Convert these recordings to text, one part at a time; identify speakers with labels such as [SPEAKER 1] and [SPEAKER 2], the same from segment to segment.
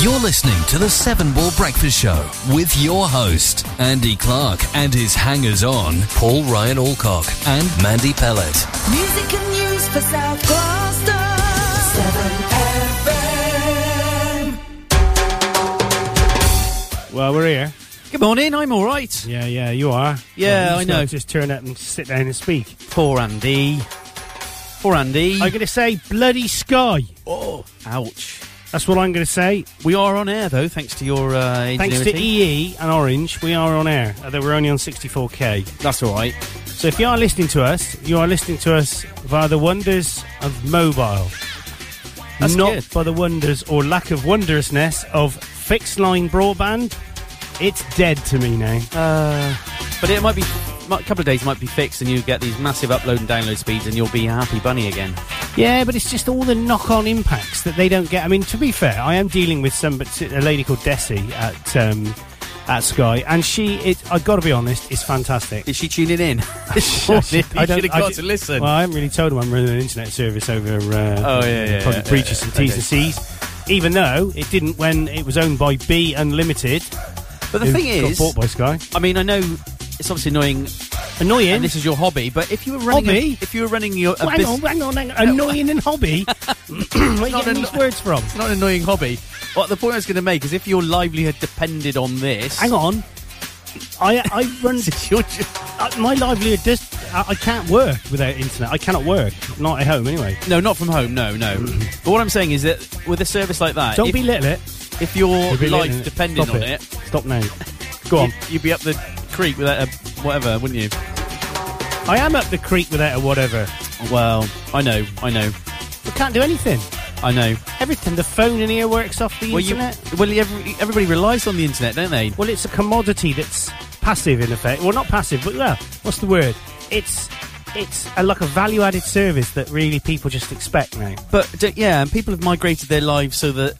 [SPEAKER 1] You're listening to the Seven Ball Breakfast Show with your host, Andy Clark, and his hangers on, Paul Ryan Alcock and Mandy Pellet.
[SPEAKER 2] Music and news for South Gloucester. 7FM.
[SPEAKER 3] Well, we're here.
[SPEAKER 4] Good morning, I'm all right.
[SPEAKER 3] Yeah, yeah, you are.
[SPEAKER 4] Yeah,
[SPEAKER 3] Well,
[SPEAKER 4] I
[SPEAKER 3] you just
[SPEAKER 4] know.
[SPEAKER 3] Just turn up and sit down and speak.
[SPEAKER 4] Poor Andy. Poor Andy.
[SPEAKER 3] I'm going to say bloody sky.
[SPEAKER 4] oh, ouch.
[SPEAKER 3] That's what I'm going to say.
[SPEAKER 4] We are on air though, thanks to your uh,
[SPEAKER 3] Thanks to
[SPEAKER 4] ingenuity.
[SPEAKER 3] EE and Orange, we are on air. Although we're only on 64k.
[SPEAKER 4] That's all right.
[SPEAKER 3] So if you are listening to us, you are listening to us via the wonders of mobile,
[SPEAKER 4] That's
[SPEAKER 3] not
[SPEAKER 4] good.
[SPEAKER 3] by the wonders or lack of wondrousness of fixed line broadband. It's dead to me now.
[SPEAKER 4] Uh, but it might be a couple of days might be fixed, and you get these massive upload and download speeds, and you'll be a happy bunny again.
[SPEAKER 3] Yeah, but it's just all the knock-on impacts that they don't get. I mean, to be fair, I am dealing with some a lady called Desi at um, at Sky, and she, it, I've got to be honest, is fantastic.
[SPEAKER 4] Is she tuning in? Surely you should have
[SPEAKER 3] I
[SPEAKER 4] got
[SPEAKER 3] di-
[SPEAKER 4] to listen.
[SPEAKER 3] Well, I haven't really told them I'm running an internet service over. Uh,
[SPEAKER 4] Oh, yeah, yeah,
[SPEAKER 3] probably
[SPEAKER 4] yeah,
[SPEAKER 3] breaches
[SPEAKER 4] yeah,
[SPEAKER 3] some
[SPEAKER 4] yeah.
[SPEAKER 3] T's
[SPEAKER 4] Okay.
[SPEAKER 3] and C's. Even though it didn't when it was owned by B Unlimited,
[SPEAKER 4] but the
[SPEAKER 3] who
[SPEAKER 4] thing
[SPEAKER 3] got
[SPEAKER 4] is,
[SPEAKER 3] bought by Sky.
[SPEAKER 4] I mean, I know it's obviously annoying,
[SPEAKER 3] Annoying.
[SPEAKER 4] and this is your hobby. But if you were running, a,
[SPEAKER 3] Hobby?
[SPEAKER 4] if you were running your a
[SPEAKER 3] Well, hang on,
[SPEAKER 4] business,
[SPEAKER 3] hang on, hang on. Annoying and hobby. Where are you
[SPEAKER 4] Not
[SPEAKER 3] getting
[SPEAKER 4] an-
[SPEAKER 3] these words from?
[SPEAKER 4] it's not an annoying hobby. What the point I was going to make is, if your livelihood depended on this,
[SPEAKER 3] Hang on. I I run
[SPEAKER 4] You're just-
[SPEAKER 3] Uh, my livelihood does. I, I can't work without internet. I cannot work. Not at home, anyway.
[SPEAKER 4] No, not from home. No, no. but what I'm saying is that with a service like that,
[SPEAKER 3] Don't
[SPEAKER 4] Uh, if,
[SPEAKER 3] belittle it.
[SPEAKER 4] if your
[SPEAKER 3] Don't belittle
[SPEAKER 4] life
[SPEAKER 3] it.
[SPEAKER 4] depended
[SPEAKER 3] Stop
[SPEAKER 4] on it,
[SPEAKER 3] Stop now. Go on.
[SPEAKER 4] you'd be up the creek without a whatever, wouldn't you?
[SPEAKER 3] I am up the creek without a whatever.
[SPEAKER 4] Well, I know, I know,
[SPEAKER 3] I can't do anything.
[SPEAKER 4] I know.
[SPEAKER 3] Everything. The phone in here works off the
[SPEAKER 4] Well, you,
[SPEAKER 3] internet.
[SPEAKER 4] well, every, everybody relies on the internet, don't they?
[SPEAKER 3] Well, it's a commodity that's passive in effect. Well, not passive, but well, what's the word? It's it's a, like a value-added service that really people just expect now.
[SPEAKER 4] But d- yeah, and people have migrated their lives so that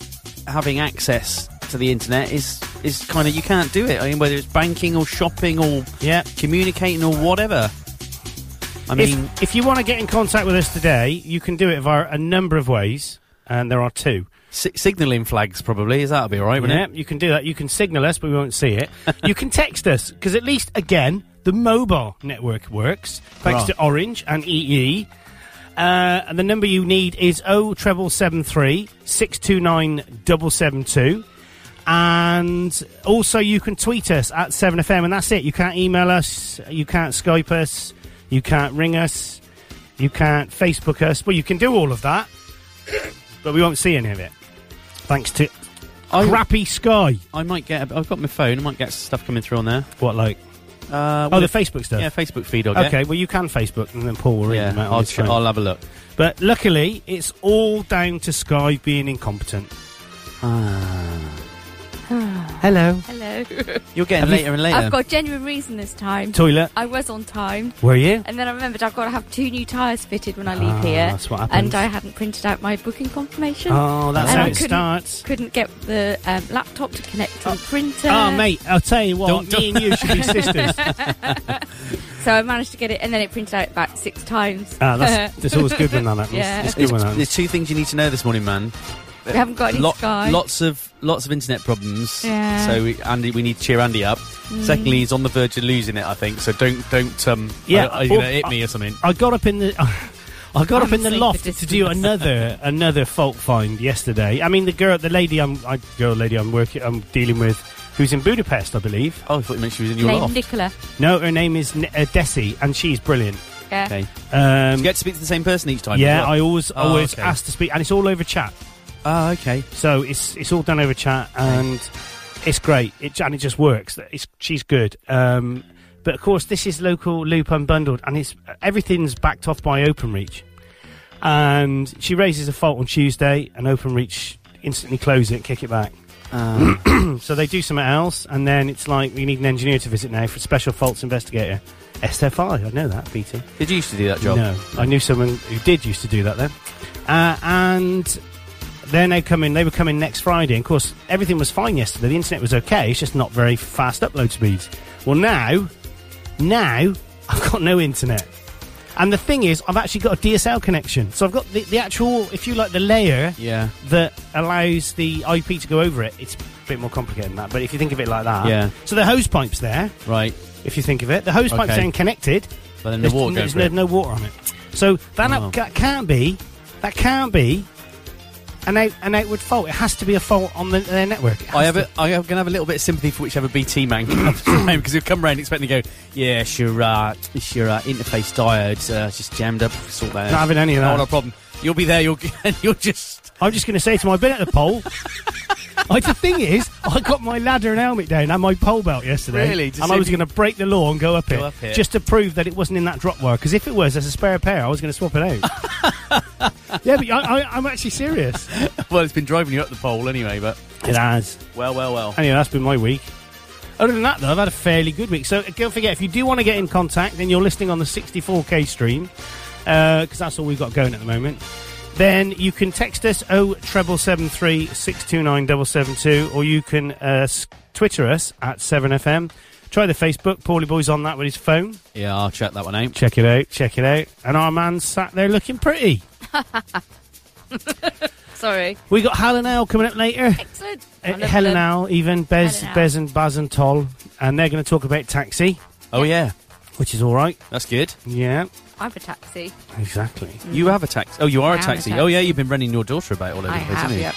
[SPEAKER 4] having access to the internet is is kind of you can't do it. I mean, whether it's banking or shopping or
[SPEAKER 3] Yeah.
[SPEAKER 4] communicating or whatever. I mean,
[SPEAKER 3] if, if you want to get in contact with us today, you can do it via a number of ways, and there are two.
[SPEAKER 4] si- signaling flags probably is that'll be all right, wouldn't
[SPEAKER 3] Yeah,
[SPEAKER 4] it?
[SPEAKER 3] you can do that. You can signal us, but we won't see it. you can text us because at least again the mobile network works thanks
[SPEAKER 4] Right.
[SPEAKER 3] to Orange and EE. Uh, and the number you need is O treble seven three six two nine double seven two. And also, you can tweet us at 7FM, and that's it. You can't email us, you can't Skype us, you can't ring us, you can't Facebook us. Well, you can do all of that, but we won't see any of it. Thanks to
[SPEAKER 4] I-
[SPEAKER 3] crappy sky.
[SPEAKER 4] I might get. I've got my phone. I might get stuff coming through on there.
[SPEAKER 3] What like?
[SPEAKER 4] Uh,
[SPEAKER 3] Oh,
[SPEAKER 4] well,
[SPEAKER 3] the Facebook stuff.
[SPEAKER 4] yeah, Facebook feed. I'll get.
[SPEAKER 3] okay, well you can Facebook and then Paul will read
[SPEAKER 4] Yeah,
[SPEAKER 3] them out on
[SPEAKER 4] I'll,
[SPEAKER 3] his
[SPEAKER 4] ch-
[SPEAKER 3] phone.
[SPEAKER 4] I'll have a look.
[SPEAKER 3] But luckily, it's all down to Sky being incompetent. Hello,
[SPEAKER 5] Hello.
[SPEAKER 4] Ah. You're getting later and later.
[SPEAKER 5] I've got genuine reason this time.
[SPEAKER 3] toilet.
[SPEAKER 5] I was on time,
[SPEAKER 3] Were you?
[SPEAKER 5] and then I remembered I've got to have two new tyres fitted when I leave
[SPEAKER 3] Ah,
[SPEAKER 5] here.
[SPEAKER 3] that's what happens.
[SPEAKER 5] and I hadn't printed out my booking confirmation.
[SPEAKER 3] Oh, that's
[SPEAKER 5] and
[SPEAKER 3] how
[SPEAKER 5] I
[SPEAKER 3] it
[SPEAKER 5] couldn't-
[SPEAKER 3] starts.
[SPEAKER 5] Couldn't get the um, laptop to connect to the printer.
[SPEAKER 3] Oh, mate, I'll tell you what.
[SPEAKER 4] Don't-
[SPEAKER 3] me and you should be sisters.
[SPEAKER 5] So I managed to get it, and then it printed out about six times.
[SPEAKER 3] Ah, that's, that's always good when that happens.
[SPEAKER 5] Yeah.
[SPEAKER 3] It's good
[SPEAKER 4] There's,
[SPEAKER 3] when that happens.
[SPEAKER 4] there's two things you need to know this morning, man.
[SPEAKER 5] we haven't got any
[SPEAKER 4] Lot-
[SPEAKER 5] sky.
[SPEAKER 4] lots of lots of internet problems.
[SPEAKER 5] Yeah. Mm.
[SPEAKER 4] So we, Andy, we need to cheer Andy up. Secondly, he's on the verge of losing it. I think so. Don't don't um. I,
[SPEAKER 3] Yeah,
[SPEAKER 4] I, you
[SPEAKER 3] or-
[SPEAKER 4] know, hit me or something.
[SPEAKER 3] I got up in the. I got up in the
[SPEAKER 5] Compensate
[SPEAKER 3] loft
[SPEAKER 5] the
[SPEAKER 3] to do
[SPEAKER 5] distance.
[SPEAKER 3] another another fault find yesterday. I mean, the girl, the lady, I'm, I, girl, lady, I'm working, I'm dealing with, who's in Budapest, I believe.
[SPEAKER 4] Oh, I thought you meant she was in your
[SPEAKER 5] Named
[SPEAKER 4] loft.
[SPEAKER 5] Nicola.
[SPEAKER 3] No, her name is N- uh, Desi, and she's brilliant.
[SPEAKER 5] Yeah.
[SPEAKER 4] Okay.
[SPEAKER 3] Um,
[SPEAKER 4] You get to speak to the same person each time.
[SPEAKER 3] yeah,
[SPEAKER 4] As
[SPEAKER 3] I always
[SPEAKER 4] Oh,
[SPEAKER 3] always
[SPEAKER 4] okay.
[SPEAKER 3] ask to speak, and it's all over chat.
[SPEAKER 4] well. Oh, okay.
[SPEAKER 3] So it's it's all done over chat, and it's great. It and it just works. It's she's good. Um, but of course, this is local loop unbundled, and it's everything's backed off by OpenReach. And she raises a fault on Tuesday, and OpenReach instantly close it, kick it back.
[SPEAKER 4] Uh,
[SPEAKER 3] So they do something else, and then it's like we need an engineer to visit now for special faults investigator. SFI, I know that, BT.
[SPEAKER 4] did you used to do that job?
[SPEAKER 3] No, I knew someone who did used to do that then. Uh, and then they come in. They were coming next Friday. And of course, everything was fine yesterday. The internet was okay. It's just not very fast upload speeds. Well, now, now I've got no internet. And the thing is, I've actually got a DSL connection, so I've got the, the actual, if you like, the layer
[SPEAKER 4] Yeah.
[SPEAKER 3] that allows the IP to go over it. It's a bit more complicated than that, but if you think of it like that,
[SPEAKER 4] Yeah.
[SPEAKER 3] So the hose pipe's there,
[SPEAKER 4] Right.
[SPEAKER 3] if you think of it. The hose pipe's
[SPEAKER 4] Okay.
[SPEAKER 3] then connected.
[SPEAKER 4] But then the
[SPEAKER 3] There's,
[SPEAKER 4] water
[SPEAKER 3] there's
[SPEAKER 4] goes
[SPEAKER 3] no,
[SPEAKER 4] no,
[SPEAKER 3] no water on it. So that,
[SPEAKER 4] Oh.
[SPEAKER 3] that can't be. That can't be. An, out, an outward fault. It has to be a fault on the, their network. It has
[SPEAKER 4] I have
[SPEAKER 3] to-
[SPEAKER 4] a, I am gonna have a little bit of sympathy for whichever BT man comes time because he'll come round expecting to go, yeah, it's your uh, it's your uh, interface diodes uh, it's just jammed up, sort that. out."
[SPEAKER 3] Not having any of
[SPEAKER 4] Oh,
[SPEAKER 3] that.
[SPEAKER 4] no problem. You'll be there. You'll and you'll just
[SPEAKER 3] I'm just going to say to my been at the pole. I, the thing is, I got my ladder and helmet down and my pole belt yesterday.
[SPEAKER 4] Really? Just
[SPEAKER 3] and
[SPEAKER 4] so
[SPEAKER 3] I was
[SPEAKER 4] you-
[SPEAKER 3] going to break the law and go up,
[SPEAKER 4] Go
[SPEAKER 3] it,
[SPEAKER 4] up it.
[SPEAKER 3] just to prove that it wasn't in that drop wire. Because if it was, as a spare pair, I was going to swap it out. yeah, but I, I, I'm actually serious.
[SPEAKER 4] well, it's been driving you up the pole anyway. But
[SPEAKER 3] It has.
[SPEAKER 4] well, well, well.
[SPEAKER 3] Anyway, that's been my week. Other than that, though, I've had a fairly good week. So uh, don't forget, if you do want to get in contact, then you're listening on the 64K stream, because that's all we've got going at the moment. Then you can text us 07773 629 or you can uh, s- Twitter us at 7FM. Try the Facebook. Paulie Boy's on that with his phone.
[SPEAKER 4] Yeah, I'll check that one out.
[SPEAKER 3] Check it out, check it out. And our man sat there looking pretty.
[SPEAKER 5] Sorry.
[SPEAKER 3] We got Helen L coming up later.
[SPEAKER 5] Excellent. I
[SPEAKER 3] Uh,
[SPEAKER 5] love
[SPEAKER 3] Helen
[SPEAKER 5] them.
[SPEAKER 3] Al, even Bez,
[SPEAKER 5] Helen Al.
[SPEAKER 3] Bez and Baz and Toll. And they're going to talk about taxi.
[SPEAKER 4] Oh yeah,
[SPEAKER 3] which is all right.
[SPEAKER 4] that's good.
[SPEAKER 3] Yeah,
[SPEAKER 5] I'm a taxi.
[SPEAKER 3] exactly.
[SPEAKER 4] You have a taxi. Oh, you are
[SPEAKER 5] I
[SPEAKER 4] a
[SPEAKER 5] am a
[SPEAKER 4] taxi.
[SPEAKER 5] taxi.
[SPEAKER 4] Oh yeah, you've been running your daughter about all over
[SPEAKER 5] I
[SPEAKER 4] the place,
[SPEAKER 5] have.
[SPEAKER 4] haven't you?
[SPEAKER 5] Yep.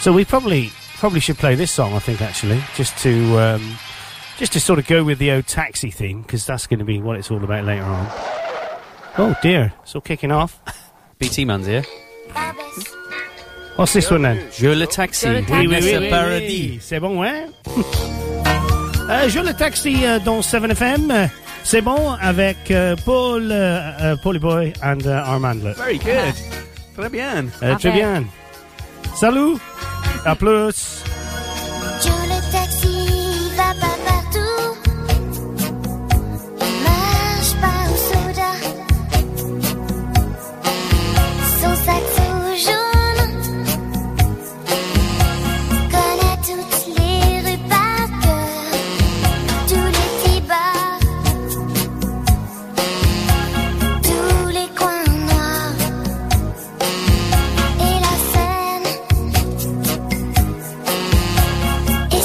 [SPEAKER 3] So we probably probably should play this song, I think, actually, just to um, just to sort of go with the old taxi theme because that's going to be what it's all about later on. Oh dear, it's all kicking off.
[SPEAKER 4] BT man's here.
[SPEAKER 3] What's this one then?
[SPEAKER 4] Je le taxi.
[SPEAKER 5] Je le taxi.
[SPEAKER 4] Oui, oui, oui,
[SPEAKER 5] Vanessa
[SPEAKER 4] oui, oui.
[SPEAKER 3] oui. C'est bon, ouais. Euh, je le taxi euh, dans 7FM. euh, C'est bon avec euh, Paul, euh, euh, Paulie Boy and uh, Armand. là.
[SPEAKER 4] Very good. Très bien.
[SPEAKER 3] Euh, très
[SPEAKER 5] Parfait.
[SPEAKER 3] bien. Salut. À plus.
[SPEAKER 6] Joe le taxi va pas partout, il marche pas au soda, son sac jaune connaît toutes les rues par cœur, tous les petits bars, tous les coins noirs et la scène. Et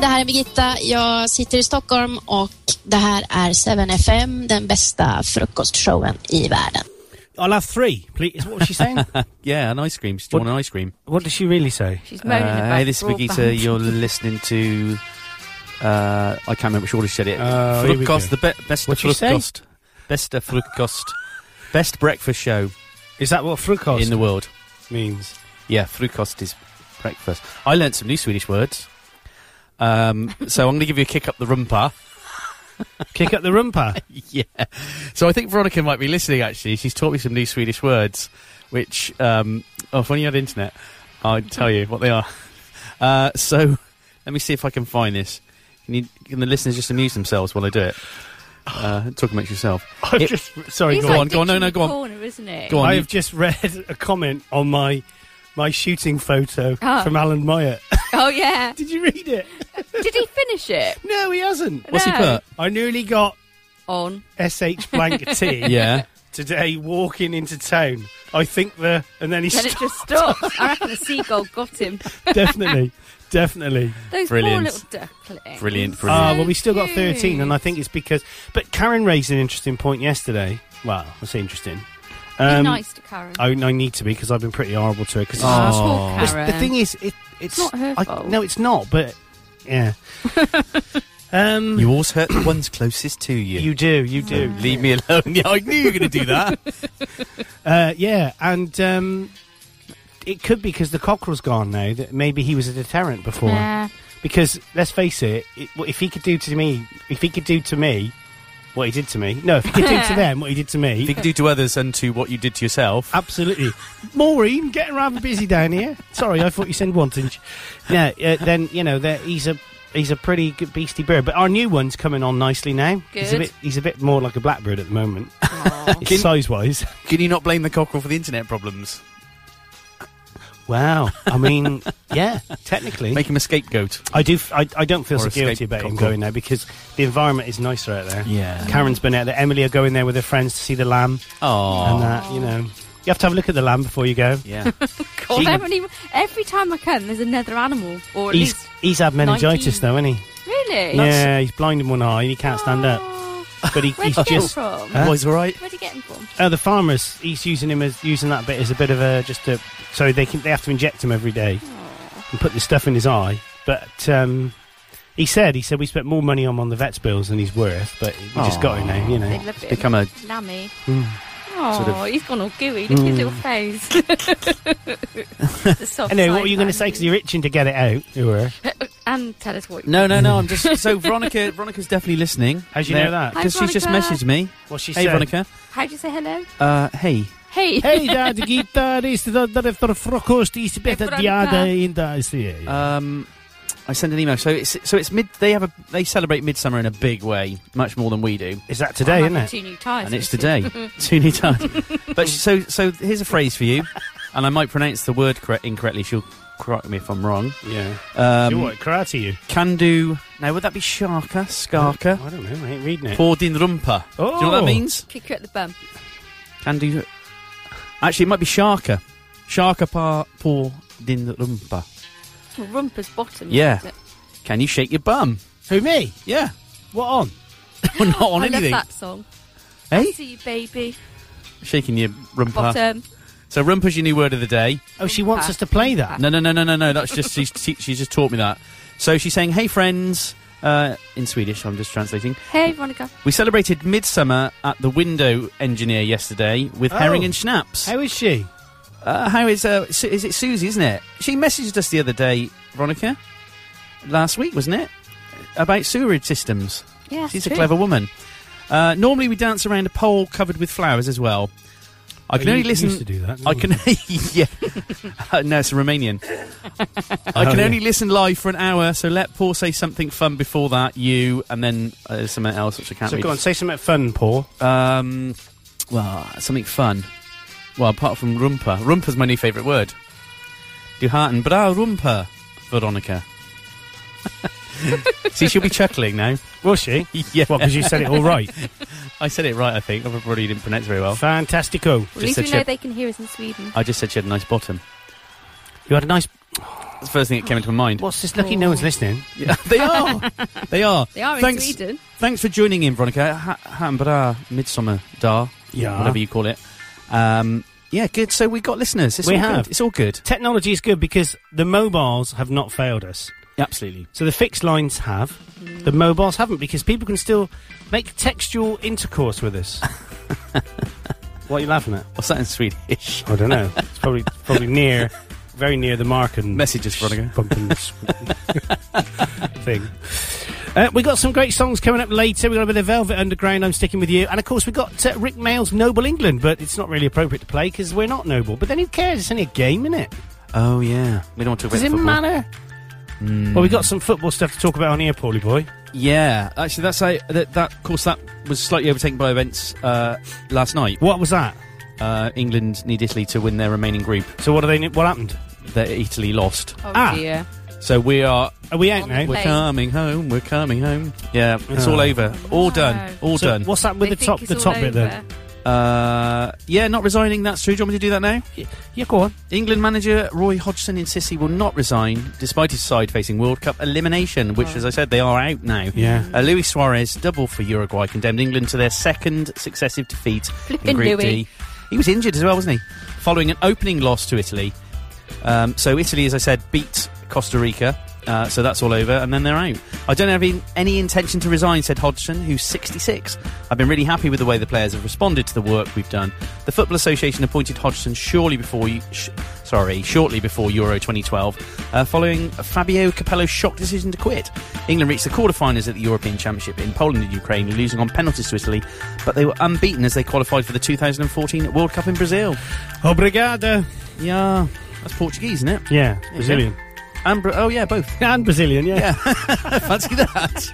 [SPEAKER 7] det här är Birgitta. Jag sitter i Stockholm och det här är 7FM, den bästa frukostshowen i världen.
[SPEAKER 3] I'll have three, please. What was she saying?
[SPEAKER 4] Yeah, an ice cream. Do you want an ice cream?
[SPEAKER 3] what did she really say?
[SPEAKER 5] She's moaning
[SPEAKER 4] Uh,
[SPEAKER 5] about
[SPEAKER 4] hey, this is Birgitta.
[SPEAKER 5] broadband.
[SPEAKER 4] You're listening to. Uh, I can't remember which order she said it.
[SPEAKER 3] Oh, here we
[SPEAKER 4] Fruitkost, the
[SPEAKER 3] go.
[SPEAKER 4] be- best
[SPEAKER 3] What'd she say?
[SPEAKER 4] fruitkost. Best of fruitkost. Best breakfast show
[SPEAKER 3] Is that what frukost
[SPEAKER 4] in the world.
[SPEAKER 3] means?
[SPEAKER 4] Yeah, frukost is breakfast. I learnt some new Swedish words. Um, so I'm going to give you a kick up the rumpa.
[SPEAKER 3] Kick up the rumpa.
[SPEAKER 4] Yeah. So I think Veronica might be listening, actually. She's taught me some new Swedish words, which, um, oh, if only you had internet, I'd tell you what they are. Uh, so let me see if I can find this. Can, you, can the listeners just amuse themselves while I do it? Uh, talk amongst yourself.
[SPEAKER 3] I've
[SPEAKER 4] It-
[SPEAKER 3] just sorry.
[SPEAKER 5] He's
[SPEAKER 3] Go on.
[SPEAKER 5] like
[SPEAKER 4] on, go on, no, no, go on.
[SPEAKER 5] Corner, isn't it?
[SPEAKER 4] Go on.
[SPEAKER 3] I
[SPEAKER 4] you-
[SPEAKER 3] have just read a comment on my my shooting photo
[SPEAKER 5] Oh.
[SPEAKER 3] from Alan Myatt.
[SPEAKER 5] Oh yeah.
[SPEAKER 3] Did you read it?
[SPEAKER 5] Did he finish it?
[SPEAKER 3] No, he hasn't.
[SPEAKER 4] What's he
[SPEAKER 5] No.
[SPEAKER 4] put?
[SPEAKER 3] I nearly got
[SPEAKER 5] On.
[SPEAKER 3] sh blank t
[SPEAKER 4] Yeah.
[SPEAKER 3] today walking into town. I think the and then he
[SPEAKER 5] Then it
[SPEAKER 3] stopped.
[SPEAKER 5] just stopped. I reckon the seagull got him.
[SPEAKER 3] definitely, definitely.
[SPEAKER 5] Those
[SPEAKER 4] Brilliant.
[SPEAKER 5] poor little ducklings.
[SPEAKER 4] Brilliant, brilliant.
[SPEAKER 3] Ah, well, we still got
[SPEAKER 5] cute.
[SPEAKER 3] thirteen, and I think it's because. But Karen raised an interesting point yesterday. Well, that's interesting.
[SPEAKER 5] Be
[SPEAKER 3] Um,
[SPEAKER 5] nice to Karen.
[SPEAKER 3] I, I need to be because I've been pretty horrible to her. Because
[SPEAKER 5] Oh, poor Karen.
[SPEAKER 3] the thing is, it, it's,
[SPEAKER 5] not her
[SPEAKER 3] I,
[SPEAKER 5] fault.
[SPEAKER 3] No, it's not. But yeah, um,
[SPEAKER 4] Mm. You always hurt the ones closest to you.
[SPEAKER 3] you do, you
[SPEAKER 4] So
[SPEAKER 3] do.
[SPEAKER 4] Leave me alone. Oh, Yeah, I knew you were going to do that.
[SPEAKER 3] Uh, yeah, and um, it could be because the cockerel's gone now. That maybe he was a deterrent before.
[SPEAKER 5] Nah.
[SPEAKER 3] Because let's face it, it, what- if he could do to me, if he could do to me, what he did to me. No, if he could do to them, what he did to
[SPEAKER 4] if you
[SPEAKER 3] me.
[SPEAKER 4] could do to others and to what you did to yourself.
[SPEAKER 3] Absolutely, Maureen, getting rather busy down here. Sorry, I thought you said wanting. Yeah, uh, then you know that he's a he's a pretty good beastie bird. But our new one's coming on nicely now. He's a
[SPEAKER 5] Good.
[SPEAKER 3] bit he's a bit more like a blackbird at the moment,
[SPEAKER 5] Aw.
[SPEAKER 4] Can-
[SPEAKER 3] size wise.
[SPEAKER 4] Can you not blame the cockerel for the internet problems?
[SPEAKER 3] Wow, I mean, yeah, technically,
[SPEAKER 4] Make him a scapegoat.
[SPEAKER 3] I do. f- I, I don't feel
[SPEAKER 4] Or
[SPEAKER 3] so
[SPEAKER 4] escape
[SPEAKER 3] guilty about him
[SPEAKER 4] cockerel.
[SPEAKER 3] going there because the environment is nicer out there.
[SPEAKER 4] Yeah.
[SPEAKER 3] Karen's been out there. Emily are going there with her friends to see the lamb and
[SPEAKER 4] Oh.
[SPEAKER 3] that. You know, you have to have a look at the lamb before you go.
[SPEAKER 4] Yeah.
[SPEAKER 5] God, how many- every time I come, there's another animal, or at
[SPEAKER 3] He's
[SPEAKER 5] least
[SPEAKER 3] he's had meningitis
[SPEAKER 5] 19.
[SPEAKER 3] though, hasn't he?
[SPEAKER 5] really.
[SPEAKER 3] Yeah, he's blind in one eye and he can't stand up.
[SPEAKER 5] Oh,
[SPEAKER 3] But he,
[SPEAKER 5] Where'd
[SPEAKER 3] he's
[SPEAKER 5] you get him
[SPEAKER 3] just
[SPEAKER 5] from?
[SPEAKER 3] Huh?
[SPEAKER 4] Boys, all right.
[SPEAKER 5] Where'd you get him from?
[SPEAKER 3] uh, the farmers. He's using him as using that bit as a bit of a just a so they can they have to inject him every day and put this stuff in his eye. But um, he said he said we spent more money on him on the vet's bills than he's worth. But we just got him now, you
[SPEAKER 5] They
[SPEAKER 3] know.
[SPEAKER 5] love him.
[SPEAKER 4] Become a
[SPEAKER 5] Lammy.
[SPEAKER 3] Mm.
[SPEAKER 5] Oh,
[SPEAKER 4] Sort of-
[SPEAKER 5] he's gone all gooey. Look at his little face.
[SPEAKER 4] Mm.
[SPEAKER 5] the soft
[SPEAKER 3] Anyway, what
[SPEAKER 5] side
[SPEAKER 3] were you going to
[SPEAKER 5] of
[SPEAKER 3] say?
[SPEAKER 5] Andy.
[SPEAKER 3] Because you're itching to get it out. You were.
[SPEAKER 5] And tell us what.
[SPEAKER 4] No, no, no. I'm just so Veronica. Veronica's definitely listening.
[SPEAKER 3] How'd you know that?
[SPEAKER 5] Hi,
[SPEAKER 4] Because she's just
[SPEAKER 5] Veronica.
[SPEAKER 4] messaged me.
[SPEAKER 3] Well, she
[SPEAKER 4] Hey, Veronica.
[SPEAKER 5] How do you say hello?
[SPEAKER 4] Uh, hey.
[SPEAKER 5] Hey.
[SPEAKER 3] Hej där, Birgitta. Det är där efter frukost. Det är
[SPEAKER 5] bättre att göra
[SPEAKER 3] in
[SPEAKER 4] Um, I sent an email. So it's so it's mid. They have a they celebrate midsummer in a big way, much more than we do,
[SPEAKER 3] Is that today, isn't
[SPEAKER 5] I'm having
[SPEAKER 3] it?
[SPEAKER 5] Two new tires.
[SPEAKER 4] and it's today. Two new times. But she- so so here's a phrase for you, and I might pronounce the word correct incorrectly. She'll correct me if I'm wrong.
[SPEAKER 3] Yeah. Do
[SPEAKER 4] Um,
[SPEAKER 3] what? Karate you?
[SPEAKER 4] can do. Now would that be sharka, skarka,
[SPEAKER 3] I don't know. I ain't reading it.
[SPEAKER 4] or din rumpa? Do you know what
[SPEAKER 3] Oh.
[SPEAKER 4] that means?
[SPEAKER 5] Kick you at the bum.
[SPEAKER 4] Can do. Actually, it might be Sharka. Sharka pa por din rumpa.
[SPEAKER 5] Well, Rumpa's bottom.
[SPEAKER 4] Yeah.
[SPEAKER 5] isn't it?
[SPEAKER 4] Can you shake your bum?
[SPEAKER 3] Who me?
[SPEAKER 4] Yeah.
[SPEAKER 3] What on?
[SPEAKER 4] Well, not Oh, on
[SPEAKER 5] I
[SPEAKER 4] anything.
[SPEAKER 5] love that song.
[SPEAKER 4] Hey?
[SPEAKER 5] See you, baby. um,
[SPEAKER 4] Shaking your rumpa.
[SPEAKER 5] Bottom.
[SPEAKER 4] So rumpa's your new word of the day.
[SPEAKER 3] Oh, she wants us to play that.
[SPEAKER 4] No, no, no, no, no, no. That's just she's, she, she's just taught me that. So she's saying, "Hey friends," uh, in Swedish. I'm just translating.
[SPEAKER 5] Hey, Veronica.
[SPEAKER 4] We celebrated midsummer at the window engineer yesterday with
[SPEAKER 3] Oh.
[SPEAKER 4] herring and schnapps.
[SPEAKER 3] How is she?
[SPEAKER 4] Uh, how is uh, Su- is it Susie? Isn't it? She messaged us the other day, Veronica, last week, wasn't it? About sewerage systems.
[SPEAKER 5] Yeah.
[SPEAKER 4] She's
[SPEAKER 5] true.
[SPEAKER 4] a clever woman. Uh, normally, we dance around a pole covered with flowers as well. I can
[SPEAKER 3] Oh, you
[SPEAKER 4] only listen.
[SPEAKER 3] used to do that.
[SPEAKER 4] I can. yeah. Uh, no, it's a Romanian. I
[SPEAKER 3] Oh,
[SPEAKER 4] can
[SPEAKER 3] yeah.
[SPEAKER 4] only listen live for an hour, so let Paul say something fun before that. You and then uh, something else which I can't.
[SPEAKER 3] So
[SPEAKER 4] read.
[SPEAKER 3] go on, say something fun, Paul.
[SPEAKER 4] Um, well, something fun. Well, apart from rumpa. Rumpa's my new favourite word. Du har en bra rumpa, Veronica. See, she'll be chuckling now.
[SPEAKER 3] Will she?
[SPEAKER 4] yeah.
[SPEAKER 3] Well, because you said it all right.
[SPEAKER 4] I said it right, I think. I probably didn't pronounce it very well. Oh,
[SPEAKER 3] Fantastico.
[SPEAKER 5] Well,
[SPEAKER 4] Just
[SPEAKER 5] at least
[SPEAKER 4] a
[SPEAKER 5] we know
[SPEAKER 4] chip.
[SPEAKER 5] they can hear us in Sweden.
[SPEAKER 4] I just said she had a nice bottom.
[SPEAKER 3] You had a nice
[SPEAKER 4] That's the first thing that came into my mind.
[SPEAKER 3] What's this? Lucky no one's listening.
[SPEAKER 4] Yeah, they are. They are.
[SPEAKER 5] They are in
[SPEAKER 4] thanks,
[SPEAKER 5] Sweden.
[SPEAKER 4] Thanks for joining in, Veronica. Ha- Hambra Midsummer Dar,
[SPEAKER 3] Yeah.
[SPEAKER 4] whatever you call it. Um, yeah, good. So we got listeners. It's
[SPEAKER 3] We
[SPEAKER 4] all
[SPEAKER 3] have.
[SPEAKER 4] Good. It's all good.
[SPEAKER 3] Technology is good because the mobiles have not failed us.
[SPEAKER 4] Absolutely.
[SPEAKER 3] So the fixed lines have, the mobiles haven't because people can still make textual intercourse with us. what are you laughing at?
[SPEAKER 4] What's that in Swedish?
[SPEAKER 3] I don't know. It's probably probably near, very near the mark and
[SPEAKER 4] Messages, Veronica.
[SPEAKER 3] pumping s- thing. Uh, we got some great songs coming up later. We got a bit of Velvet Underground. I'm sticking with you, and of course we got uh, Rick Mayall's Noble England, but it's not really appropriate to play because we're not noble. But then who cares? It's only a game, isn't it?
[SPEAKER 4] Oh yeah. We don't want to
[SPEAKER 3] Does
[SPEAKER 4] wait
[SPEAKER 3] it
[SPEAKER 4] for football.
[SPEAKER 3] matter? Well, we got some football stuff to talk about on here, Paulie boy.
[SPEAKER 4] Yeah, actually, that's a, that. That of course that was slightly overtaken by events uh, last night.
[SPEAKER 3] What was that?
[SPEAKER 4] Uh, England need Italy to win their remaining group.
[SPEAKER 3] So what do they? What happened?
[SPEAKER 4] That Italy lost.
[SPEAKER 5] Oh
[SPEAKER 3] Ah.
[SPEAKER 5] dear.
[SPEAKER 4] So we are
[SPEAKER 3] Are Oh, we out
[SPEAKER 5] On
[SPEAKER 3] now?
[SPEAKER 5] the
[SPEAKER 4] We're
[SPEAKER 5] Hey.
[SPEAKER 4] coming home. We're coming home. Yeah, it's
[SPEAKER 3] Oh.
[SPEAKER 4] all over. All done. All
[SPEAKER 3] So
[SPEAKER 4] done.
[SPEAKER 3] What's that with
[SPEAKER 5] They
[SPEAKER 3] the top?
[SPEAKER 5] think
[SPEAKER 3] The
[SPEAKER 5] it's
[SPEAKER 3] top
[SPEAKER 5] all
[SPEAKER 3] bit then.
[SPEAKER 5] over.
[SPEAKER 4] Uh, yeah, not resigning. That's true. Do you want me to do that now?
[SPEAKER 3] Yeah, go on.
[SPEAKER 4] England manager Roy Hodgson insists he will not resign, despite his side facing World Cup elimination,
[SPEAKER 5] Oh.
[SPEAKER 4] which, as I said, they are out now.
[SPEAKER 3] Yeah.
[SPEAKER 4] Uh, Luis Suarez, double for Uruguay, condemned England to their second successive defeat in
[SPEAKER 5] Flippin'
[SPEAKER 4] Group
[SPEAKER 5] Louis.
[SPEAKER 4] D. He was injured as well, wasn't he? Following an opening loss to Italy. Um, so Italy, as I said, beat Costa Rica. Uh, so that's all over, and then they're out. I don't have in- any intention to resign, said Hodgson, who's 66. I've been really happy with the way the players have responded to the work we've done. The Football Association appointed Hodgson surely before, y- sh- sorry, shortly before Euro 2012, uh, following Fabio Capello's shock decision to quit. England reached the quarterfinals at the European Championship in Poland and Ukraine, losing on penalties to Italy, but they were unbeaten as they qualified for the 2014 World Cup in Brazil.
[SPEAKER 3] Obrigado.
[SPEAKER 4] Yeah, that's Portuguese, isn't it?
[SPEAKER 3] Yeah, Brazilian.
[SPEAKER 4] And Bra- oh yeah, both.
[SPEAKER 3] And Brazilian, yeah.
[SPEAKER 4] Fancy that.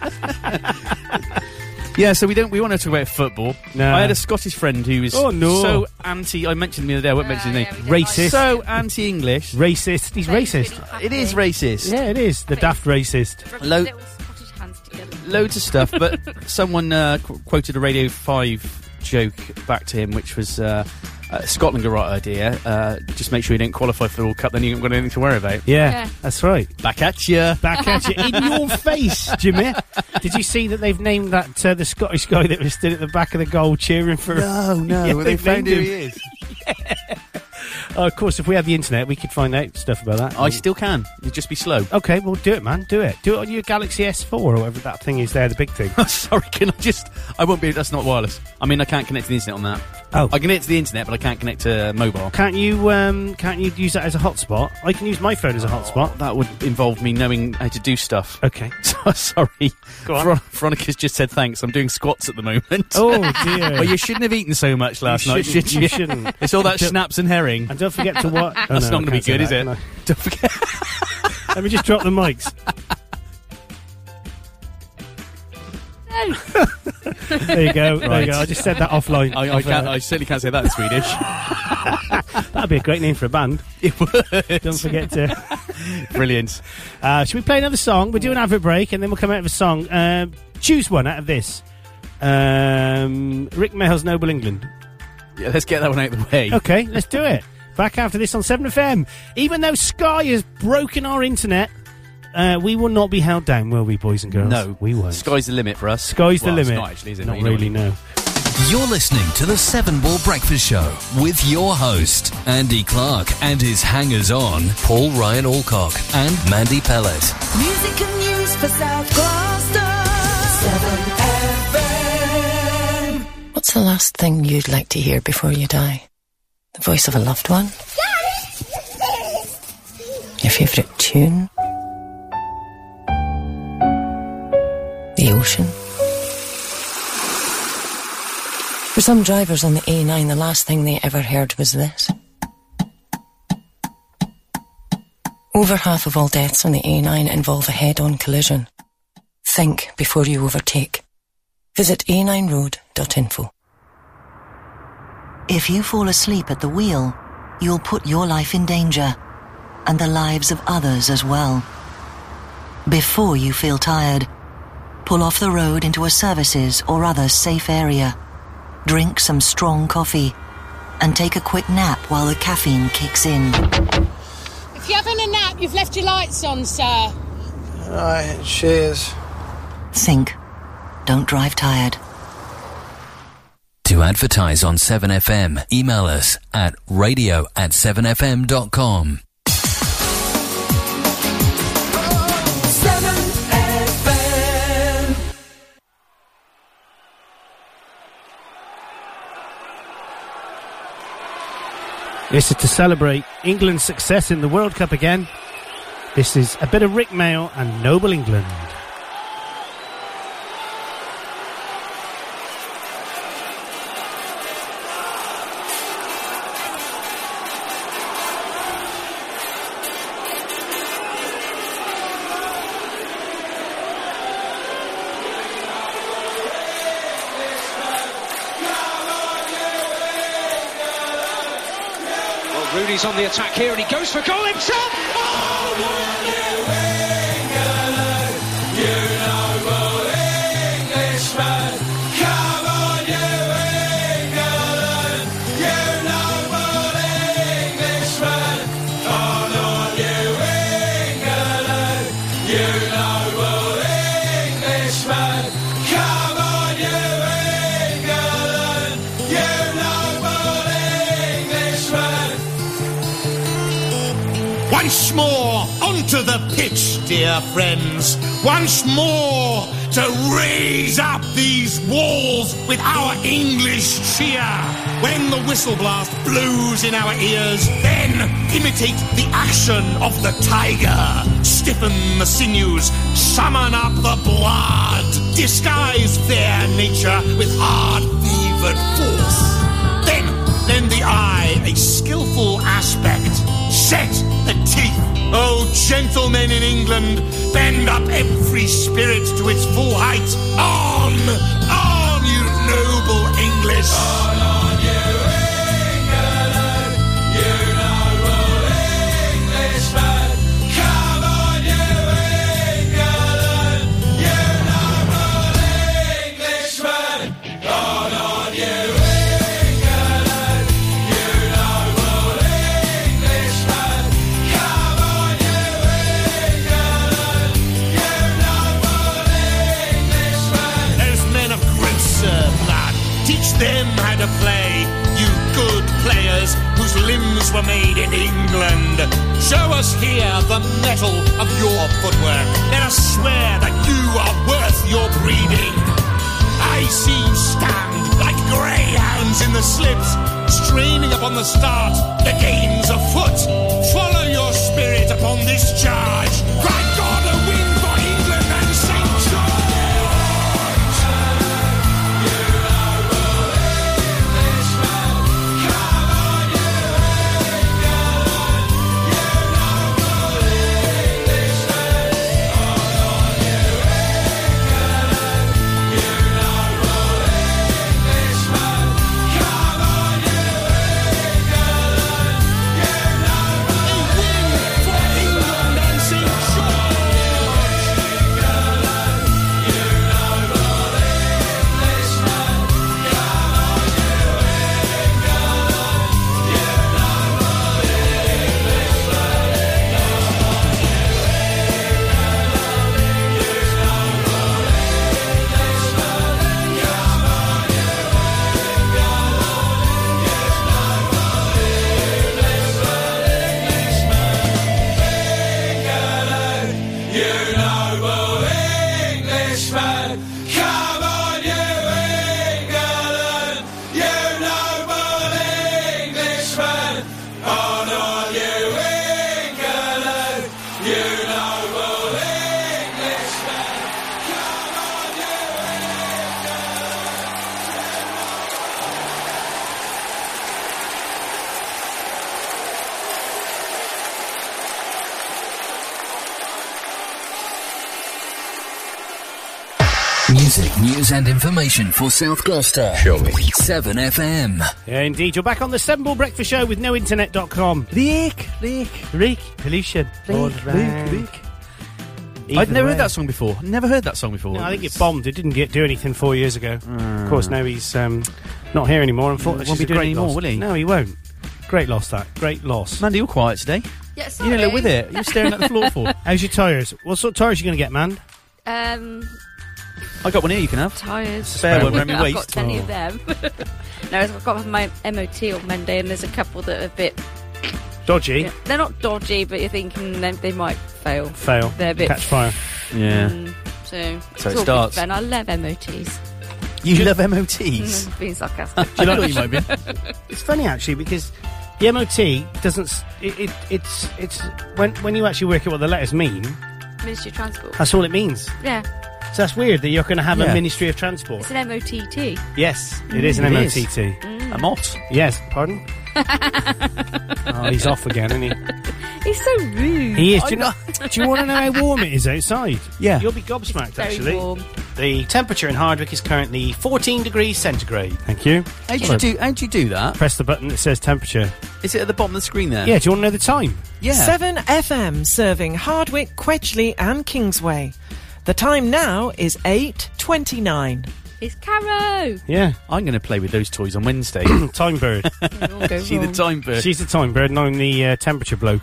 [SPEAKER 4] yeah, so we don't. We want to talk about football.
[SPEAKER 3] No.
[SPEAKER 4] I had a Scottish friend who was
[SPEAKER 3] Oh, no.
[SPEAKER 4] so anti. I mentioned him the other day. I won't
[SPEAKER 5] Ah,
[SPEAKER 4] mention his
[SPEAKER 5] yeah, we
[SPEAKER 4] name.
[SPEAKER 5] did like
[SPEAKER 3] Racist.
[SPEAKER 4] So anti-English.
[SPEAKER 3] Racist. He's
[SPEAKER 5] That is
[SPEAKER 3] racist.
[SPEAKER 5] really
[SPEAKER 4] It is
[SPEAKER 5] crafty.
[SPEAKER 4] racist.
[SPEAKER 3] Yeah, it is. The daft racist.
[SPEAKER 5] Rub
[SPEAKER 4] Lo-
[SPEAKER 5] your little Scottish hands together.
[SPEAKER 4] Loads of stuff. But someone uh, qu- quoted a Radio Five joke back to him, which was. Uh, uh, Scotland got a right idea. Uh, just make sure you don't qualify for the World Cup, then you haven't got anything to worry about.
[SPEAKER 3] Yeah,
[SPEAKER 5] Yeah.
[SPEAKER 3] that's right.
[SPEAKER 4] Back at you.
[SPEAKER 3] Back at you. In your face, Jimmy. Did you see that they've named that uh, the Scottish guy that was stood at the back of the goal cheering for
[SPEAKER 4] No, no.
[SPEAKER 3] Yeah, they named him.
[SPEAKER 4] is.
[SPEAKER 3] Oh, of course, if we had the internet, we could find out stuff about that.
[SPEAKER 4] I still can. You just be slow.
[SPEAKER 3] Okay, well, do it, man. Do it. Do it on your Galaxy S4 or whatever that thing is there, the big thing.
[SPEAKER 4] Sorry, can I just? I won't be. That's not wireless. I mean, I can't connect to the internet on that.
[SPEAKER 3] Oh.
[SPEAKER 4] I can connect to the internet, but I can't connect to mobile.
[SPEAKER 3] Can't you um, can't you use that as a hotspot? I can use my phone as a hotspot.
[SPEAKER 4] Oh, That would involve me knowing how to do stuff.
[SPEAKER 3] Okay.
[SPEAKER 4] So, sorry,
[SPEAKER 3] Go on.
[SPEAKER 4] Veron- Veronica's just said thanks. I'm doing squats at the moment.
[SPEAKER 3] Oh dear.
[SPEAKER 4] Well, you shouldn't have eaten so much last
[SPEAKER 3] You
[SPEAKER 4] night,
[SPEAKER 3] shouldn't-
[SPEAKER 4] should you?
[SPEAKER 3] you shouldn't.
[SPEAKER 4] It's all that
[SPEAKER 3] Don't-
[SPEAKER 4] schnapps and herring.
[SPEAKER 3] And don't forget to watch. Oh,
[SPEAKER 4] That's
[SPEAKER 3] no,
[SPEAKER 4] not going
[SPEAKER 3] I
[SPEAKER 4] to be
[SPEAKER 3] can't say
[SPEAKER 4] good, is
[SPEAKER 3] that,
[SPEAKER 4] it?
[SPEAKER 3] can I?
[SPEAKER 4] Don't forget.
[SPEAKER 3] Let me just drop the mics. there you go. There you
[SPEAKER 4] Right.
[SPEAKER 3] go. I just said that offline.
[SPEAKER 4] I, I, can't, I certainly can't say that in Swedish.
[SPEAKER 3] That'd be a great name for a band.
[SPEAKER 4] it would.
[SPEAKER 3] Don't forget to.
[SPEAKER 4] Brilliant.
[SPEAKER 3] Uh, should we play another song? We'll do an advert break and then we'll come out with a song. Um choose one out of this. Um, Rick Mayall's Noble England.
[SPEAKER 4] Yeah, let's get that one out of the way.
[SPEAKER 3] Okay, let's do it. Back after this on 7FM. Even though Sky has broken our internet, uh, we will not be held down, will we, boys and girls?
[SPEAKER 4] No,
[SPEAKER 3] we won't.
[SPEAKER 4] Sky's the limit for us.
[SPEAKER 3] Sky's
[SPEAKER 4] Well,
[SPEAKER 3] the
[SPEAKER 4] it's
[SPEAKER 3] limit.
[SPEAKER 4] not actually, is it?
[SPEAKER 3] Not
[SPEAKER 4] You know what I
[SPEAKER 3] really,
[SPEAKER 4] mean.
[SPEAKER 3] no.
[SPEAKER 1] You're listening to the Seven Ball Breakfast Show with your host, Andy Clark, and his hangers on, Paul Ryan Alcock and Mandy Pellet.
[SPEAKER 2] Music and news for South Gloucester. 7FM.
[SPEAKER 8] What's the last thing you'd like to hear before you die? The voice of a loved one? Your favourite tune? The ocean? For some drivers on the A9, the last thing they ever heard was this. Over half of all deaths on the A9 involve a head on collision. Think before you overtake. Visit a9road.info.
[SPEAKER 9] If you fall asleep at the wheel, you'll put your life in danger and the lives of others as well. Before you feel tired, pull off the road into a services or other safe area. Drink some strong coffee and take a quick nap while the caffeine kicks in.
[SPEAKER 10] If you're having a nap, you've left your lights on, sir.
[SPEAKER 9] Right, cheers. Think. Don't drive tired.
[SPEAKER 1] To advertise on 7FM, email us at radio at 7fm.com.
[SPEAKER 2] 7FM.
[SPEAKER 3] This is to celebrate England's success in the World Cup again. This is a bit of Rick Mail and Noble England.
[SPEAKER 11] Well, Rooney's on the attack here and he goes for goal himself.
[SPEAKER 12] Once more onto the pitch, dear friends. Once more to raise up these walls with our English cheer. When the whistle blast blows in our ears, then imitate the action of the tiger. Stiffen the sinews, summon up the blood, disguise their nature with hard, fevered force. Then lend the eye a skillful aspect. Set the teeth. Oh, gentlemen in England, bend up every spirit to its full height. On, on, you noble English. On, on, you England, you noble Englishmen. Come on, you England, you noble Englishmen. On, on, you England, you noble Englishmen. Come on, you England, you noble Englishmen. Those men of grosser blood, teach them how to play. You good players whose limbs were made in England. Show us here the metal of your footwork. Let us swear that you are worth your breeding. I see you stand like greyhounds in the slips, straining upon the start. The game's afoot. Follow your spirit upon this charge. Cry God a win for England and St. George!
[SPEAKER 1] Music, news, and information for South Gloucester. Show me. 7FM.
[SPEAKER 3] Yeah, indeed. You're back on the Seven Ball Breakfast Show with nointernet.com. Leak, leak, leak, pollution. all around.
[SPEAKER 4] I'd never
[SPEAKER 3] Either way.
[SPEAKER 4] heard that song before. Never heard that song before. Ah.
[SPEAKER 3] No, I think it bombed. It didn't get do anything four years ago. Of course, now he's um, not here anymore. Unfortunately,
[SPEAKER 4] won't be
[SPEAKER 3] It's a
[SPEAKER 4] doing
[SPEAKER 3] great
[SPEAKER 4] any more,
[SPEAKER 3] loss.
[SPEAKER 4] will he?
[SPEAKER 3] No, he won't. Great loss. That great loss.
[SPEAKER 4] Mandy, you're quiet today.
[SPEAKER 5] Yeah,
[SPEAKER 4] You didn't look with it. You were staring at the floor for.
[SPEAKER 3] How's your tyres? What sort of tyres you going to get, man?
[SPEAKER 5] Um,
[SPEAKER 4] I got one here. You can have
[SPEAKER 5] tyres.
[SPEAKER 4] Spare one around
[SPEAKER 5] I've
[SPEAKER 4] your waist. Oh.
[SPEAKER 5] got plenty of them. no, I've got my MOT on Monday, and there's a couple that are a bit.
[SPEAKER 3] Oh. Dodgy.
[SPEAKER 5] They're not dodgy, but you're thinking they, they might fail.
[SPEAKER 3] Fail.
[SPEAKER 5] They're a bit.
[SPEAKER 3] Catch fire.
[SPEAKER 4] Yeah.
[SPEAKER 5] Mm, so.
[SPEAKER 4] So it
[SPEAKER 5] it's all good
[SPEAKER 4] starts.
[SPEAKER 5] fun. I love MOTs.
[SPEAKER 4] You love MOTs.
[SPEAKER 5] Mm, being sarcastic.
[SPEAKER 3] Do you like- it's funny actually because the MOT doesn't. s- It, it, it's it's when when you actually work out what the letters mean,
[SPEAKER 5] Ministry of Transport.
[SPEAKER 3] that's all it means.
[SPEAKER 5] Yeah,
[SPEAKER 3] So that's weird that you're going to have
[SPEAKER 5] Yeah.
[SPEAKER 3] a Ministry of Transport.
[SPEAKER 5] it's an MOTT.
[SPEAKER 3] Yes, it is an
[SPEAKER 4] Mm. It is.
[SPEAKER 3] MOTT.
[SPEAKER 5] Mm.
[SPEAKER 4] A mot.
[SPEAKER 3] Yes, pardon. oh, he's off again, isn't he?
[SPEAKER 5] He's so rude.
[SPEAKER 3] He is. Do you, know, do you want to know how warm it is outside?
[SPEAKER 4] Yeah.
[SPEAKER 3] You'll be gobsmacked,
[SPEAKER 5] very
[SPEAKER 3] actually.
[SPEAKER 5] warm.
[SPEAKER 3] The temperature in Hardwick is currently 14 degrees centigrade. Thank you.
[SPEAKER 4] How do you do? How do you do that?
[SPEAKER 3] Press the button that says temperature.
[SPEAKER 4] Is it at the bottom of the screen there?
[SPEAKER 3] Yeah, do you want to know the time?
[SPEAKER 4] Yeah.
[SPEAKER 13] 7FM serving Hardwick, Quetchley and Kingsway. The time now is 8.29.
[SPEAKER 5] It's Caro.
[SPEAKER 3] Yeah.
[SPEAKER 4] I'm going to play with those toys on Wednesday.
[SPEAKER 3] time bird.
[SPEAKER 5] go
[SPEAKER 4] She the
[SPEAKER 5] wrong.
[SPEAKER 4] time bird.
[SPEAKER 3] She's the time bird and I'm the uh, temperature bloke.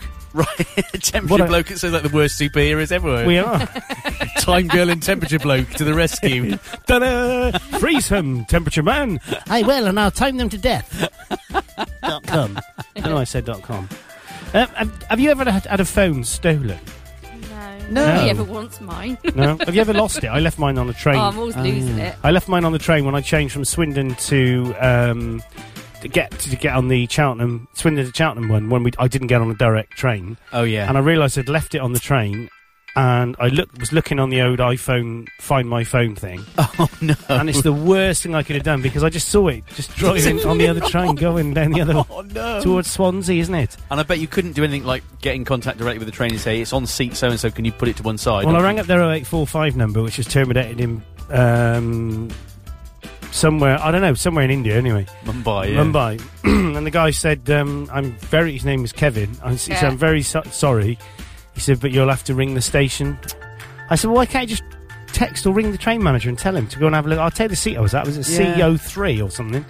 [SPEAKER 4] temperature
[SPEAKER 3] What a-
[SPEAKER 4] bloke. It sounds like the worst superheroes ever.
[SPEAKER 3] We are.
[SPEAKER 4] time girl and temperature bloke to the rescue.
[SPEAKER 3] Ta-da! Freeze him, temperature man. I will, and I'll time them to death. dot com. No, I said dot com. Uh, have, have you ever had, had a phone stolen?
[SPEAKER 5] No.
[SPEAKER 3] No.
[SPEAKER 5] Nobody ever wants mine.
[SPEAKER 3] No. have you ever lost it? I left mine on a train.
[SPEAKER 5] Oh, I'm always losing it.
[SPEAKER 3] I left mine on the train when I changed from Swindon to um, to get to get on the Cheltenham Swindon to Cheltenham one when we I didn't get on a direct train.
[SPEAKER 4] Oh, yeah.
[SPEAKER 3] and I realised I'd left it on the train, and I look was looking on the old iPhone Find My Phone thing. Oh
[SPEAKER 4] no!
[SPEAKER 3] And it's the worst thing I could have done because I just saw it just driving on the other train going down the other
[SPEAKER 4] Oh, no.
[SPEAKER 3] towards Swansea, isn't it?
[SPEAKER 4] And I bet you couldn't do anything like get in contact directly with the train and say it's on seat so and so. Can you put it to one side?
[SPEAKER 3] Well, I rang up their 0845 number, which was terminated in um, somewhere, I don't know, somewhere in India anyway.
[SPEAKER 4] Mumbai. Yeah.
[SPEAKER 3] Mumbai. and the guy said, um, I'm very, his name was Kevin. I, s- he said,
[SPEAKER 4] Yeah.
[SPEAKER 3] I'm very so- sorry. He said, but you'll have to ring the station. I said, well, why can't you just text or ring the train manager and tell him to go and have a look? I'll take the seat I was at. Was it
[SPEAKER 5] Yeah.
[SPEAKER 3] CO3 or something?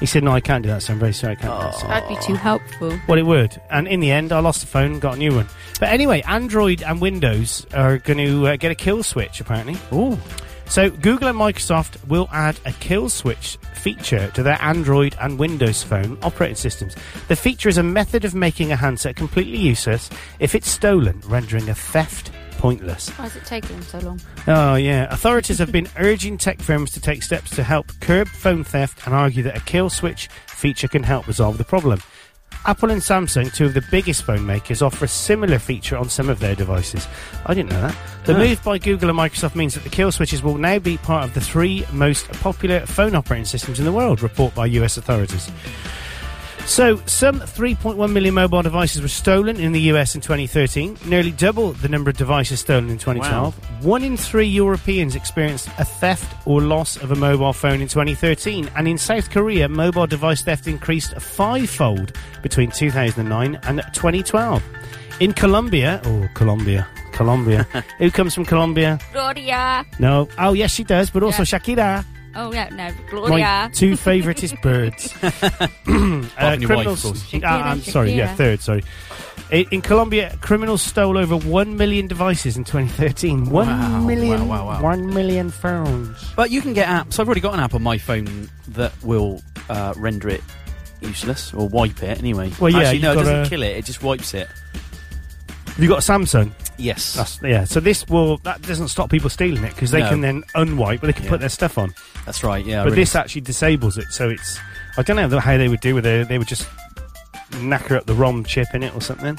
[SPEAKER 3] He said, no, I can't do that, so I'm very sorry, I can't do that. So-
[SPEAKER 5] That'd be too helpful.
[SPEAKER 3] well, it would. And in the end, I lost the phone and got a new one. But anyway, Android and Windows are going to uh, get a kill switch, apparently.
[SPEAKER 4] Oh.
[SPEAKER 3] So Google and Microsoft will add a kill switch feature to their Android and Windows phone operating systems. The feature is a method of making a handset completely useless if it's stolen, rendering a theft pointless.
[SPEAKER 5] Why is it taking them so long?
[SPEAKER 3] Oh, yeah. Authorities have been urging tech firms to take steps to help curb phone theft and argue that a kill switch feature can help resolve the problem. Apple and Samsung, two of the biggest phone makers, offer a similar feature on some of their devices. I didn't know that. The
[SPEAKER 4] No.
[SPEAKER 3] move by Google and Microsoft means that the kill switches will now be part of the three most popular phone operating systems in the world, report by US authorities. So, some 3.1 million mobile devices were stolen in the US in 2013, nearly double the number of devices stolen in 2012. One in three Europeans experienced a theft or loss of a mobile phone in 2013, and in South Korea, mobile device theft increased fivefold between 2009 and 2012. In Colombia, oh, Colombia, Colombia, who comes from Colombia?
[SPEAKER 5] Gloria.
[SPEAKER 3] No, oh yes, she does, but also Shakira.
[SPEAKER 5] Oh yeah, no,
[SPEAKER 3] My
[SPEAKER 5] Gloria.
[SPEAKER 3] two favouriteist birds. Uh,
[SPEAKER 4] your wife, of
[SPEAKER 3] criminals.
[SPEAKER 4] course.
[SPEAKER 3] ah, I'm
[SPEAKER 5] Shakira,
[SPEAKER 3] sorry. Yeah,
[SPEAKER 5] Shakira.
[SPEAKER 3] third. Sorry. I- In Colombia, criminals stole over one million devices in 2013.
[SPEAKER 4] Wow,
[SPEAKER 3] One million.
[SPEAKER 4] wow, wow, wow.
[SPEAKER 3] One million phones.
[SPEAKER 4] But you can get apps. I've already got an app on my phone that will uh, render it useless or wipe it anyway.
[SPEAKER 3] Well, yeah,
[SPEAKER 4] Actually,
[SPEAKER 3] you've
[SPEAKER 4] no, it
[SPEAKER 3] got
[SPEAKER 4] doesn't
[SPEAKER 3] a-
[SPEAKER 4] kill it. It just wipes it.
[SPEAKER 3] Have you got a Samsung?
[SPEAKER 4] Yes.
[SPEAKER 3] That's, yeah. So this will that doesn't stop people stealing it because they
[SPEAKER 4] No.
[SPEAKER 3] can then unwipe, but they can
[SPEAKER 4] Yeah.
[SPEAKER 3] put their stuff on.
[SPEAKER 4] That's right. Yeah. I
[SPEAKER 3] but
[SPEAKER 4] really-
[SPEAKER 3] this actually disables it, so it's I don't know how they would do with it. They would just knacker up the ROM chip in it or something.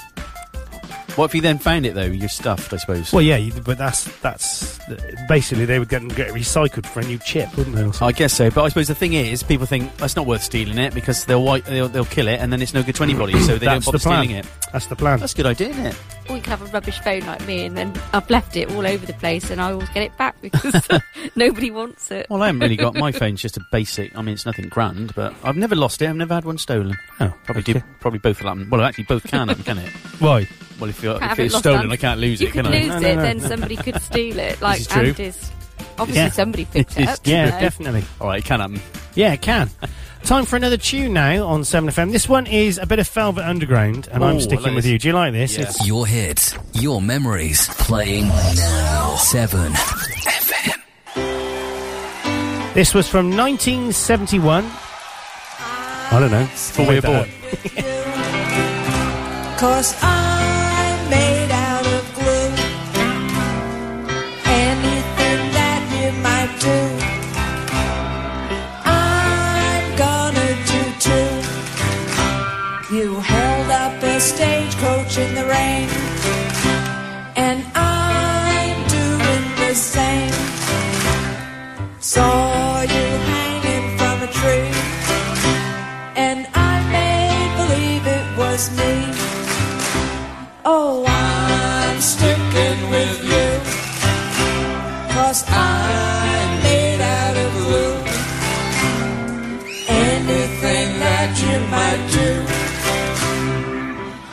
[SPEAKER 4] What if you then found it though? You're stuffed, I suppose.
[SPEAKER 3] Well, yeah, you- but that's that's basically they would get get recycled for a new chip, wouldn't they? or something?
[SPEAKER 4] I guess so, but I suppose the thing is, people think that's not worth stealing it because they'll wipe, they'll, they'll kill it, and then it's no good to anybody, so they don't
[SPEAKER 3] That's
[SPEAKER 4] bother
[SPEAKER 3] the plan.
[SPEAKER 4] stealing it.
[SPEAKER 3] That's the plan.
[SPEAKER 4] That's a good idea, isn't it?
[SPEAKER 5] Or you can have a rubbish phone like me, and then I've left it all over the place, and I always get it back because nobody wants it.
[SPEAKER 4] Well, I haven't really got my phone's just a basic. I mean, it's nothing grand, but I've never lost it. I've never had one stolen.
[SPEAKER 3] Oh,
[SPEAKER 4] probably do. Probably both will happen. Well, actually, both can happen, can it?
[SPEAKER 3] Why?
[SPEAKER 4] Well, if, you're,
[SPEAKER 5] Can't
[SPEAKER 4] if
[SPEAKER 5] have it
[SPEAKER 4] it's
[SPEAKER 5] lost
[SPEAKER 4] stolen,
[SPEAKER 5] on-
[SPEAKER 4] I can't lose
[SPEAKER 5] you
[SPEAKER 4] it,
[SPEAKER 5] could
[SPEAKER 4] can I?
[SPEAKER 5] lose it, then somebody could steal it. Like
[SPEAKER 4] is true.
[SPEAKER 5] and is obviously somebody picked it up.
[SPEAKER 4] It's-
[SPEAKER 5] you
[SPEAKER 4] yeah,
[SPEAKER 5] know.
[SPEAKER 4] All right, it can happen.
[SPEAKER 3] Yeah, it can. Time for another tune now on 7FM. This one is a bit of Velvet Underground, and
[SPEAKER 1] Ooh, I
[SPEAKER 3] I'm
[SPEAKER 1] like
[SPEAKER 3] sticking with
[SPEAKER 1] this.
[SPEAKER 3] you. Do you like this? It's-
[SPEAKER 1] Your hits, your memories, playing now. 7 FM.
[SPEAKER 3] This was from 1971. I don't know. Before
[SPEAKER 4] we were born.
[SPEAKER 2] Cause I'm made out of glue. Anything that you might do, I'm gonna do too. You held up a stagecoach in the rain, and I'm doing the same. Saw you hanging from a tree, and I made believe it was me. Oh, I'm sticking with you, cause I'm made out of glue. Anything that you might do,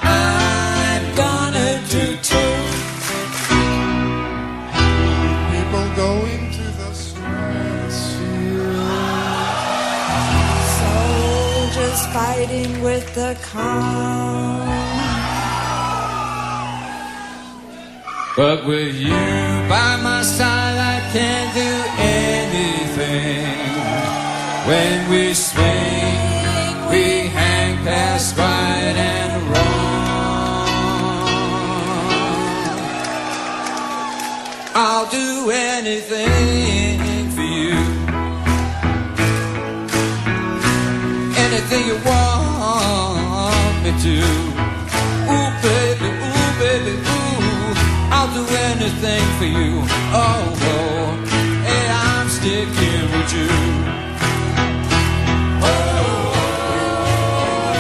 [SPEAKER 2] I'm gonna do too. People going to the Soldiers fighting with the calm.
[SPEAKER 14] But with you by my side, I can't do anything. When we swing, we hang past right and wrong. I'll do anything for you. Anything you want me to. Ooh, baby, ooh, baby, ooh. I'll do anything for you. Oh, oh. Hey, I'm sticking with you. Oh, oh,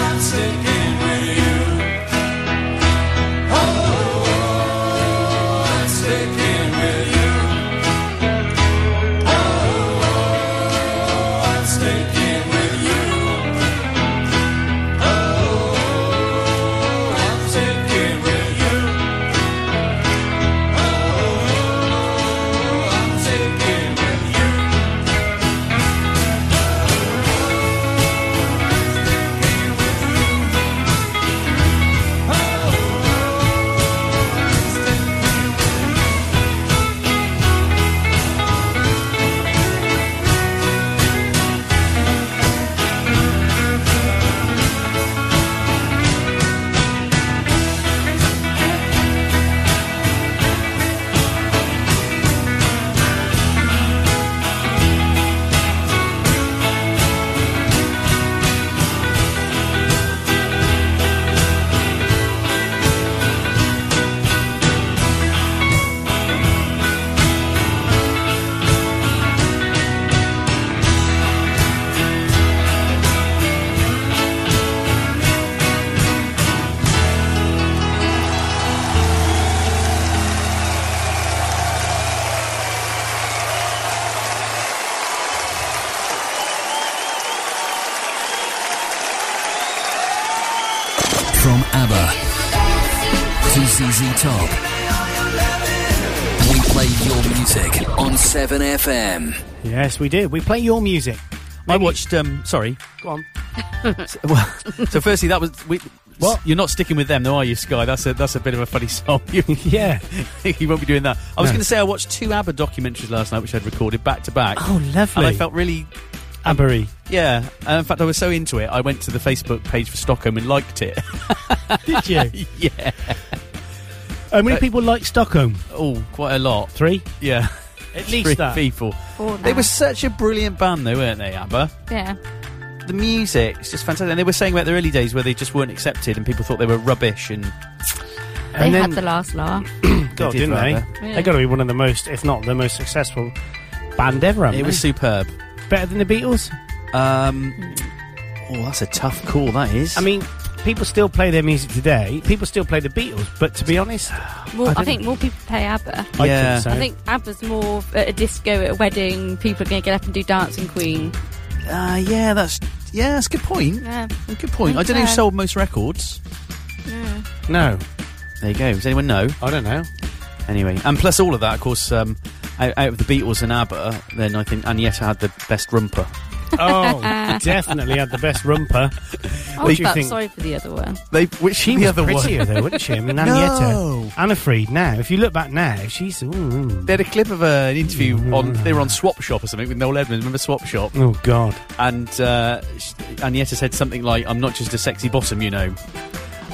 [SPEAKER 14] I'm sticking with you. Oh, oh, I'm sticking with you. Oh, I'm sticking with you. Oh, I'm sticking with you. Oh, I'm sticking with you.
[SPEAKER 1] From ABBA to ZZ Top. We play your music on 7FM.
[SPEAKER 3] Yes, we do. We play your music.
[SPEAKER 4] I watched. Um, sorry.
[SPEAKER 3] Go on.
[SPEAKER 4] So, well, so firstly, that was we. What? You're not sticking with them, though, are you, Sky? That's a that's a bit of a funny song.
[SPEAKER 3] yeah,
[SPEAKER 4] you won't be doing that. I was
[SPEAKER 3] No.
[SPEAKER 4] going to say I watched two ABBA documentaries last night, which I'd recorded back to back.
[SPEAKER 3] Oh, lovely.
[SPEAKER 4] And I felt really um,
[SPEAKER 3] Abbery.
[SPEAKER 4] yeah. And in fact, I was so into it, I went to the Facebook page for Stockholm and liked it.
[SPEAKER 3] Did you?
[SPEAKER 4] yeah.
[SPEAKER 3] How many
[SPEAKER 4] Uh,
[SPEAKER 3] people like Stockholm?
[SPEAKER 4] Oh, quite a lot.
[SPEAKER 3] Three?
[SPEAKER 4] Yeah.
[SPEAKER 3] At least
[SPEAKER 4] Three
[SPEAKER 3] that.
[SPEAKER 4] people.
[SPEAKER 5] Four
[SPEAKER 4] They
[SPEAKER 5] now.
[SPEAKER 4] were such a brilliant band, though, weren't they, ABBA?
[SPEAKER 5] Yeah.
[SPEAKER 4] the music it's just fantastic and they were saying about the early days where they just weren't accepted and people thought they were rubbish and
[SPEAKER 5] They had the last laugh.
[SPEAKER 3] God,
[SPEAKER 4] did
[SPEAKER 3] did not they?
[SPEAKER 4] rather.
[SPEAKER 5] Yeah.
[SPEAKER 3] They got to be one of the most, if not the most successful band ever. haven't
[SPEAKER 4] it was
[SPEAKER 3] they?
[SPEAKER 4] superb
[SPEAKER 3] better than the Beatles.
[SPEAKER 4] um oh that's a tough call that is
[SPEAKER 3] I mean, people still play their music today. People still play the Beatles, but to be honest,
[SPEAKER 5] More, I,
[SPEAKER 3] don't-
[SPEAKER 5] think more people play ABBA.
[SPEAKER 3] I Yeah. think so.
[SPEAKER 5] I think ABBA's more at a disco, at a wedding. People are going to get up and do Dancing Queen.
[SPEAKER 4] uh, yeah that's yeah that's a good point
[SPEAKER 5] Yeah.
[SPEAKER 4] good point I don't know who
[SPEAKER 5] Okay.
[SPEAKER 4] sold most records
[SPEAKER 5] Yeah.
[SPEAKER 3] no
[SPEAKER 4] there you go does anyone know
[SPEAKER 3] I don't know
[SPEAKER 4] anyway and plus all of that of course um, out, out of the Beatles and ABBA then I think Agneta had the best rumper
[SPEAKER 3] Oh, definitely had the best rumper.
[SPEAKER 5] I
[SPEAKER 3] What
[SPEAKER 5] was
[SPEAKER 3] do you
[SPEAKER 5] about
[SPEAKER 3] think?
[SPEAKER 5] sorry for the other one.
[SPEAKER 4] They, which
[SPEAKER 3] she
[SPEAKER 4] the
[SPEAKER 3] was
[SPEAKER 4] other one?
[SPEAKER 3] prettier though, wasn't she? I mean, Anieta,
[SPEAKER 4] No.
[SPEAKER 3] Anna Fried. Now, if you look back now, she's. Ooh.
[SPEAKER 4] They had a clip of uh, an interview on. They were on Swap Shop or something with Noel Edmonds. Remember Swap Shop?
[SPEAKER 3] Oh God.
[SPEAKER 4] And uh, sh- Agneta said something like, "I'm not just a sexy bottom, you know."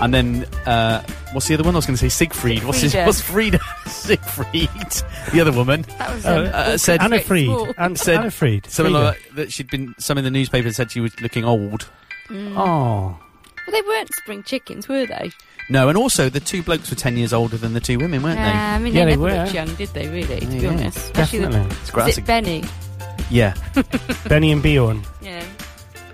[SPEAKER 4] And then uh, what's the other one? I was going to say Siegfried. What's his?
[SPEAKER 3] Siegfrieda.
[SPEAKER 4] What's Frida? Siegfried, the other woman.
[SPEAKER 5] That was, um,
[SPEAKER 4] uh, said
[SPEAKER 3] Anna Fried. An- Anna Fried.
[SPEAKER 4] Something
[SPEAKER 3] Frida.
[SPEAKER 4] like that. She'd been some in the newspaper that said she was looking old.
[SPEAKER 5] Mm.
[SPEAKER 3] Oh.
[SPEAKER 5] Well, they weren't spring chickens, were they?
[SPEAKER 4] No, and also the two blokes were ten years older than the two women, weren't
[SPEAKER 5] Nah, I
[SPEAKER 4] they?
[SPEAKER 5] mean, they, never looked young, did they? Really, to be
[SPEAKER 4] Yeah,
[SPEAKER 5] honest. Especially the-
[SPEAKER 4] definitely. It's
[SPEAKER 5] was
[SPEAKER 4] classic.
[SPEAKER 5] it Benny?
[SPEAKER 4] Yeah.
[SPEAKER 3] Benny and Bjorn.
[SPEAKER 5] Yeah.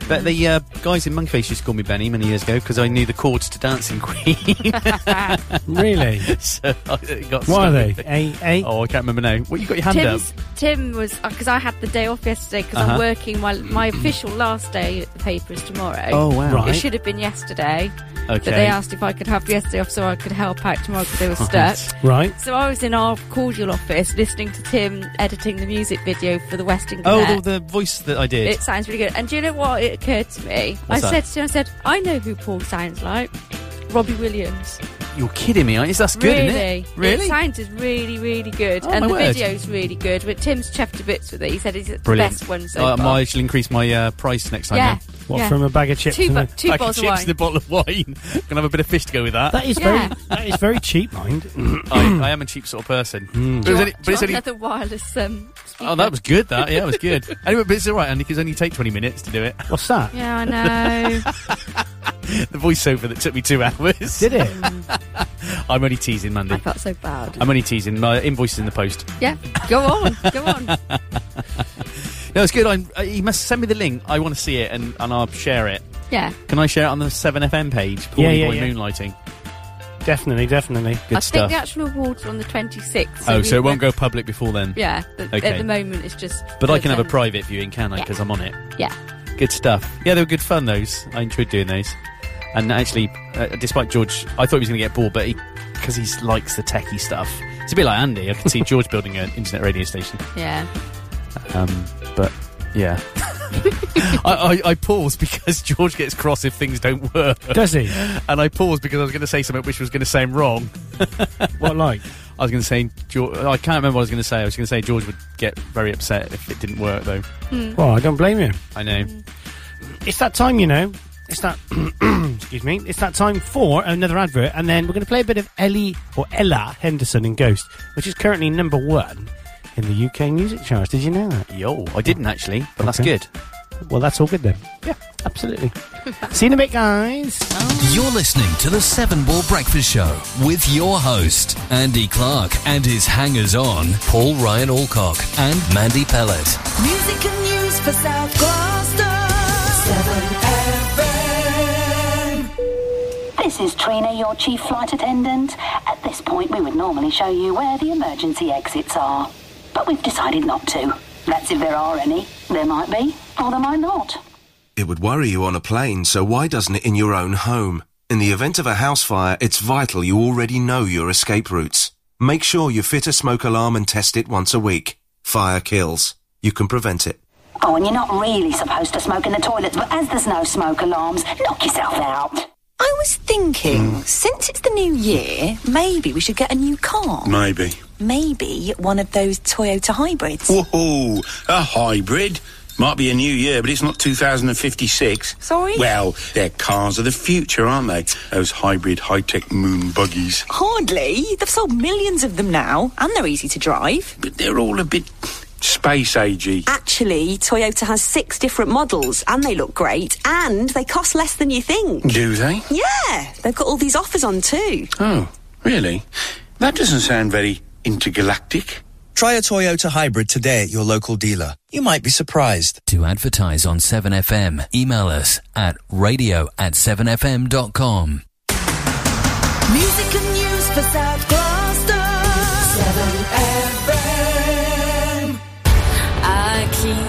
[SPEAKER 4] But the uh, guys in Monkface used to call me Benny many years ago because I knew the chords to Dancing Queen.
[SPEAKER 3] really?
[SPEAKER 4] so I it got
[SPEAKER 3] What are they?
[SPEAKER 4] A, A? Oh, I can't remember now. What, you got your hand
[SPEAKER 5] Tim's,
[SPEAKER 4] up?
[SPEAKER 5] Tim was because I had the day off yesterday because
[SPEAKER 4] Uh-huh.
[SPEAKER 5] I'm working. My my official last day at the paper is tomorrow.
[SPEAKER 4] Oh, wow. Right.
[SPEAKER 5] It should have been yesterday. But
[SPEAKER 4] Okay.
[SPEAKER 5] they asked if I could have yesterday off so I could help out tomorrow because they were stuck.
[SPEAKER 3] Right.
[SPEAKER 5] So I was in our cordial office listening to Tim editing the music video for the Western Gazette.
[SPEAKER 4] Oh, the, the voice that I did.
[SPEAKER 5] It sounds really good. And do you know what? It occurred to me.
[SPEAKER 4] What's
[SPEAKER 5] I
[SPEAKER 4] that?
[SPEAKER 5] said to him, I said, I know who Paul sounds like. Robbie Williams.
[SPEAKER 4] You're kidding me, aren't you? That's good,
[SPEAKER 5] really?
[SPEAKER 4] isn't it? Really?
[SPEAKER 5] It sounds is really, really good.
[SPEAKER 4] Oh,
[SPEAKER 5] and
[SPEAKER 4] my
[SPEAKER 5] the
[SPEAKER 4] word.
[SPEAKER 5] video's really good. But Tim's chuffed to bits with it. He said it's the
[SPEAKER 4] Brilliant.
[SPEAKER 5] best one so
[SPEAKER 4] Uh,
[SPEAKER 5] far.
[SPEAKER 4] I shall increase my uh, price next time.
[SPEAKER 5] Yeah,
[SPEAKER 4] Then.
[SPEAKER 5] What, yeah. from a bag of chips Two and bu- a- two
[SPEAKER 4] bag of
[SPEAKER 5] bottles of
[SPEAKER 4] chips
[SPEAKER 5] wine.
[SPEAKER 4] and a bottle of wine. Can I have a bit of fish to go with that?
[SPEAKER 3] That is
[SPEAKER 5] Yeah.
[SPEAKER 3] very. That is very cheap, mind. Mm.
[SPEAKER 4] I, I am a cheap sort of person. But
[SPEAKER 5] Do
[SPEAKER 4] it
[SPEAKER 5] you
[SPEAKER 4] was
[SPEAKER 5] want,
[SPEAKER 4] only- but
[SPEAKER 5] do you
[SPEAKER 4] it's
[SPEAKER 5] want
[SPEAKER 4] only
[SPEAKER 5] another wireless um,
[SPEAKER 4] Oh, that was good. That yeah, it was good. anyway, but it's all right, Andy, because it only take twenty minutes to do it.
[SPEAKER 3] What's that?
[SPEAKER 5] Yeah, I know.
[SPEAKER 4] the voiceover that took me two hours. Did
[SPEAKER 3] it?
[SPEAKER 4] I'm only teasing, Mandy.
[SPEAKER 5] I felt so bad.
[SPEAKER 4] I'm only teasing. My invoice is in the post.
[SPEAKER 5] Yeah, go on, go on.
[SPEAKER 4] No, it's good. I'm, uh, you must send me the link. I want to see it, and, and I'll share it.
[SPEAKER 5] Yeah.
[SPEAKER 4] Can I share it on the 7FM page? Paulie
[SPEAKER 3] Yeah, yeah,
[SPEAKER 4] Boy
[SPEAKER 3] yeah.
[SPEAKER 4] Moonlighting.
[SPEAKER 3] Definitely, definitely.
[SPEAKER 4] Good
[SPEAKER 5] I think
[SPEAKER 4] stuff.
[SPEAKER 5] the actual awards are on the 26th.
[SPEAKER 4] oh, so
[SPEAKER 5] we-
[SPEAKER 4] it won't go public before then?
[SPEAKER 5] Yeah, but
[SPEAKER 4] Okay.
[SPEAKER 5] at the moment it's just.
[SPEAKER 4] But I can have a
[SPEAKER 5] um,
[SPEAKER 4] private viewing, can I?
[SPEAKER 5] Yeah.
[SPEAKER 4] Because I'm on it.
[SPEAKER 5] Yeah.
[SPEAKER 4] Good stuff. Yeah, they were good fun, those. I enjoyed doing those. And actually, uh, despite George, I thought he was going to get bored, but he, because he likes the techie stuff. It's a bit like Andy. I could see George building an internet radio station.
[SPEAKER 5] Yeah.
[SPEAKER 4] Um, but yeah. I, I, I pause because George gets cross if things don't work.
[SPEAKER 3] Does he?
[SPEAKER 4] And I pause because I was going to say something which was going to sound wrong.
[SPEAKER 3] what like?
[SPEAKER 4] I was going to say George. I can't remember what I was going to say. I was going to say George would get very upset if it didn't work, though.
[SPEAKER 3] Well, I don't blame you.
[SPEAKER 4] I know.
[SPEAKER 3] It's that time, you know. It's that. excuse me. It's that time for another advert, and then we're going to play a bit of Ellie or Ella Henderson and Ghost, which is currently number one in the UK music charts. Did you know that?
[SPEAKER 4] Yo, I didn't actually, but that's
[SPEAKER 3] Hmm. Okay.
[SPEAKER 4] good.
[SPEAKER 3] Well, that's all good then. Yeah, absolutely. See you in a bit, guys.
[SPEAKER 1] You're listening to the Seven Ball Breakfast Show with your host, Andy Clark, and his hangers on, Paul Ryan Alcock and Mandy Pellet.
[SPEAKER 2] Music and news for South Gloucester. 7 FM.
[SPEAKER 15] This is Trina, your chief flight attendant. At this point, we would normally show you where the emergency exits are. But we've decided not to. That's if there are any. There might be, or there might not.
[SPEAKER 16] It would worry you on a plane, so why doesn't it in your own home? In the event of a house fire, it's vital you already know your escape routes. Make sure you fit a smoke alarm and test it once a week. Fire kills. You can prevent it.
[SPEAKER 15] Oh, and you're not really supposed to smoke in the toilets, but as there's no smoke alarms, knock yourself out.
[SPEAKER 17] I was thinking, since it's the new year, maybe we should get a new car.
[SPEAKER 18] Maybe.
[SPEAKER 17] Maybe one of those Toyota hybrids.
[SPEAKER 18] Whoa, a hybrid. Might be a new year, but it's not 2056.
[SPEAKER 17] Sorry?
[SPEAKER 18] Well, they're cars of the future, aren't they? Those hybrid high-tech moon buggies.
[SPEAKER 17] Hardly. They've sold millions of them now, and they're easy to drive.
[SPEAKER 18] But they're all a bit space agey.
[SPEAKER 17] Actually, Toyota has six different models, and they look great, and they cost less than you think.
[SPEAKER 18] Do they?
[SPEAKER 17] Yeah, they've got all these offers on too.
[SPEAKER 18] Oh, really? That doesn't sound very intergalactic.
[SPEAKER 19] Try a Toyota hybrid today at your local dealer. You might be surprised.
[SPEAKER 1] To advertise on 7FM, email us at radio at 7fm.com.
[SPEAKER 2] Music and news for South Gloucester. 7 FM.
[SPEAKER 20] I keep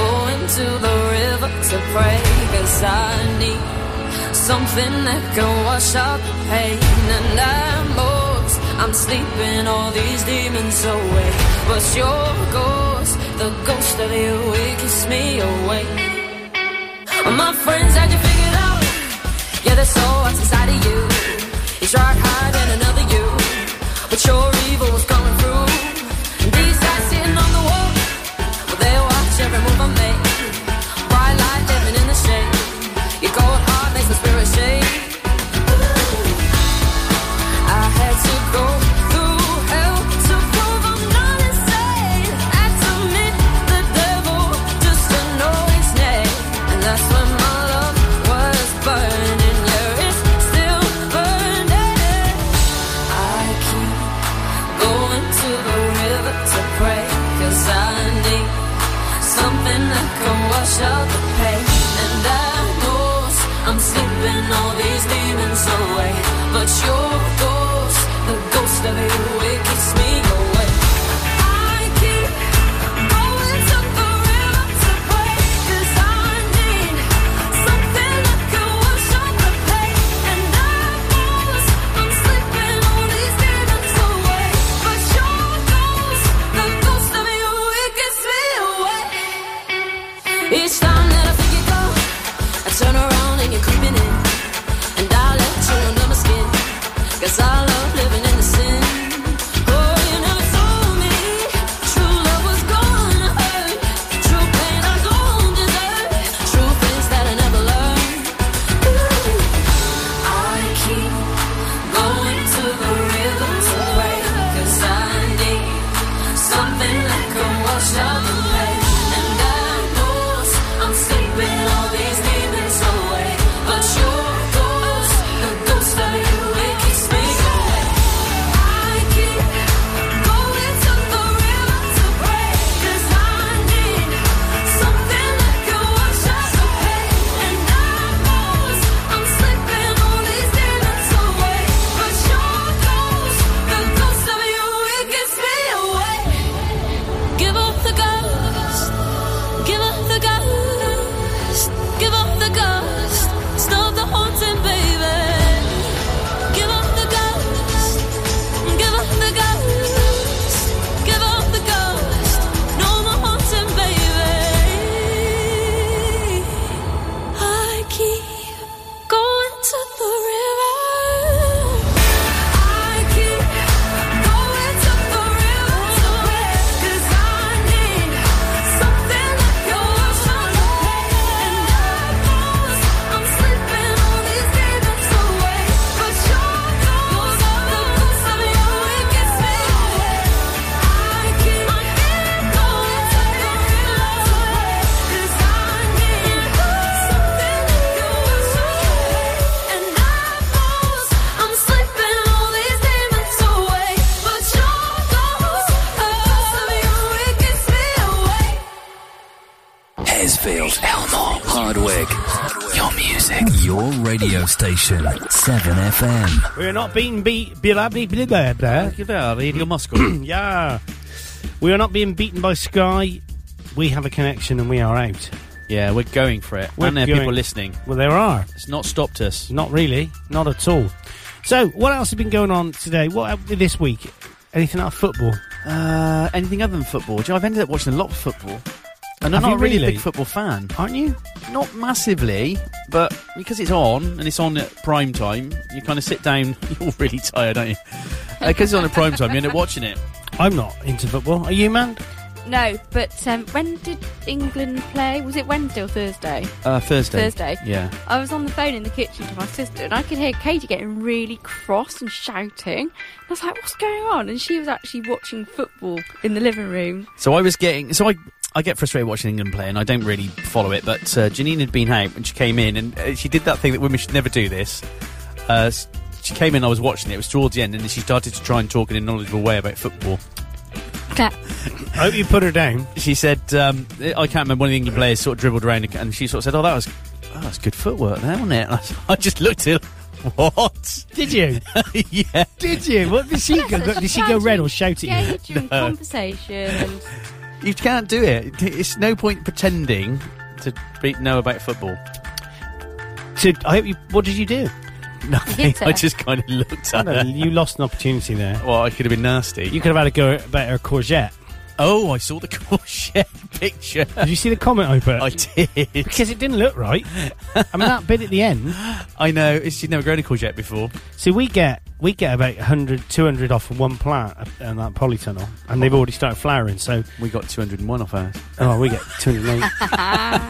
[SPEAKER 20] going to the river to pray Cause I need something that can wash out the pain And I'm lost, I'm sleeping all these demons away But your ghost
[SPEAKER 21] the ghost of you, it keeps me awake. My friends had you figured out. Yeah, there's so what's inside of you. You tried hiding another you, but your evil was coming through. And these guys sitting on the wall, well, they watch every move I make. Bright light living in the shade. Your cold heart makes my spirit shake. I had to go through hell to prove I'm not insane. Had to meet the devil just to know his name, and that's when my love was burning. Yeah, it's still burning. I keep going to the river to pray, 'cause I need something that can wash out the pain. And I know I'm sleeping all these demons away, but your ghost, the ghost of you, it keeps me away. I keep going to Oh, the river to pray, 'cause I need something that can wash out the pain. And I know I'm sleeping all these demons away, but your ghost, the ghost of you, it keeps me away. Each time that I think you go, I turn around and you're creeping in. And I let you under my skin. Cause I love living in the sin. Oh, you never told me true love was gonna hurt. True pain I don't deserve. True things that I never learned. Ooh. I keep going to the river to pray. Cause I need something that can wash out the pain. And I know I'm sleeping all these demons away. But your ghost, the ghost of you, it keeps me away. I keep going to the river to pray. Cause I need something that can wash out the pain. And I know I'm sleeping all these demons away. But your ghost, the ghost of you, it keeps me away. Give up the ghost. Give up the ghost. Give up the ghost. Stop the haunting, baby. Give up the ghost. Give up the ghost. Give up the ghost. No more haunting, baby. I keep going to the river. I keep going to the river to pray, 'cause I need something that can wash out the pain. And I know I'm sleeping all these demons away, but your ghost, the ghost of you, it gets me away. I keep on going to the river to pray, 'cause I need something that can wash out the pain. And I know I'm sleeping all these demons away, but your ghost, the ghost of you, it gets me away.
[SPEAKER 1] Hesfield, Elmore, Hardwick. Your music. Your radio station. 7FM.
[SPEAKER 3] We are not being beat. blah, blah, blah, blah, blah. yeah. We are not being beaten by Sky. We have a connection and we are out.
[SPEAKER 4] Yeah, we're going for it.
[SPEAKER 3] We're
[SPEAKER 4] and there are people
[SPEAKER 3] going-
[SPEAKER 4] listening.
[SPEAKER 3] Well, there are.
[SPEAKER 4] It's not stopped us.
[SPEAKER 3] Not really. Not at all. So, what else has been going on today? What uh, this week? Anything out of football?
[SPEAKER 4] Uh, anything other than football? Do you know, I've ended up watching a lot of football. And I'm
[SPEAKER 3] Have
[SPEAKER 4] not
[SPEAKER 3] you
[SPEAKER 4] really a
[SPEAKER 3] really?
[SPEAKER 4] big football fan.
[SPEAKER 3] Aren't you?
[SPEAKER 4] Not massively, but because it's on and it's on at prime time, you kind of sit down. You're really tired, aren't you? Because it's on at prime time, you end up watching it.
[SPEAKER 3] I'm not into football. Are you, man?
[SPEAKER 5] No, but um, when did England play? Was it Wednesday or Thursday?
[SPEAKER 4] Uh, Thursday.
[SPEAKER 5] Thursday.
[SPEAKER 4] Yeah.
[SPEAKER 5] I was on the phone in the kitchen to my sister, and I could hear Katie getting really cross and shouting. I was like, "What's going on?" And she was actually watching football in the living room.
[SPEAKER 4] So I was getting. So I I get frustrated watching England play, and I don't really follow it. But uh, Janine had been out, and she came in, and uh, she did that thing that women should never do. This. Uh, s- she came in. I was watching it. It was towards the end, and then she started to try and talk in a knowledgeable way about football.
[SPEAKER 3] I hope Oh, you put her down.
[SPEAKER 4] She said, um, "I can't remember." One of the England players sort of dribbled around, and she sort of said, "Oh, that was, oh, that's good footwork there, wasn't it?" And I, s- I just looked at. her, What
[SPEAKER 3] did you?
[SPEAKER 4] yeah,
[SPEAKER 3] did you? What did she go? Did she go red or shout at you?
[SPEAKER 5] Yeah, during
[SPEAKER 3] Uh.
[SPEAKER 4] No.
[SPEAKER 5] conversation. And
[SPEAKER 4] You can't do it. It's no point pretending to be, know about football.
[SPEAKER 3] To, I hope you. What did you do?
[SPEAKER 4] Nothing. I just kind of looked at
[SPEAKER 3] No,
[SPEAKER 4] her.
[SPEAKER 3] you lost an opportunity there.
[SPEAKER 4] Well, I could have been nasty.
[SPEAKER 3] You could have had a go at about her courgette.
[SPEAKER 4] Oh, I saw the cool shit picture. Did
[SPEAKER 3] you see the comment I put?
[SPEAKER 4] I did. Because
[SPEAKER 3] it didn't look right. I mean, that bit at the end.
[SPEAKER 4] I know. It's, she'd never grown a courgette before.
[SPEAKER 3] See, we get we get about 100, 200 off of one plant and that polytunnel, and they've already started flowering. So
[SPEAKER 4] we got two hundred and one off ours.
[SPEAKER 3] Oh, we get two hundred and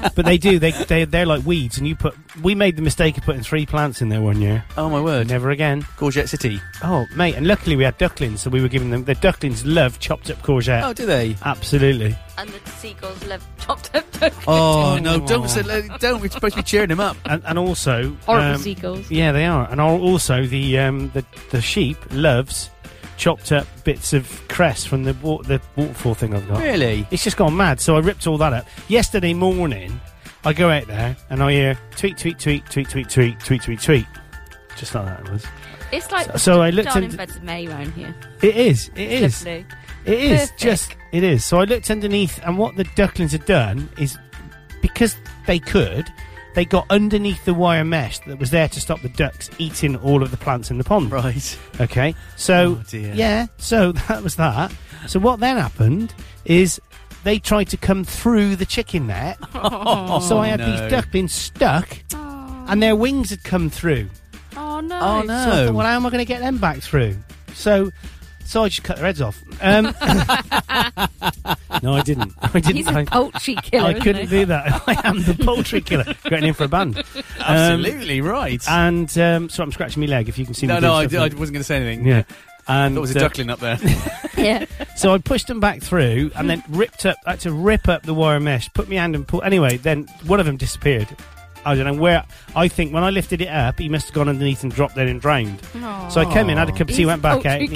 [SPEAKER 3] one. but they do. They they they're like weeds, and you put. We made the mistake of putting three plants in there one year.
[SPEAKER 4] Oh my word!
[SPEAKER 3] Never again.
[SPEAKER 4] Courgette City.
[SPEAKER 3] Oh mate, and luckily we had ducklings, so we were giving them. The ducklings love chopped up courgette.
[SPEAKER 4] Oh, do they?
[SPEAKER 3] Absolutely.
[SPEAKER 5] And the seagulls love chopped up ducklings.
[SPEAKER 4] Oh no! Don't say, don't. We're supposed to be cheering him up.
[SPEAKER 3] And, and also um,
[SPEAKER 5] Horrible seagulls.
[SPEAKER 3] Yeah, they are. And al- also the um, the the sheep loves chopped up bits of cress from the wa- the waterfall thing I've got.
[SPEAKER 4] Really?
[SPEAKER 3] It's just gone mad. So I ripped all that up yesterday morning. I go out there and I hear tweet tweet tweet tweet tweet tweet tweet tweet tweet, just like that it was.
[SPEAKER 5] It's like
[SPEAKER 3] So- so I looked
[SPEAKER 5] down
[SPEAKER 3] and-
[SPEAKER 5] in beds of May round here.
[SPEAKER 3] It is. It is.
[SPEAKER 5] Lovely.
[SPEAKER 3] It is
[SPEAKER 5] Perfect.
[SPEAKER 3] just it is. So I looked underneath, and what the ducklings had done is because they could, they got underneath the wire mesh that was there to stop the ducks eating all of the plants in the pond.
[SPEAKER 4] Right.
[SPEAKER 3] Okay. So
[SPEAKER 4] Oh, dear.
[SPEAKER 3] yeah. So that was that. So what then happened is they tried to come through the chicken net.
[SPEAKER 5] Oh,
[SPEAKER 3] so I had
[SPEAKER 5] no.
[SPEAKER 3] these ducklings stuck, and their wings had come through.
[SPEAKER 5] Oh no!
[SPEAKER 3] So I thought, well, how am I going to get them back through? So, so I just cut their heads off. Um, no, I didn't. I didn't.
[SPEAKER 5] He's
[SPEAKER 3] I-
[SPEAKER 5] a poultry killer.
[SPEAKER 3] I
[SPEAKER 5] isn't
[SPEAKER 3] couldn't
[SPEAKER 5] he?
[SPEAKER 3] do that. I am the poultry killer. Getting in for a band. Um,
[SPEAKER 4] Absolutely right.
[SPEAKER 3] And um, so I'm scratching my leg. If you can see
[SPEAKER 4] No,
[SPEAKER 3] me.
[SPEAKER 4] no,
[SPEAKER 3] doing
[SPEAKER 4] I,
[SPEAKER 3] stuff
[SPEAKER 4] I
[SPEAKER 3] like-
[SPEAKER 4] wasn't going to say anything.
[SPEAKER 3] Yeah.
[SPEAKER 4] There
[SPEAKER 3] And
[SPEAKER 4] was a
[SPEAKER 3] uh,
[SPEAKER 4] duckling up there.
[SPEAKER 5] Yeah.
[SPEAKER 3] so I pushed them back through and then ripped up, I had to rip up the wire mesh, put my hand and pull. Anyway, then one of them disappeared. I don't know where. I think when I lifted it up, he must have gone underneath and dropped in and drowned. So I came in, had a cup of tea,
[SPEAKER 5] He's
[SPEAKER 3] went back
[SPEAKER 5] poultry
[SPEAKER 3] out, and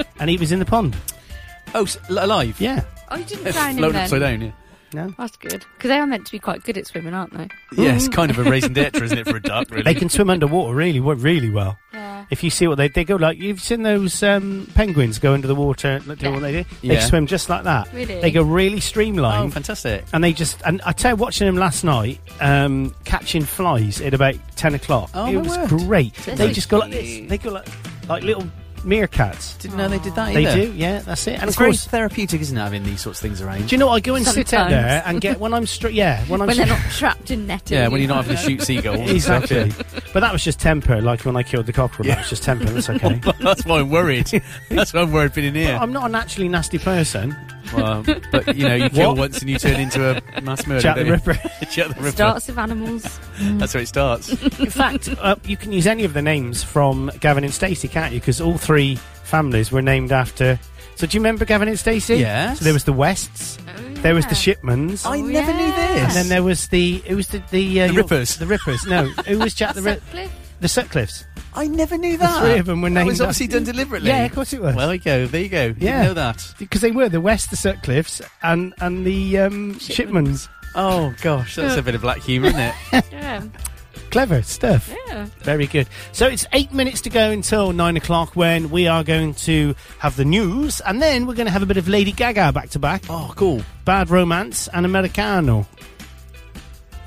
[SPEAKER 3] he, and he was in the pond.
[SPEAKER 4] oh, s- alive?
[SPEAKER 3] Yeah.
[SPEAKER 5] Oh, you didn't drown him
[SPEAKER 4] Floating
[SPEAKER 5] then.
[SPEAKER 4] upside down, yeah.
[SPEAKER 3] No.
[SPEAKER 5] That's good because they are meant to be quite good at swimming, aren't they?
[SPEAKER 4] Yeah, it's kind of a raison d'etre, isn't it, for a duck, really?
[SPEAKER 3] Mm. They can swim underwater really, we- really well.
[SPEAKER 5] Yeah.
[SPEAKER 3] If you see what they they go like, you've seen those um, penguins go under the water and do what they do. They
[SPEAKER 4] Yeah.
[SPEAKER 3] swim just like that.
[SPEAKER 4] Really?
[SPEAKER 3] They go really streamlined.
[SPEAKER 4] Oh, fantastic.
[SPEAKER 3] And they just and I tell you, watching them last night, um, catching flies at about ten o'clock.
[SPEAKER 4] Oh,
[SPEAKER 3] it
[SPEAKER 4] my
[SPEAKER 3] was
[SPEAKER 4] word.
[SPEAKER 3] great.
[SPEAKER 4] That's
[SPEAKER 3] they
[SPEAKER 4] so
[SPEAKER 3] just go like this. They go like like little meerkats.
[SPEAKER 4] Didn't know they did that
[SPEAKER 3] They
[SPEAKER 4] either.
[SPEAKER 3] do, yeah, that's it. And
[SPEAKER 4] it's
[SPEAKER 3] of course,
[SPEAKER 4] very therapeutic, isn't it, having these sorts of things around?
[SPEAKER 3] do you know what? I go and sit out
[SPEAKER 5] Sometimes.
[SPEAKER 3] there and get when I'm stra- yeah when I'm
[SPEAKER 5] when they're
[SPEAKER 3] stra-
[SPEAKER 5] not trapped in netting.
[SPEAKER 4] Yeah, when you're not having to shoot seagulls. and stuff,
[SPEAKER 3] exactly. but that was just temper. Like when I killed the cockerel, that was just temper. That's okay.
[SPEAKER 4] yeah. That's why I'm worried. That's why I'm worried being in
[SPEAKER 3] But
[SPEAKER 4] here.
[SPEAKER 3] I'm not a naturally nasty person.
[SPEAKER 4] Well, um, but, you know, you kill
[SPEAKER 3] What?
[SPEAKER 4] once and you turn into a mass murderer.
[SPEAKER 3] Jack the
[SPEAKER 4] don't you?
[SPEAKER 3] Ripper.
[SPEAKER 4] Jack the Ripper.
[SPEAKER 5] Starts with animals.
[SPEAKER 4] That's where it starts.
[SPEAKER 3] In fact, uh, you can use any of the names from Gavin and Stacey, can't you? Because all three families were named after. So do you remember Gavin and Stacey?
[SPEAKER 4] Yes.
[SPEAKER 3] So there was the Wests. There was the Shipmans.
[SPEAKER 4] I never knew this.
[SPEAKER 3] And then there was the it was the the, uh,
[SPEAKER 4] The
[SPEAKER 3] your-
[SPEAKER 4] Rippers.
[SPEAKER 3] The Rippers. No, who was Jack the Ripper? The Sutcliffes.
[SPEAKER 4] I never knew
[SPEAKER 3] The
[SPEAKER 4] that.
[SPEAKER 3] three of them were
[SPEAKER 4] Ah, That
[SPEAKER 3] named.
[SPEAKER 4] was obviously
[SPEAKER 3] after-
[SPEAKER 4] done deliberately.
[SPEAKER 3] Yeah, of course it was.
[SPEAKER 4] Well, there you go. There you go. You
[SPEAKER 3] Yeah.
[SPEAKER 4] didn't know that.
[SPEAKER 3] because they were the West, the Sutcliffes, and and the um, Shipmans.
[SPEAKER 4] Oh gosh, that's a bit of black humour, isn't it?
[SPEAKER 5] Yeah.
[SPEAKER 3] Clever stuff.
[SPEAKER 5] Yeah.
[SPEAKER 3] Very good. So it's eight minutes to go until nine o'clock when we are going to have the news and then we're going to have a bit of Lady Gaga back to back.
[SPEAKER 4] Oh, cool.
[SPEAKER 3] Bad Romance and Americano.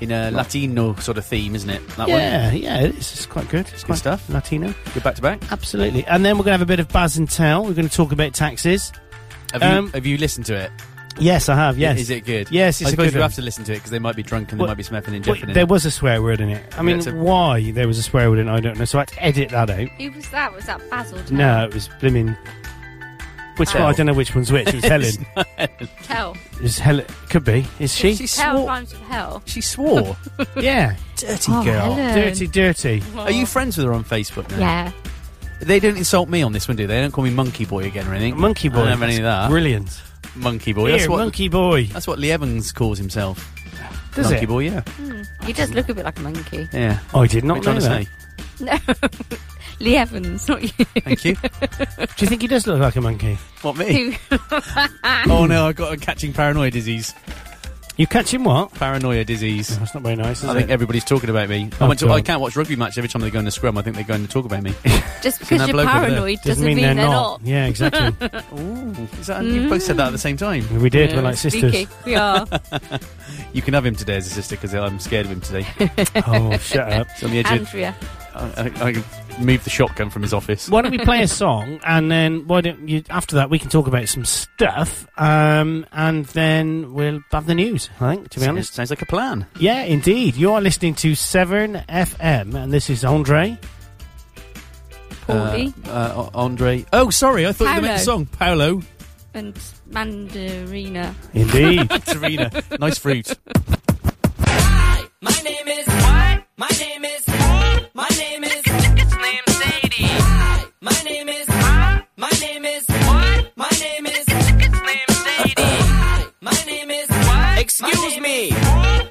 [SPEAKER 4] In a Latino sort of theme, isn't it? That
[SPEAKER 3] yeah,
[SPEAKER 4] one.
[SPEAKER 3] yeah, it's, it's quite good. It's quite
[SPEAKER 4] stuff.
[SPEAKER 3] Latino.
[SPEAKER 4] Good back to back.
[SPEAKER 3] Absolutely. And then we're going to have a bit of Baz and Tell. We're going to talk about taxes.
[SPEAKER 4] Have you,
[SPEAKER 3] Um,
[SPEAKER 4] have you listened to it?
[SPEAKER 3] Yes, I have. Yes.
[SPEAKER 4] Is it good?
[SPEAKER 3] Yes,
[SPEAKER 4] I
[SPEAKER 3] it's a
[SPEAKER 4] suppose
[SPEAKER 3] good
[SPEAKER 4] you
[SPEAKER 3] one.
[SPEAKER 4] have to listen to it because they might be drunk and
[SPEAKER 3] Well,
[SPEAKER 4] they might be smeffing and
[SPEAKER 3] Well,
[SPEAKER 4] jeffing.
[SPEAKER 3] there was a swear word in it. I mean,
[SPEAKER 4] it's a-
[SPEAKER 3] why there was a swear word in it, I don't know. So I had to edit that out.
[SPEAKER 5] Who was that? Was that Basil? Tell?
[SPEAKER 3] No, it was blimmin'.
[SPEAKER 4] Oh.
[SPEAKER 3] Which one? I don't know which one's which. It was Helen.
[SPEAKER 5] Tell.
[SPEAKER 3] It was Helen. Could be. Is she?
[SPEAKER 5] Tell rhymes with hell.
[SPEAKER 4] She swore.
[SPEAKER 3] Yeah.
[SPEAKER 4] Dirty
[SPEAKER 5] Oh,
[SPEAKER 4] girl.
[SPEAKER 5] Helen.
[SPEAKER 3] Dirty, dirty.
[SPEAKER 4] Are you friends with her on Facebook now?
[SPEAKER 5] Yeah.
[SPEAKER 4] They don't insult me on this one, do they? They don't call me Monkey Boy again or anything.
[SPEAKER 3] Monkey
[SPEAKER 4] I
[SPEAKER 3] boy.
[SPEAKER 4] don't have any of that.
[SPEAKER 3] Brilliant.
[SPEAKER 4] Monkey Boy.
[SPEAKER 3] Here,
[SPEAKER 4] that's what,
[SPEAKER 3] monkey boy.
[SPEAKER 4] That's what Lee Evans calls himself.
[SPEAKER 3] Does
[SPEAKER 4] monkey
[SPEAKER 3] it?
[SPEAKER 4] Boy, yeah.
[SPEAKER 5] Hmm. He does look a bit like a monkey.
[SPEAKER 4] Yeah.
[SPEAKER 3] I did not
[SPEAKER 4] What are you
[SPEAKER 3] know
[SPEAKER 4] trying to
[SPEAKER 3] that.
[SPEAKER 5] No. Lee Evans, not you.
[SPEAKER 4] Thank you.
[SPEAKER 3] Do you think he does look like a monkey?
[SPEAKER 4] What, me? oh, no, I've got a catching paranoia disease.
[SPEAKER 3] You catching what? Oh,
[SPEAKER 4] Paranoia disease.
[SPEAKER 3] That's not very nice, is
[SPEAKER 4] I think
[SPEAKER 3] it?
[SPEAKER 4] everybody's talking about me. I,
[SPEAKER 3] Oh,
[SPEAKER 4] went to, I
[SPEAKER 3] God.
[SPEAKER 4] can't watch rugby match every time they go in the scrum. I think they're going to talk about me.
[SPEAKER 5] Just
[SPEAKER 4] Seen that
[SPEAKER 5] because you're
[SPEAKER 4] bloke over there?
[SPEAKER 5] paranoid doesn't, mean, they're, not.
[SPEAKER 3] Yeah, exactly.
[SPEAKER 4] Is that, You both said that at the same time.
[SPEAKER 3] we did. We're like sisters.
[SPEAKER 5] Speaky. We are.
[SPEAKER 4] You can have him today as a sister because I'm scared of him today.
[SPEAKER 3] Oh, shut up.
[SPEAKER 4] It's on the edge of,
[SPEAKER 5] Andrea.
[SPEAKER 4] I, I, I can move the shotgun from his office.
[SPEAKER 3] Why don't we play a song and then why don't you after that we can talk about some stuff um, and then we'll have the news. I think to be
[SPEAKER 4] Sounds-
[SPEAKER 3] honest,
[SPEAKER 4] sounds like a plan.
[SPEAKER 3] Yeah, indeed. You are listening to Severn FM and this is Andre.
[SPEAKER 5] Paulie.
[SPEAKER 4] Uh, uh, Andre. Oh, sorry, I thought you meant the
[SPEAKER 5] Paolo.
[SPEAKER 4] song. Paolo.
[SPEAKER 5] and mandarina.
[SPEAKER 3] Indeed.
[SPEAKER 4] Tarina. Nice fruit.
[SPEAKER 20] My name is what? My name is what? My name is its name Sadie. Hi. My name is what? My name is what? My name is its name Sadie. Hi. My name is what? Excuse me.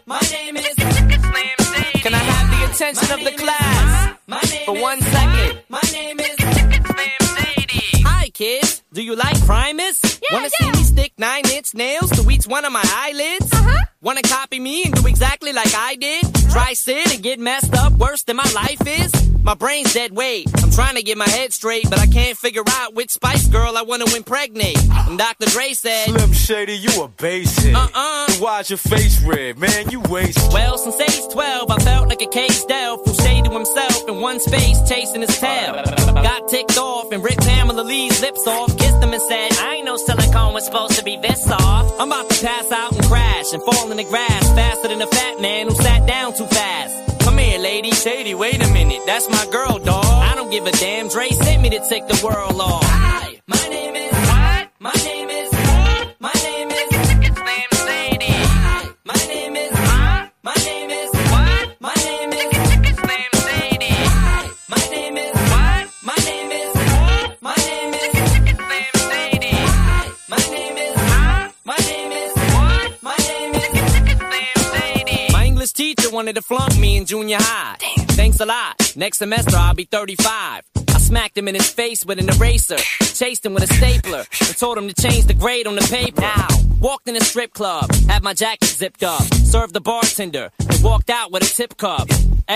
[SPEAKER 20] My name is its name Sadie. Can I have the attention of the class? My name for one second. My name is its name Sadie. Hi kids, do you like Primus? Wanna see me stick nine inch nails to each one of my eyelids? Uh-huh. Wanna copy me and do exactly like I did? Try sit and get messed up worse than my life is? My brain's dead weight. I'm trying to get my head straight, but I can't figure out which Spice Girl I wanna impregnate. And Dr. Dre said,
[SPEAKER 22] Slim Shady, you a basic.
[SPEAKER 20] Uh-uh.
[SPEAKER 22] Why's your face red, man? You wasted.
[SPEAKER 20] Well, since age 12, I felt like a caged elf who stayed to himself in one space chasing his tail. Got ticked off and ripped Pamela Lee's lips off, kissed him and said, I ain't no silicone was supposed to be this soft. I'm about to pass out and crash and fall in the grass faster than a fat man who sat down too fast. Come here, lady. Shady, wait a minute. That's my girl, dog. I don't give a damn. Dre sent me to take the world off. Hi, my name is what? My name is what? My name is its name Sadie. Hi, my name is huh? My name is what? My name is its name Sadie. Hi, my name is what? My name is what? My name is its name Sadie. Hi, my name is huh? My name is what? My name is its name Sadie. My English teacher wanted to flunk me in junior high. Thanks a lot. Next semester I'll be 35. I smacked him in his face with an eraser, chased him with a stapler, and told him to change the grade on the paper. Now, walked in a strip club, had my jacket zipped up, served the bartender, and walked out with a tip cup.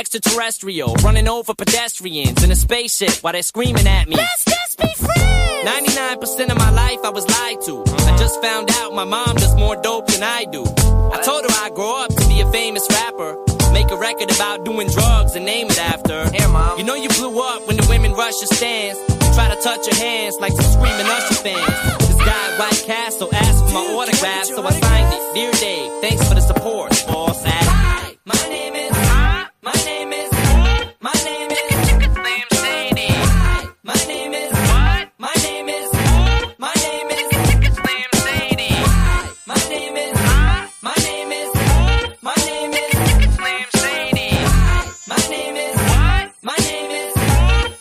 [SPEAKER 20] Extraterrestrial, running over pedestrians in a spaceship while they're screaming at me. Let's just be friends! 99% of my life I was lied to. I just found out my mom does more dope than I do. I told her I grow up to be a famous rapper. Make a record about doing drugs and name it after. You know you blew up when the women rush your stands. You try to touch your hands like some screaming Usher fans. This guy at White Castle asked for my autograph, so I signed it. Dear Dave, thanks for the support, boss. Hi, my name is. My name is. My name is. Its name Sadie. Hi, my name is. What? My name is. My name is. Its name Sadie. Hi, my name is. My name is. My name is. Its name Sadie. Hi, my name is. What? My name is.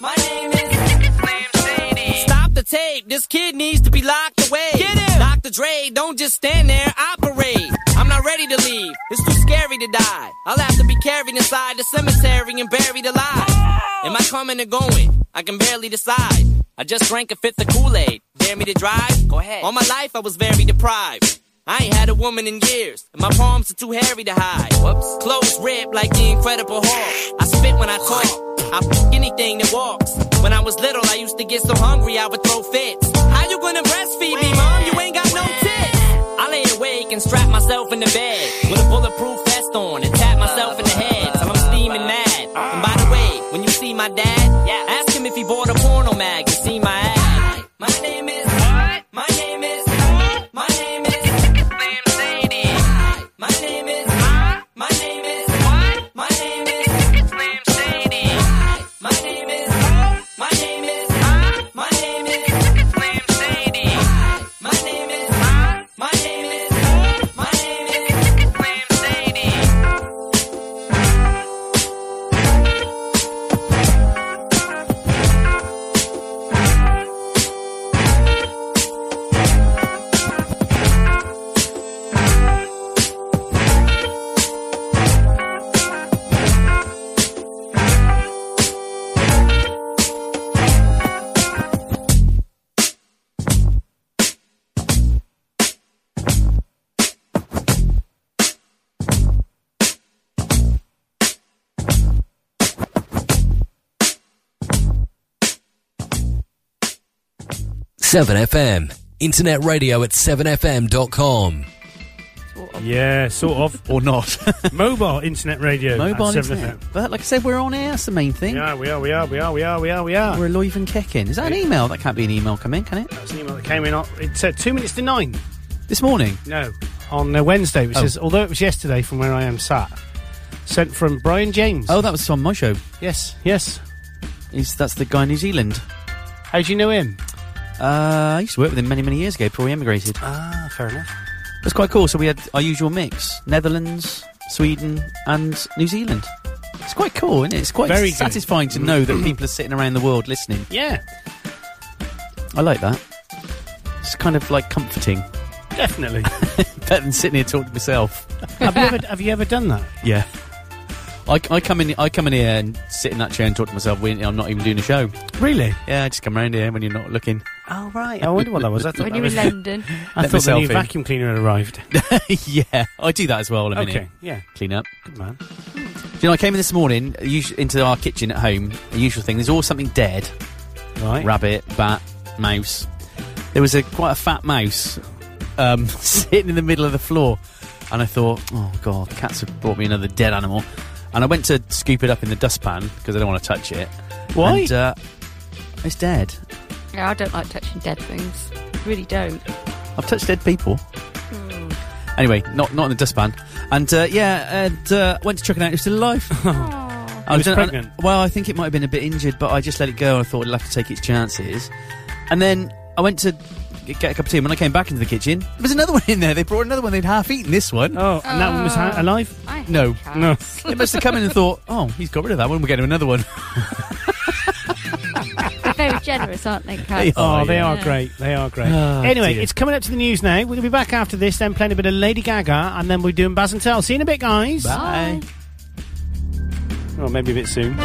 [SPEAKER 20] My name is. Its name Sadie. Stop the tape. This kid needs to be locked away. Get him. Dr. Dre, don't just stand there. Operate. I'm not ready to leave. It's too scary to die. I'll have to be carried inside the cemetery and buried alive. Am I coming or going? I can barely decide. I just drank a fifth of Kool-Aid. Dare me to drive? Go ahead. All my life I was very deprived. I ain't had a woman in years, and my palms are too hairy to hide. Whoops. Clothes ripped like the Incredible Hulk. I spit when I talk. I f- anything that walks. When I was little, I used to get so hungry I would throw fits. How you gonna breastfeed me, mom? You ain't got no tits. I lay awake and strap myself in the bed with a bulletproof vest on and tap myself in the head till I'm steaming mad. And by the way, when you see my dad, yeah, ask him if he bought a porno mag and see my ad. My name is what? My name is what? My name is Slim Sadie. My name is huh? My name is what? My name is Slim Sadie. My name is what? My name is huh? My name is Slim Sadie. My name is huh? My name is my name is Slim Sadie.
[SPEAKER 1] Seven FM. Internet radio at 7fm.com.
[SPEAKER 5] That's what
[SPEAKER 3] Yeah, sort of.
[SPEAKER 4] or not.
[SPEAKER 3] Mobile internet radio.
[SPEAKER 4] Mobile
[SPEAKER 3] at 7
[SPEAKER 4] internet.
[SPEAKER 3] FM.
[SPEAKER 4] But like I said, we're on air. That's the main thing.
[SPEAKER 3] Yeah, we are, we are, we are, we are, we are, we are.
[SPEAKER 4] We're alive and kicking. Is that an email? That can't be an email come in, can it?
[SPEAKER 3] That's an email that came in. on- It said two minutes to nine.
[SPEAKER 4] This morning.
[SPEAKER 3] No, on uh, Wednesday, which
[SPEAKER 4] Oh.
[SPEAKER 3] says, although it was yesterday from where I am sat, sent from Brian James.
[SPEAKER 4] Oh, that was on my show.
[SPEAKER 3] Yes, yes.
[SPEAKER 4] He's, that's the guy in New Zealand.
[SPEAKER 3] How do you know him?
[SPEAKER 4] Uh, I used to work with him many, many years ago before he emigrated.
[SPEAKER 3] Ah, fair enough.
[SPEAKER 4] That's quite cool. So we had our usual mix: Netherlands, Sweden, and New Zealand. It's quite cool, isn't it? It's quite
[SPEAKER 3] Very good.
[SPEAKER 4] satisfying to know that people are sitting around the world listening.
[SPEAKER 3] Yeah,
[SPEAKER 4] I like that. It's kind of like comforting,
[SPEAKER 3] definitely.
[SPEAKER 4] better than sitting here talking to myself.
[SPEAKER 3] have you ever have you ever done that?
[SPEAKER 4] Yeah. I, I come in I come in here and sit in that chair and talk to myself when I'm not even doing a show.
[SPEAKER 3] Really?
[SPEAKER 4] Yeah, I just come around here when you're not looking.
[SPEAKER 3] Oh right. I wonder what that was. I thought
[SPEAKER 5] when
[SPEAKER 3] that
[SPEAKER 5] you were in
[SPEAKER 3] was-
[SPEAKER 5] London.
[SPEAKER 3] I
[SPEAKER 4] Let
[SPEAKER 3] thought the
[SPEAKER 4] myself
[SPEAKER 3] new
[SPEAKER 4] in.
[SPEAKER 3] vacuum cleaner had arrived.
[SPEAKER 4] yeah, I do that as well. In a minute.
[SPEAKER 3] Okay, yeah.
[SPEAKER 4] Clean up.
[SPEAKER 3] Good man.
[SPEAKER 4] Do you know, I came in this morning usu- into our kitchen at home, the usual thing. There's always something dead.
[SPEAKER 3] Right.
[SPEAKER 4] Rabbit, bat, mouse. There was a quite a fat mouse um, sitting in the middle of the floor. And I thought, oh, God, the cats have brought me another dead animal. And I went to scoop it up in the dustpan because I don't want to touch it.
[SPEAKER 5] Why?
[SPEAKER 4] And, uh, it's dead.
[SPEAKER 5] Yeah, I don't like touching dead things. Really don't.
[SPEAKER 4] I've touched dead people.
[SPEAKER 3] Hmm.
[SPEAKER 4] Anyway, not not in the dustpan. And uh, yeah, and uh, went to check it out. It was still alive. I
[SPEAKER 3] It was
[SPEAKER 4] don't-
[SPEAKER 3] pregnant.
[SPEAKER 4] well, I think it might have been a bit injured, but I just let it go. I thought it'll have to take its chances. And then I went to g- get a cup of tea. and When I came back into the kitchen, there was another one in there. They brought another one. They'd half eaten this one.
[SPEAKER 3] Oh, and that one was ha- alive.
[SPEAKER 4] no,
[SPEAKER 3] No.
[SPEAKER 4] They must have come in and thought, oh, he's got rid of that one. We'll get him another one.
[SPEAKER 5] They're very generous, aren't they, cats?
[SPEAKER 4] They
[SPEAKER 3] Oh,
[SPEAKER 4] Oh,
[SPEAKER 3] they
[SPEAKER 4] yeah.
[SPEAKER 3] are great. They are great.
[SPEAKER 4] Oh,
[SPEAKER 3] anyway,
[SPEAKER 4] dear.
[SPEAKER 3] it's coming up to the news now. We're going to be back after this, then playing a bit of Lady Gaga, and then we're doing Baz and Tell. See you in a bit, guys.
[SPEAKER 4] Bye.
[SPEAKER 3] Well, maybe a bit soon.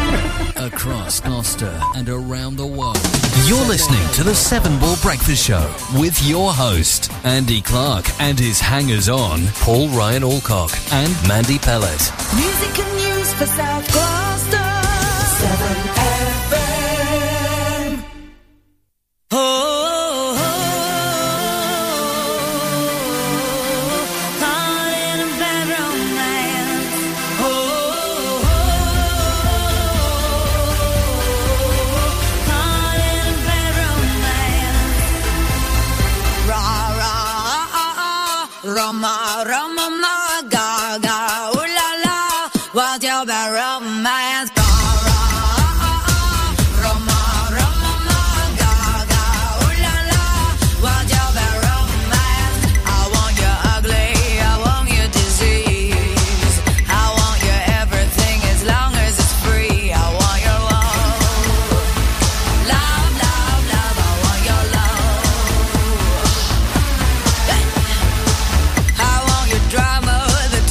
[SPEAKER 1] Across Gloucester and around the world. You're listening to the Seven Ball Breakfast Show with your host, Andy Clark, and his hangers on, Paul Ryan Alcock and Mandy Pellet.
[SPEAKER 23] Music and news for South Gloucester. 7 FM. Oh, oh, oh, all in a bad romance. Oh, oh, oh, all in a bad romance. Rah, rah, ah, ah, Roma, Roma, ma, ga, ga, ooh la la, what's your bad romance? What's your bad romance? I want your ugly, I want your disease. I want your everything as long as it's free. I want your love. Love, love, love, I want your love. I want your drama, the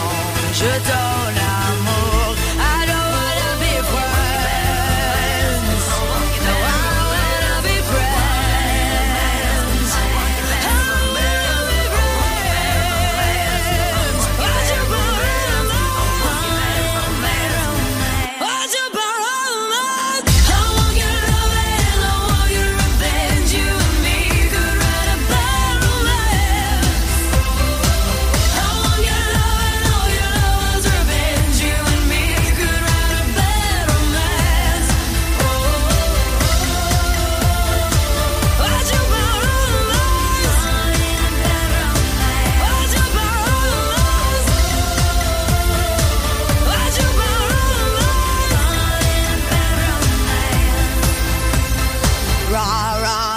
[SPEAKER 23] mon amour. I don't wanna be friends. No, I wanna be friends. I wanna be friends. Why'd you borrow my- Why'd you borrow my- I want your love and I want your revenge. You and me could write a bad romance. I want your love and all your lover's revenge. You and me could write a bad romance. Why'd you borrow mine? Why'd you borrow mine? Why'd you borrow mine? Rah rah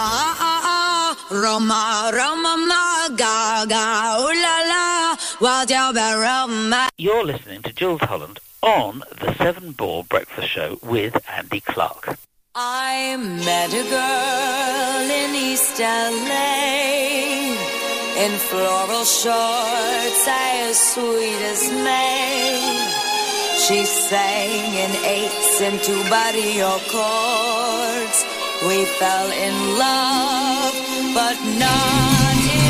[SPEAKER 23] Roma Roma ma, ga ga ooh la la. Why'd you borrow my?
[SPEAKER 1] You're listening to Jules Holland on the Seven Ball Breakfast Show with Andy Clark.
[SPEAKER 23] I met a girl in East LA in floral shorts, I as sweet as May. She sang in eights and two barrio chords. We fell in love, but not in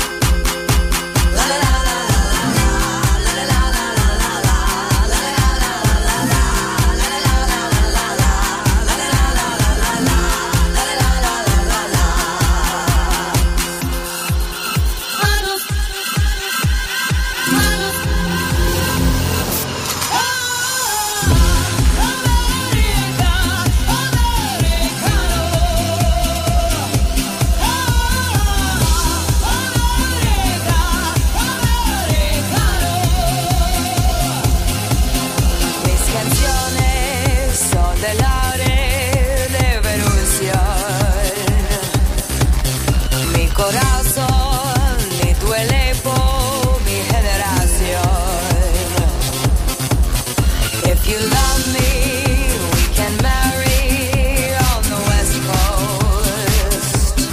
[SPEAKER 23] chords. La la la. Mis canciones son del aire de Venusión. Mi corazón le duele por mi generación. If you love me, we can marry on the West Coast.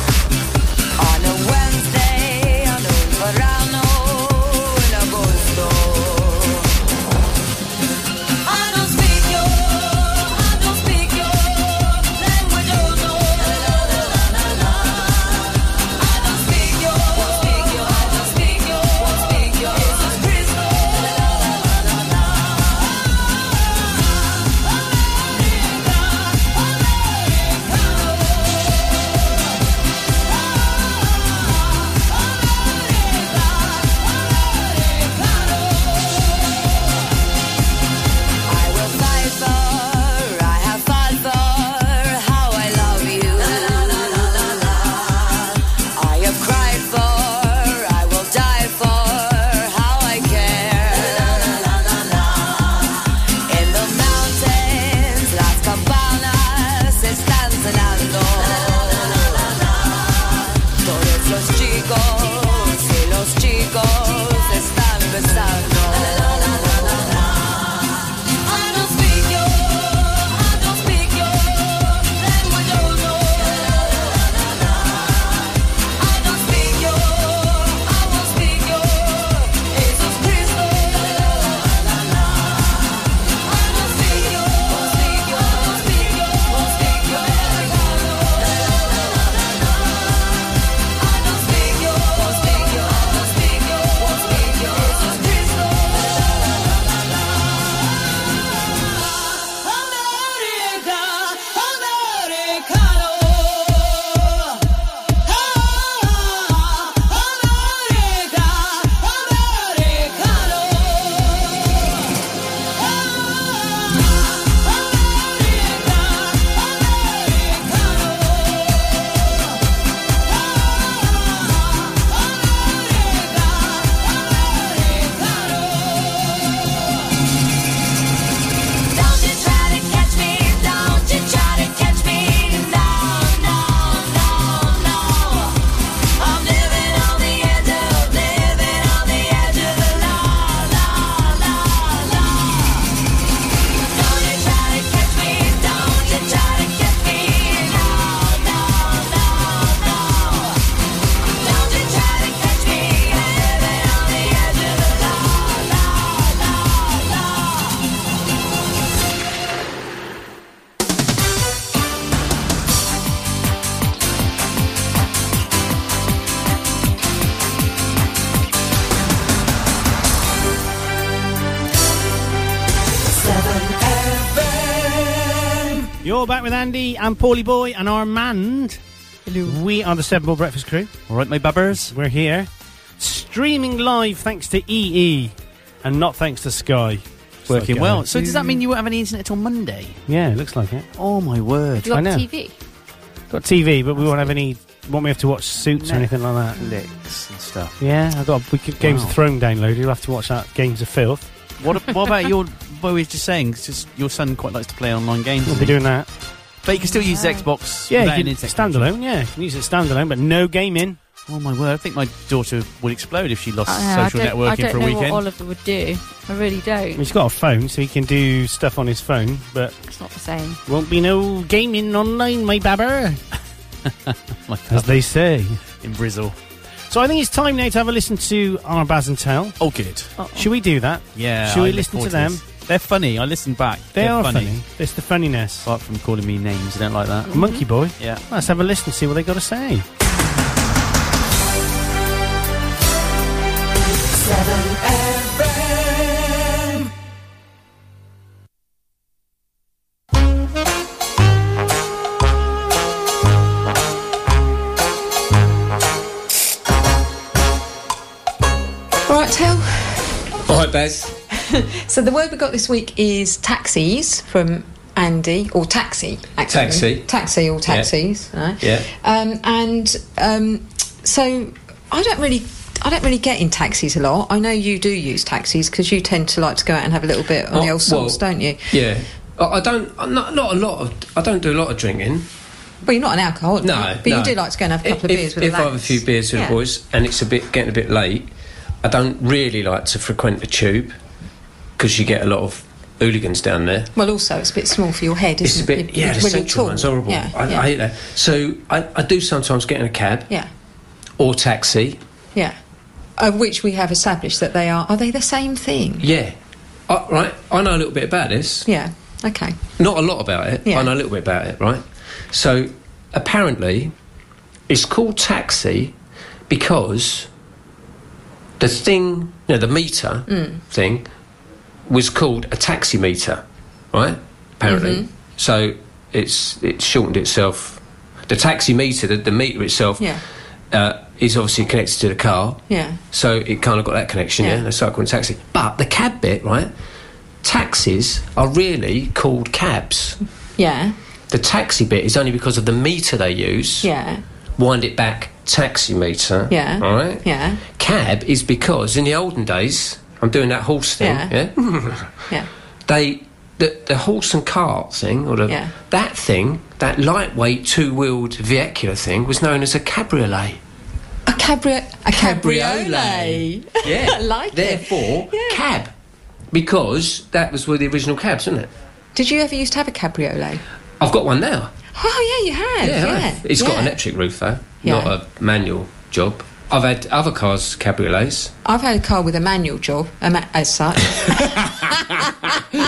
[SPEAKER 23] On a Wednesday, on un verano, en agosto. I don't speak your, I don't speak your language, oh no. I don't speak your, speak your, I don't speak your, speak your. It's a Christmas. I will fight for, I have fought for how I love you. I have cried for, I will die for how I care. In the mountains, las campanas están sonando. Todos los chicos y los chicos están besando. I don't speak your, I don't speak your language, oh no. I don't speak your, I won't speak your. It's a crystal. I don't speak your, won't speak your, won't speak your, won't speak your. I don't speak your,
[SPEAKER 3] You're back with Andy and Paulie Boy and Armand. Hello. We are the Seven Ball Breakfast Crew. All right, my bubbers. We're here. Streaming live thanks to EE and not thanks to Sky.
[SPEAKER 4] Working well. So does that
[SPEAKER 5] Mm.
[SPEAKER 4] mean
[SPEAKER 3] you won't have any internet till Monday? Yeah, it looks like it.
[SPEAKER 4] Oh my word!
[SPEAKER 5] You got
[SPEAKER 3] I know.
[SPEAKER 5] TV.
[SPEAKER 3] Got TV, but we won't have any. Won't we have to watch Suits or anything like that?
[SPEAKER 4] Netflix and stuff.
[SPEAKER 3] Yeah, I got. We could Games
[SPEAKER 4] Wow.
[SPEAKER 3] of Throne downloaded. You'll have to watch that Games of Filth.
[SPEAKER 4] What, what about your? What we were just saying? 'cause just your son quite likes to play online games.
[SPEAKER 3] We'll
[SPEAKER 4] doesn't
[SPEAKER 3] be
[SPEAKER 4] he?
[SPEAKER 3] doing that.
[SPEAKER 4] But you can still use the Xbox.
[SPEAKER 3] Yeah,
[SPEAKER 4] without an
[SPEAKER 3] you can
[SPEAKER 4] internet
[SPEAKER 3] standalone. Yeah, you can use it standalone, but no gaming.
[SPEAKER 4] Oh my word! I think my daughter would explode if she lost
[SPEAKER 5] Oh, I know, Uh, I
[SPEAKER 4] social
[SPEAKER 5] don't- I
[SPEAKER 4] networking
[SPEAKER 5] don't
[SPEAKER 4] for a
[SPEAKER 5] know
[SPEAKER 4] weekend.
[SPEAKER 5] what Oliver would do. I really don't.
[SPEAKER 3] He's got a phone, so he can do stuff on his phone, but
[SPEAKER 5] It's not the same.
[SPEAKER 3] won't be no gaming online, my babber. As they say
[SPEAKER 4] in Brazil.
[SPEAKER 3] So I think it's time now to have a listen to our Baz and Tell.
[SPEAKER 4] Oh, good.
[SPEAKER 3] Should we do that?
[SPEAKER 4] Yeah.
[SPEAKER 3] Should
[SPEAKER 4] I
[SPEAKER 3] we
[SPEAKER 4] look
[SPEAKER 3] listen to
[SPEAKER 4] forward
[SPEAKER 3] them?
[SPEAKER 4] this. They're funny. I listened back.
[SPEAKER 3] They
[SPEAKER 4] They're
[SPEAKER 3] are funny. It's the funniness.
[SPEAKER 4] Apart from calling me names, I don't like that.
[SPEAKER 3] Monkey Boy.
[SPEAKER 4] Yeah.
[SPEAKER 3] Let's have a listen and see what they got to say.
[SPEAKER 7] Right, Tel.
[SPEAKER 24] All right, Bez.
[SPEAKER 7] so the word we got this week is taxis from Andy, or taxi, actually.
[SPEAKER 24] Taxi.
[SPEAKER 7] Taxi or taxis. right?
[SPEAKER 24] Yeah.
[SPEAKER 7] Um, and um, so I don't really. I don't really get in taxis a lot. I know you do use taxis because you tend to like to go out and have a little bit on the
[SPEAKER 24] Oh,
[SPEAKER 7] old sauce,
[SPEAKER 24] well-
[SPEAKER 7] don't you?
[SPEAKER 24] Yeah. I I don't. I'm not, not a lot of. I don't do a lot of drinking.
[SPEAKER 7] Well, you're not an alcoholic,
[SPEAKER 24] No,
[SPEAKER 7] but
[SPEAKER 24] no.
[SPEAKER 7] you do like to go and have a couple of
[SPEAKER 24] if,
[SPEAKER 7] beers with
[SPEAKER 24] if
[SPEAKER 7] a
[SPEAKER 24] I have a
[SPEAKER 7] lads.
[SPEAKER 24] few beers with
[SPEAKER 7] Yeah.
[SPEAKER 24] the boys and it's a bit getting a bit late, I don't really like to frequent the tube because you get a lot of hooligans down there.
[SPEAKER 7] Well, also it's a bit small for your head,
[SPEAKER 24] It's
[SPEAKER 7] isn't
[SPEAKER 24] a bit
[SPEAKER 7] it? You-
[SPEAKER 24] yeah, the
[SPEAKER 7] when you're
[SPEAKER 24] central
[SPEAKER 7] tall.
[SPEAKER 24] one's horrible.
[SPEAKER 7] Yeah,
[SPEAKER 24] I,
[SPEAKER 7] yeah.
[SPEAKER 24] I hate that. So I, I do sometimes get in a cab
[SPEAKER 7] yeah.
[SPEAKER 24] or taxi.
[SPEAKER 7] Yeah. Of which we have established that they are. Are they the same thing?
[SPEAKER 24] Yeah, I, right. I know a little bit about this.
[SPEAKER 7] Yeah. Okay.
[SPEAKER 24] Not a lot about it.
[SPEAKER 7] Yeah.
[SPEAKER 24] I know a little bit about it, right? So apparently, it's called taxi because the thing, no, the meter
[SPEAKER 7] Mm.
[SPEAKER 24] thing, was called a taxi meter, right? Apparently,
[SPEAKER 7] Mhm.
[SPEAKER 24] so it's it shortened itself. The taxi meter, the, the meter itself,
[SPEAKER 7] Yeah.
[SPEAKER 24] uh, is obviously connected to the car.
[SPEAKER 7] Yeah.
[SPEAKER 24] So it kind of got that connection, yeah.
[SPEAKER 7] Yeah.
[SPEAKER 24] They started calling it taxi. But the cab bit, right? Taxis are really called cabs.
[SPEAKER 7] Yeah.
[SPEAKER 24] The taxi bit is only because of the meter they use.
[SPEAKER 7] Yeah.
[SPEAKER 24] Wind it back, taxi meter.
[SPEAKER 7] Yeah.
[SPEAKER 24] All right?
[SPEAKER 7] Yeah.
[SPEAKER 24] Cab is because in the olden days, I'm doing that horse thing,
[SPEAKER 7] Yeah.
[SPEAKER 24] yeah?
[SPEAKER 7] Yeah.
[SPEAKER 24] they, the, the horse and cart thing, or the,
[SPEAKER 7] Yeah.
[SPEAKER 24] that thing, that lightweight two wheeled vehicular thing, was known as a cabriolet.
[SPEAKER 7] A cabrio. A cabriolet.
[SPEAKER 24] Cabriolet. Yeah.
[SPEAKER 7] I like it.
[SPEAKER 24] Therefore, cab. Because that was where the original cabs, wasn't it?
[SPEAKER 7] Did you ever used to have a cabriolet?
[SPEAKER 24] I've got one now.
[SPEAKER 7] Oh yeah, you have. Yeah.
[SPEAKER 24] I have. It's got
[SPEAKER 7] yeah.
[SPEAKER 24] an electric roof though,
[SPEAKER 7] Yeah.
[SPEAKER 24] not a manual job. I've had other cars cabriolets.
[SPEAKER 7] I've had a car with a manual job, a ma- as such.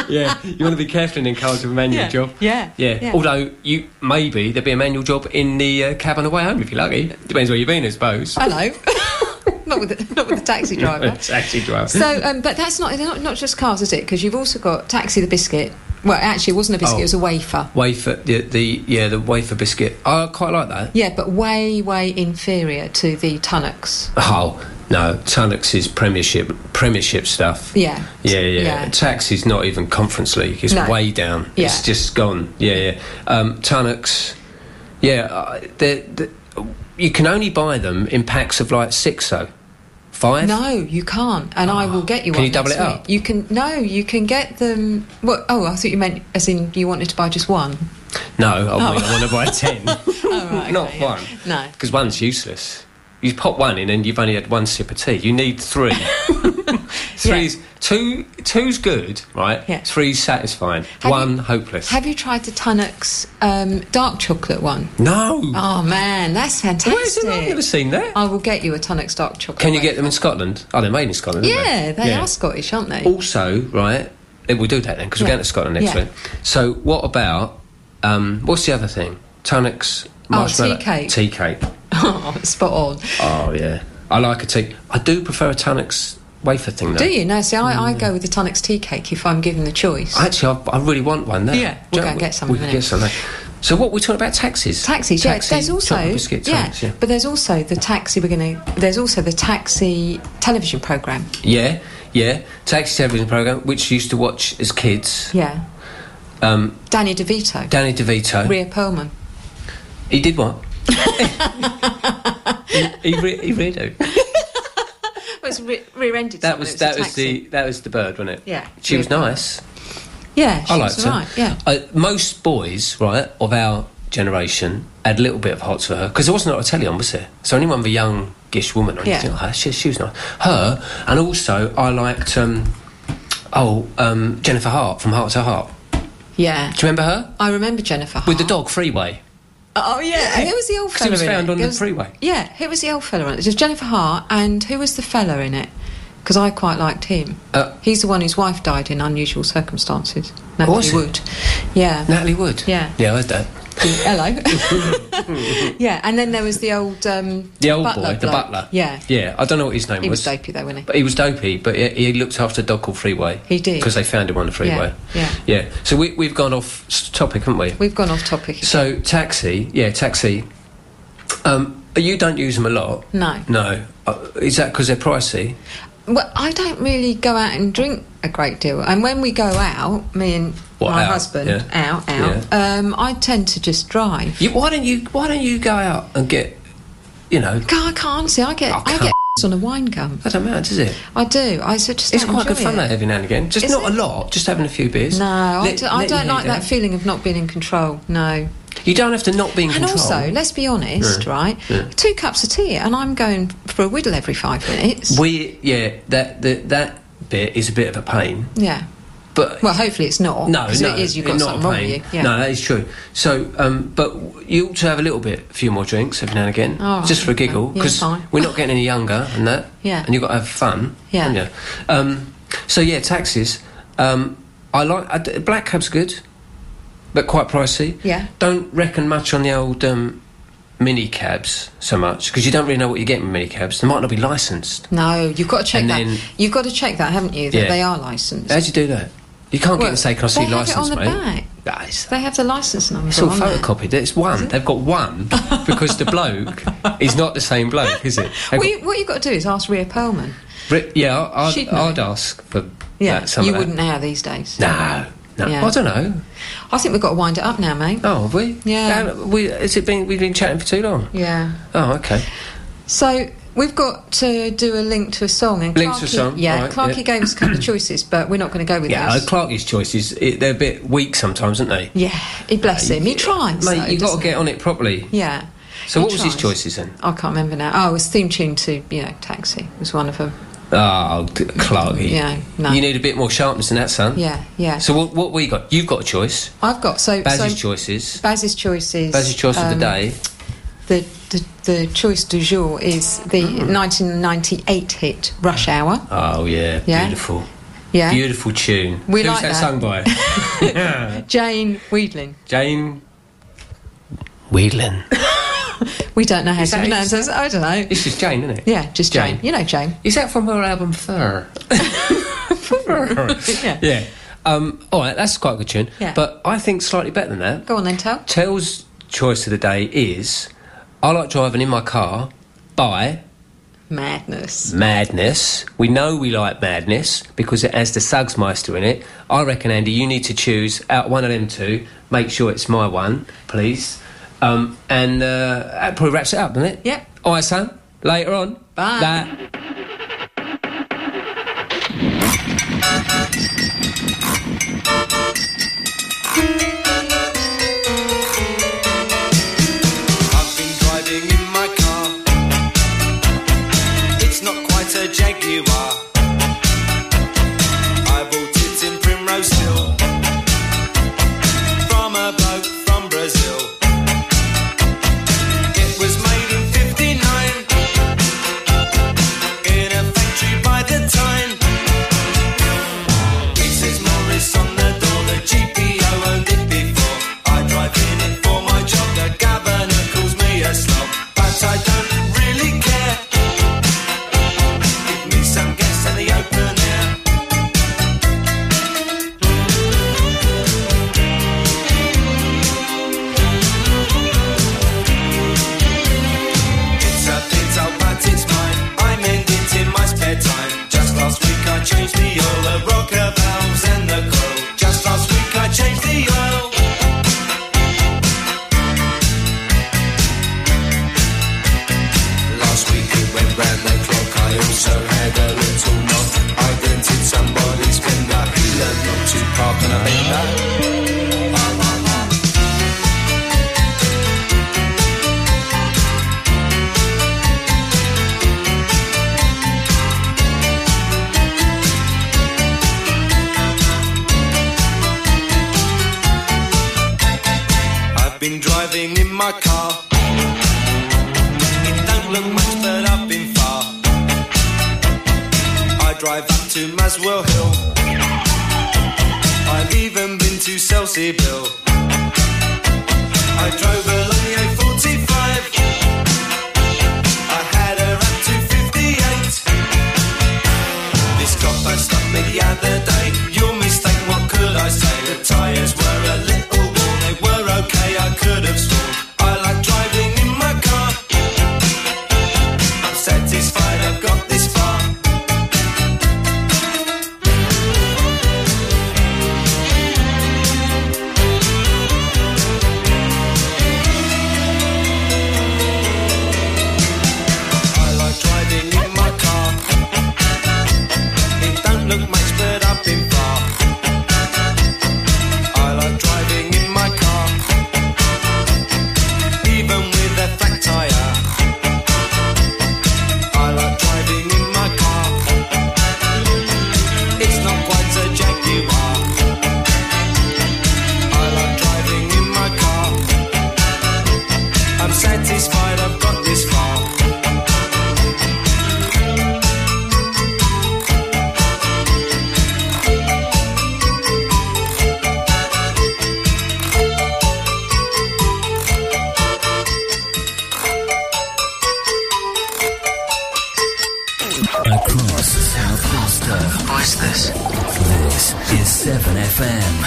[SPEAKER 24] yeah, you want to be careful in cars with a manual
[SPEAKER 7] Yeah.
[SPEAKER 24] job.
[SPEAKER 7] Yeah.
[SPEAKER 24] Yeah.
[SPEAKER 7] Yeah.
[SPEAKER 24] Although you maybe there'd be a manual job in the uh, cab on the way home if you're lucky. Depends where you've been, I suppose.
[SPEAKER 7] Hello. not with the, not with the taxi driver.
[SPEAKER 24] Taxi driver.
[SPEAKER 7] So, um, but that's not, not not just cars, is it? Because you've also got Taxi the Biscuit. Well, actually, it wasn't a biscuit;
[SPEAKER 24] Oh.
[SPEAKER 7] it was a wafer.
[SPEAKER 24] wafer, the, the yeah, the wafer biscuit. I quite like that.
[SPEAKER 7] Yeah, but way, way inferior to the Tunnocks.
[SPEAKER 24] Oh no, Tunnocks is Premiership Premiership stuff.
[SPEAKER 7] Yeah.
[SPEAKER 24] Yeah, yeah.
[SPEAKER 7] Yeah.
[SPEAKER 24] Taxi's not even Conference League. It's
[SPEAKER 7] No.
[SPEAKER 24] way down.
[SPEAKER 7] Yeah.
[SPEAKER 24] It's just gone. Yeah, yeah. Um, Tunnocks, yeah. Uh, they're, they you can only buy them in packs of like six, though. Five?
[SPEAKER 7] No, you can't. And I will get
[SPEAKER 24] Ah.
[SPEAKER 7] you
[SPEAKER 24] Can
[SPEAKER 7] one.
[SPEAKER 24] you double
[SPEAKER 7] next
[SPEAKER 24] it
[SPEAKER 7] week.
[SPEAKER 24] up?
[SPEAKER 7] You can. No, you can get them. Well, oh, I thought you meant as in you wanted to buy just one.
[SPEAKER 24] No, I,
[SPEAKER 7] Oh.
[SPEAKER 24] want- I want to buy ten. not one.
[SPEAKER 7] No.
[SPEAKER 24] Because one's useless. You pop one in and you've only had one sip of tea. You need three. Three's two. Two's good, right?
[SPEAKER 7] Yeah.
[SPEAKER 24] Three's satisfying. one hopeless.
[SPEAKER 7] Have you tried the Tunnocks um, dark chocolate one?
[SPEAKER 24] no.
[SPEAKER 7] Oh man, that's fantastic.
[SPEAKER 24] I've never seen that.
[SPEAKER 7] I will get you a Tunnocks dark chocolate.
[SPEAKER 24] Can you get them in Scotland? Oh, they're made in Scotland. aren't
[SPEAKER 7] Yeah, they
[SPEAKER 24] Yeah.
[SPEAKER 7] are Scottish, aren't they?
[SPEAKER 24] Also, right, eh, we'll do that then because
[SPEAKER 7] Yeah.
[SPEAKER 24] we're going to Scotland next
[SPEAKER 7] Yeah.
[SPEAKER 24] week. So, what about um, what's the other thing? Tonics,
[SPEAKER 7] Oh,
[SPEAKER 24] marshmallow,
[SPEAKER 7] tea cake.
[SPEAKER 24] Tea cake.
[SPEAKER 7] Oh, spot on.
[SPEAKER 24] Oh yeah, I like a tea. I do prefer a tonics wafer thing, though.
[SPEAKER 7] Do you? No, see, I, I go with the Tonics tea cake if I'm given the choice.
[SPEAKER 24] Actually, I, I really want one. There.
[SPEAKER 7] Yeah,
[SPEAKER 24] Don't
[SPEAKER 7] we'll go and get some
[SPEAKER 24] We
[SPEAKER 7] in a
[SPEAKER 24] could get some. there. So what we're talking about taxis?
[SPEAKER 7] Taxis, yeah.
[SPEAKER 24] Taxi,
[SPEAKER 7] There's also
[SPEAKER 24] chocolate biscuit taxi, yeah.
[SPEAKER 7] but there's also the taxi. We're going to. There's also the taxi television program.
[SPEAKER 24] Yeah, yeah. Taxi television program, which you used to watch as kids.
[SPEAKER 7] Yeah,
[SPEAKER 24] Um,
[SPEAKER 7] Danny DeVito,
[SPEAKER 24] Danny DeVito.
[SPEAKER 7] Rhea Perlman.
[SPEAKER 24] he did what? he, he, re- he redo.
[SPEAKER 7] It was re- rear-ended.
[SPEAKER 24] That
[SPEAKER 7] someone,
[SPEAKER 24] was
[SPEAKER 7] it
[SPEAKER 24] that
[SPEAKER 7] a
[SPEAKER 24] was
[SPEAKER 7] taxi.
[SPEAKER 24] the that was the bird, wasn't it?
[SPEAKER 7] Yeah.
[SPEAKER 24] She was nice.
[SPEAKER 7] Yeah, she
[SPEAKER 24] I
[SPEAKER 7] was
[SPEAKER 24] liked her.
[SPEAKER 7] all right. Yeah.
[SPEAKER 24] Uh, most boys, right, of our generation had a little bit of hots for her because there wasn't a lot of telly on, was there? So anyone with a youngish woman, or
[SPEAKER 7] Yeah.
[SPEAKER 24] anything like her, she, she was nice. Her, and also I liked um, oh um, Jennifer Hart from Heart to Heart.
[SPEAKER 7] Yeah.
[SPEAKER 24] Do you remember her
[SPEAKER 7] I remember Jennifer.
[SPEAKER 24] with the dog Freeway?
[SPEAKER 7] Oh yeah, who was the old
[SPEAKER 24] Because
[SPEAKER 7] fella?
[SPEAKER 24] he was
[SPEAKER 7] in it?
[SPEAKER 24] found on
[SPEAKER 7] There
[SPEAKER 24] the
[SPEAKER 7] was-
[SPEAKER 24] freeway.
[SPEAKER 7] Yeah, who was the old fella on it? It was Jennifer Hart, and who was the fella in it? Because I quite liked him.
[SPEAKER 24] Uh, Oh,
[SPEAKER 7] He's the one whose wife died in unusual circumstances. Natalie
[SPEAKER 24] was it?
[SPEAKER 7] Wood. Yeah.
[SPEAKER 24] Natalie Wood.
[SPEAKER 7] Yeah.
[SPEAKER 24] Yeah, I heard that.
[SPEAKER 7] Hello. yeah, and then there was the old um,
[SPEAKER 24] The old
[SPEAKER 7] butler
[SPEAKER 24] boy, the
[SPEAKER 7] bloke.
[SPEAKER 24] butler.
[SPEAKER 7] Yeah,
[SPEAKER 24] Yeah, I don't know what his name
[SPEAKER 7] he was dopey though, wasn't he?
[SPEAKER 24] But he was dopey, but he, he looked after a dog called Freeway.
[SPEAKER 7] He did.
[SPEAKER 24] Because they found him on the freeway.
[SPEAKER 7] Yeah,
[SPEAKER 24] Yeah. So we, we've gone off s- topic, haven't we?
[SPEAKER 7] We've gone off topic.
[SPEAKER 24] So taxi, yeah, taxi. Um, you don't use them a lot.
[SPEAKER 7] No.
[SPEAKER 24] No. Uh, is that because they're pricey?
[SPEAKER 7] Well, I don't really go out and drink a great deal, and when we go out, me and
[SPEAKER 24] What,
[SPEAKER 7] my
[SPEAKER 24] out?
[SPEAKER 7] husband
[SPEAKER 24] Yeah.
[SPEAKER 7] out, out. Um, I tend to just drive.
[SPEAKER 24] You, why don't you Why don't you go out and get, you know?
[SPEAKER 7] Can't- I can't see. I get I get on a wine gum.
[SPEAKER 24] That don't matter, does it?
[SPEAKER 7] I do. I so just
[SPEAKER 24] It's
[SPEAKER 7] don't
[SPEAKER 24] quite good
[SPEAKER 7] enjoy
[SPEAKER 24] fun
[SPEAKER 7] it.
[SPEAKER 24] that every now and again. Just
[SPEAKER 7] Is
[SPEAKER 24] not a lot. Just having a few beers.
[SPEAKER 7] No, I,
[SPEAKER 24] Let-
[SPEAKER 7] do, I
[SPEAKER 24] let
[SPEAKER 7] don't
[SPEAKER 24] your
[SPEAKER 7] like
[SPEAKER 24] hair
[SPEAKER 7] that feeling of not being in control. No.
[SPEAKER 24] down. You don't have to not be in
[SPEAKER 7] And
[SPEAKER 24] control.
[SPEAKER 7] also, let's be honest,
[SPEAKER 24] Yeah.
[SPEAKER 7] right?
[SPEAKER 24] Yeah.
[SPEAKER 7] Two cups of tea, and I'm going for a whittle every five minutes.
[SPEAKER 24] we yeah that, that that bit is a bit of a pain.
[SPEAKER 7] Yeah.
[SPEAKER 24] But
[SPEAKER 7] well, hopefully it's not.
[SPEAKER 24] No,
[SPEAKER 7] 'cause
[SPEAKER 24] no,
[SPEAKER 7] it is. You've got
[SPEAKER 24] not
[SPEAKER 7] something
[SPEAKER 24] a
[SPEAKER 7] wrong with
[SPEAKER 24] pain.
[SPEAKER 7] you. Yeah.
[SPEAKER 24] No, that is true. So, um, but you ought to have a little bit, a few more drinks every now and again,
[SPEAKER 7] All right,
[SPEAKER 24] just for a giggle,
[SPEAKER 7] okay. Yeah,
[SPEAKER 24] because
[SPEAKER 7] fine.
[SPEAKER 24] we're not getting any younger and that.
[SPEAKER 7] Yeah.
[SPEAKER 24] And you've got to have fun.
[SPEAKER 7] Yeah.
[SPEAKER 24] haven't you? Um, so yeah, taxis. Um, I like I d black cabs are good, but quite pricey.
[SPEAKER 7] Yeah.
[SPEAKER 24] Don't reckon much on the old um, mini cabs so much because you don't really know what you're getting with mini cabs. They might not be licensed.
[SPEAKER 7] No, you've got to check
[SPEAKER 24] And
[SPEAKER 7] that.
[SPEAKER 24] then-
[SPEAKER 7] you've got to check that, haven't you? That
[SPEAKER 24] Yeah.
[SPEAKER 7] they are licensed.
[SPEAKER 24] How do you do that? You can't get
[SPEAKER 7] Well,
[SPEAKER 24] them to say, "Can I see
[SPEAKER 7] they
[SPEAKER 24] your
[SPEAKER 7] have it on
[SPEAKER 24] license,
[SPEAKER 7] the
[SPEAKER 24] mate?"
[SPEAKER 7] back.
[SPEAKER 24] That is
[SPEAKER 7] They have the license number.
[SPEAKER 24] It's all
[SPEAKER 7] on there.
[SPEAKER 24] photocopied. It's one. They've got one because the bloke is not the same bloke, is it? They've
[SPEAKER 7] What, you, what you've got to do is ask Rhea Perlman.
[SPEAKER 24] got- Ri- yeah, I- I'd,
[SPEAKER 7] She'd know.
[SPEAKER 24] I'd ask for
[SPEAKER 7] Yeah,
[SPEAKER 24] that, some
[SPEAKER 7] you
[SPEAKER 24] of that.
[SPEAKER 7] wouldn't now these days.
[SPEAKER 24] No, no.
[SPEAKER 7] Yeah.
[SPEAKER 24] I don't know.
[SPEAKER 7] I think we've got to wind it up now, mate.
[SPEAKER 24] Oh, have we?
[SPEAKER 7] Yeah.
[SPEAKER 24] How- we, has it been? We've been chatting for too long.
[SPEAKER 7] Yeah.
[SPEAKER 24] Oh, okay.
[SPEAKER 7] So we've got to do a link to a song. And
[SPEAKER 24] Link to a
[SPEAKER 7] Clarkey-
[SPEAKER 24] song,
[SPEAKER 7] Yeah,
[SPEAKER 24] right,
[SPEAKER 7] Clarkey
[SPEAKER 24] yeah.
[SPEAKER 7] gave us a couple of choices, but we're not going to go with
[SPEAKER 24] Yeah, uh,
[SPEAKER 7] those.
[SPEAKER 24] Clarky's choices, it, they're a bit weak sometimes, aren't they?
[SPEAKER 7] yeah, he bless him. He tries.
[SPEAKER 24] Mate,
[SPEAKER 7] though,
[SPEAKER 24] you've got
[SPEAKER 7] doesn't
[SPEAKER 24] to get on it properly.
[SPEAKER 7] he? Yeah.
[SPEAKER 24] So
[SPEAKER 7] He
[SPEAKER 24] what was his
[SPEAKER 7] tries.
[SPEAKER 24] choices then?
[SPEAKER 7] I can't remember now. Oh, it was theme tune to, you know, Taxi was one of them.
[SPEAKER 24] Oh, d- Clarky.
[SPEAKER 7] Yeah, no.
[SPEAKER 24] You need a bit more sharpness than that, son.
[SPEAKER 7] Yeah, yeah.
[SPEAKER 24] So what, what we got? You've got a choice.
[SPEAKER 7] I've got, so...
[SPEAKER 24] Baz's
[SPEAKER 7] so
[SPEAKER 24] choices.
[SPEAKER 7] Baz's choice is...
[SPEAKER 24] Baz's choice of the
[SPEAKER 7] um,
[SPEAKER 24] day.
[SPEAKER 7] The, the, the choice du jour is the
[SPEAKER 24] Mm.
[SPEAKER 7] 1998 hit Rush Hour.
[SPEAKER 24] Oh yeah,
[SPEAKER 7] Yeah.
[SPEAKER 24] beautiful,
[SPEAKER 7] Yeah.
[SPEAKER 24] beautiful tune.
[SPEAKER 7] We
[SPEAKER 24] Who's
[SPEAKER 7] like
[SPEAKER 24] that,
[SPEAKER 7] that.
[SPEAKER 24] sung by? Yeah.
[SPEAKER 7] Jane Weedling.
[SPEAKER 24] Jane Whelan.
[SPEAKER 7] We don't know how
[SPEAKER 24] Is
[SPEAKER 7] to
[SPEAKER 24] that-
[SPEAKER 7] pronounce it. I don't know.
[SPEAKER 24] It's just Jane, isn't it?
[SPEAKER 7] Yeah, just Jane.
[SPEAKER 24] Jane.
[SPEAKER 7] You know Jane.
[SPEAKER 24] Is that from her album Fur?
[SPEAKER 7] yeah.
[SPEAKER 24] Yeah. Um, all right, that's quite a good tune.
[SPEAKER 7] Yeah.
[SPEAKER 24] But I think slightly better than that.
[SPEAKER 7] Go on then, tell.
[SPEAKER 24] Tell's choice of the day is I like driving in my car by
[SPEAKER 7] Madness.
[SPEAKER 24] Madness. We know we like Madness because it has the Sugsmeister in it. I reckon, Andy, you need to choose out one of them two. Make sure it's my one, please. Um, and uh, that probably wraps it up, doesn't it?
[SPEAKER 7] Yep.
[SPEAKER 24] All right, son. Later on.
[SPEAKER 7] Bye.
[SPEAKER 24] Bye.
[SPEAKER 8] I've been driving in my car. It's not quite a Jaguar. I bought it in Primrose Hill from a bloke from Brazil. It was made in '59. my car. It don't look much, but I've been far. I drive up to Maswell Hill. I've even been to Celseyville. I drove along the A45. I had her up to 58. This copper stopped me the other day. Your mistake, what could I say? The tyres were a little worn. They were okay, I could have sworn. I like driving in my car. I'm satisfied I've got this far. I like driving in my car. It don't look much, but I've been far. I like driving in my car, even with a flat tire. I like driving in my car. It's not quite a Jaguar. I like driving in my car. I'm satisfied I've got this far.
[SPEAKER 1] Across South Gloucester. Who is this? This is 7FM.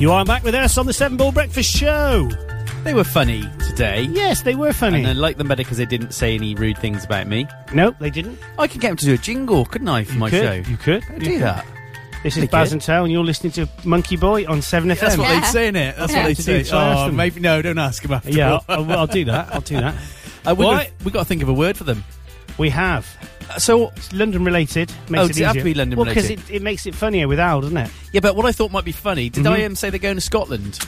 [SPEAKER 3] You are back with us on the Seven Ball Breakfast Show.
[SPEAKER 4] They were funny today.
[SPEAKER 3] Yes, they were funny.
[SPEAKER 4] And I like them better because they didn't say any rude things about me.
[SPEAKER 3] Nope, they didn't.
[SPEAKER 4] I could get them to do a jingle, couldn't I, for
[SPEAKER 3] You
[SPEAKER 4] my
[SPEAKER 3] could,
[SPEAKER 4] show?
[SPEAKER 3] You could.
[SPEAKER 4] I
[SPEAKER 3] you
[SPEAKER 4] do
[SPEAKER 3] could.
[SPEAKER 4] that.
[SPEAKER 3] This is
[SPEAKER 4] They
[SPEAKER 3] Baz
[SPEAKER 4] could.
[SPEAKER 3] and Tao, and you're listening to Monkey Boy on 7FM.
[SPEAKER 4] That's what they'd say, innit? That's what they'd say. Oh, maybe no, don't ask him after
[SPEAKER 3] Yeah,
[SPEAKER 4] all.
[SPEAKER 3] I'll, I'll do that. I'll do that.
[SPEAKER 4] Uh, we
[SPEAKER 3] Why-
[SPEAKER 4] have got to think of a word for them.
[SPEAKER 3] We have.
[SPEAKER 4] So
[SPEAKER 3] it's London related makes
[SPEAKER 4] Oh,
[SPEAKER 3] it
[SPEAKER 4] does
[SPEAKER 3] easier.
[SPEAKER 4] it have to be London
[SPEAKER 3] well, 'cause
[SPEAKER 4] related?
[SPEAKER 3] it, it makes it funnier with Al, doesn't it?
[SPEAKER 4] Yeah, but what I thought might be funny, did
[SPEAKER 3] Mhm.
[SPEAKER 4] I um, say they're going to Scotland?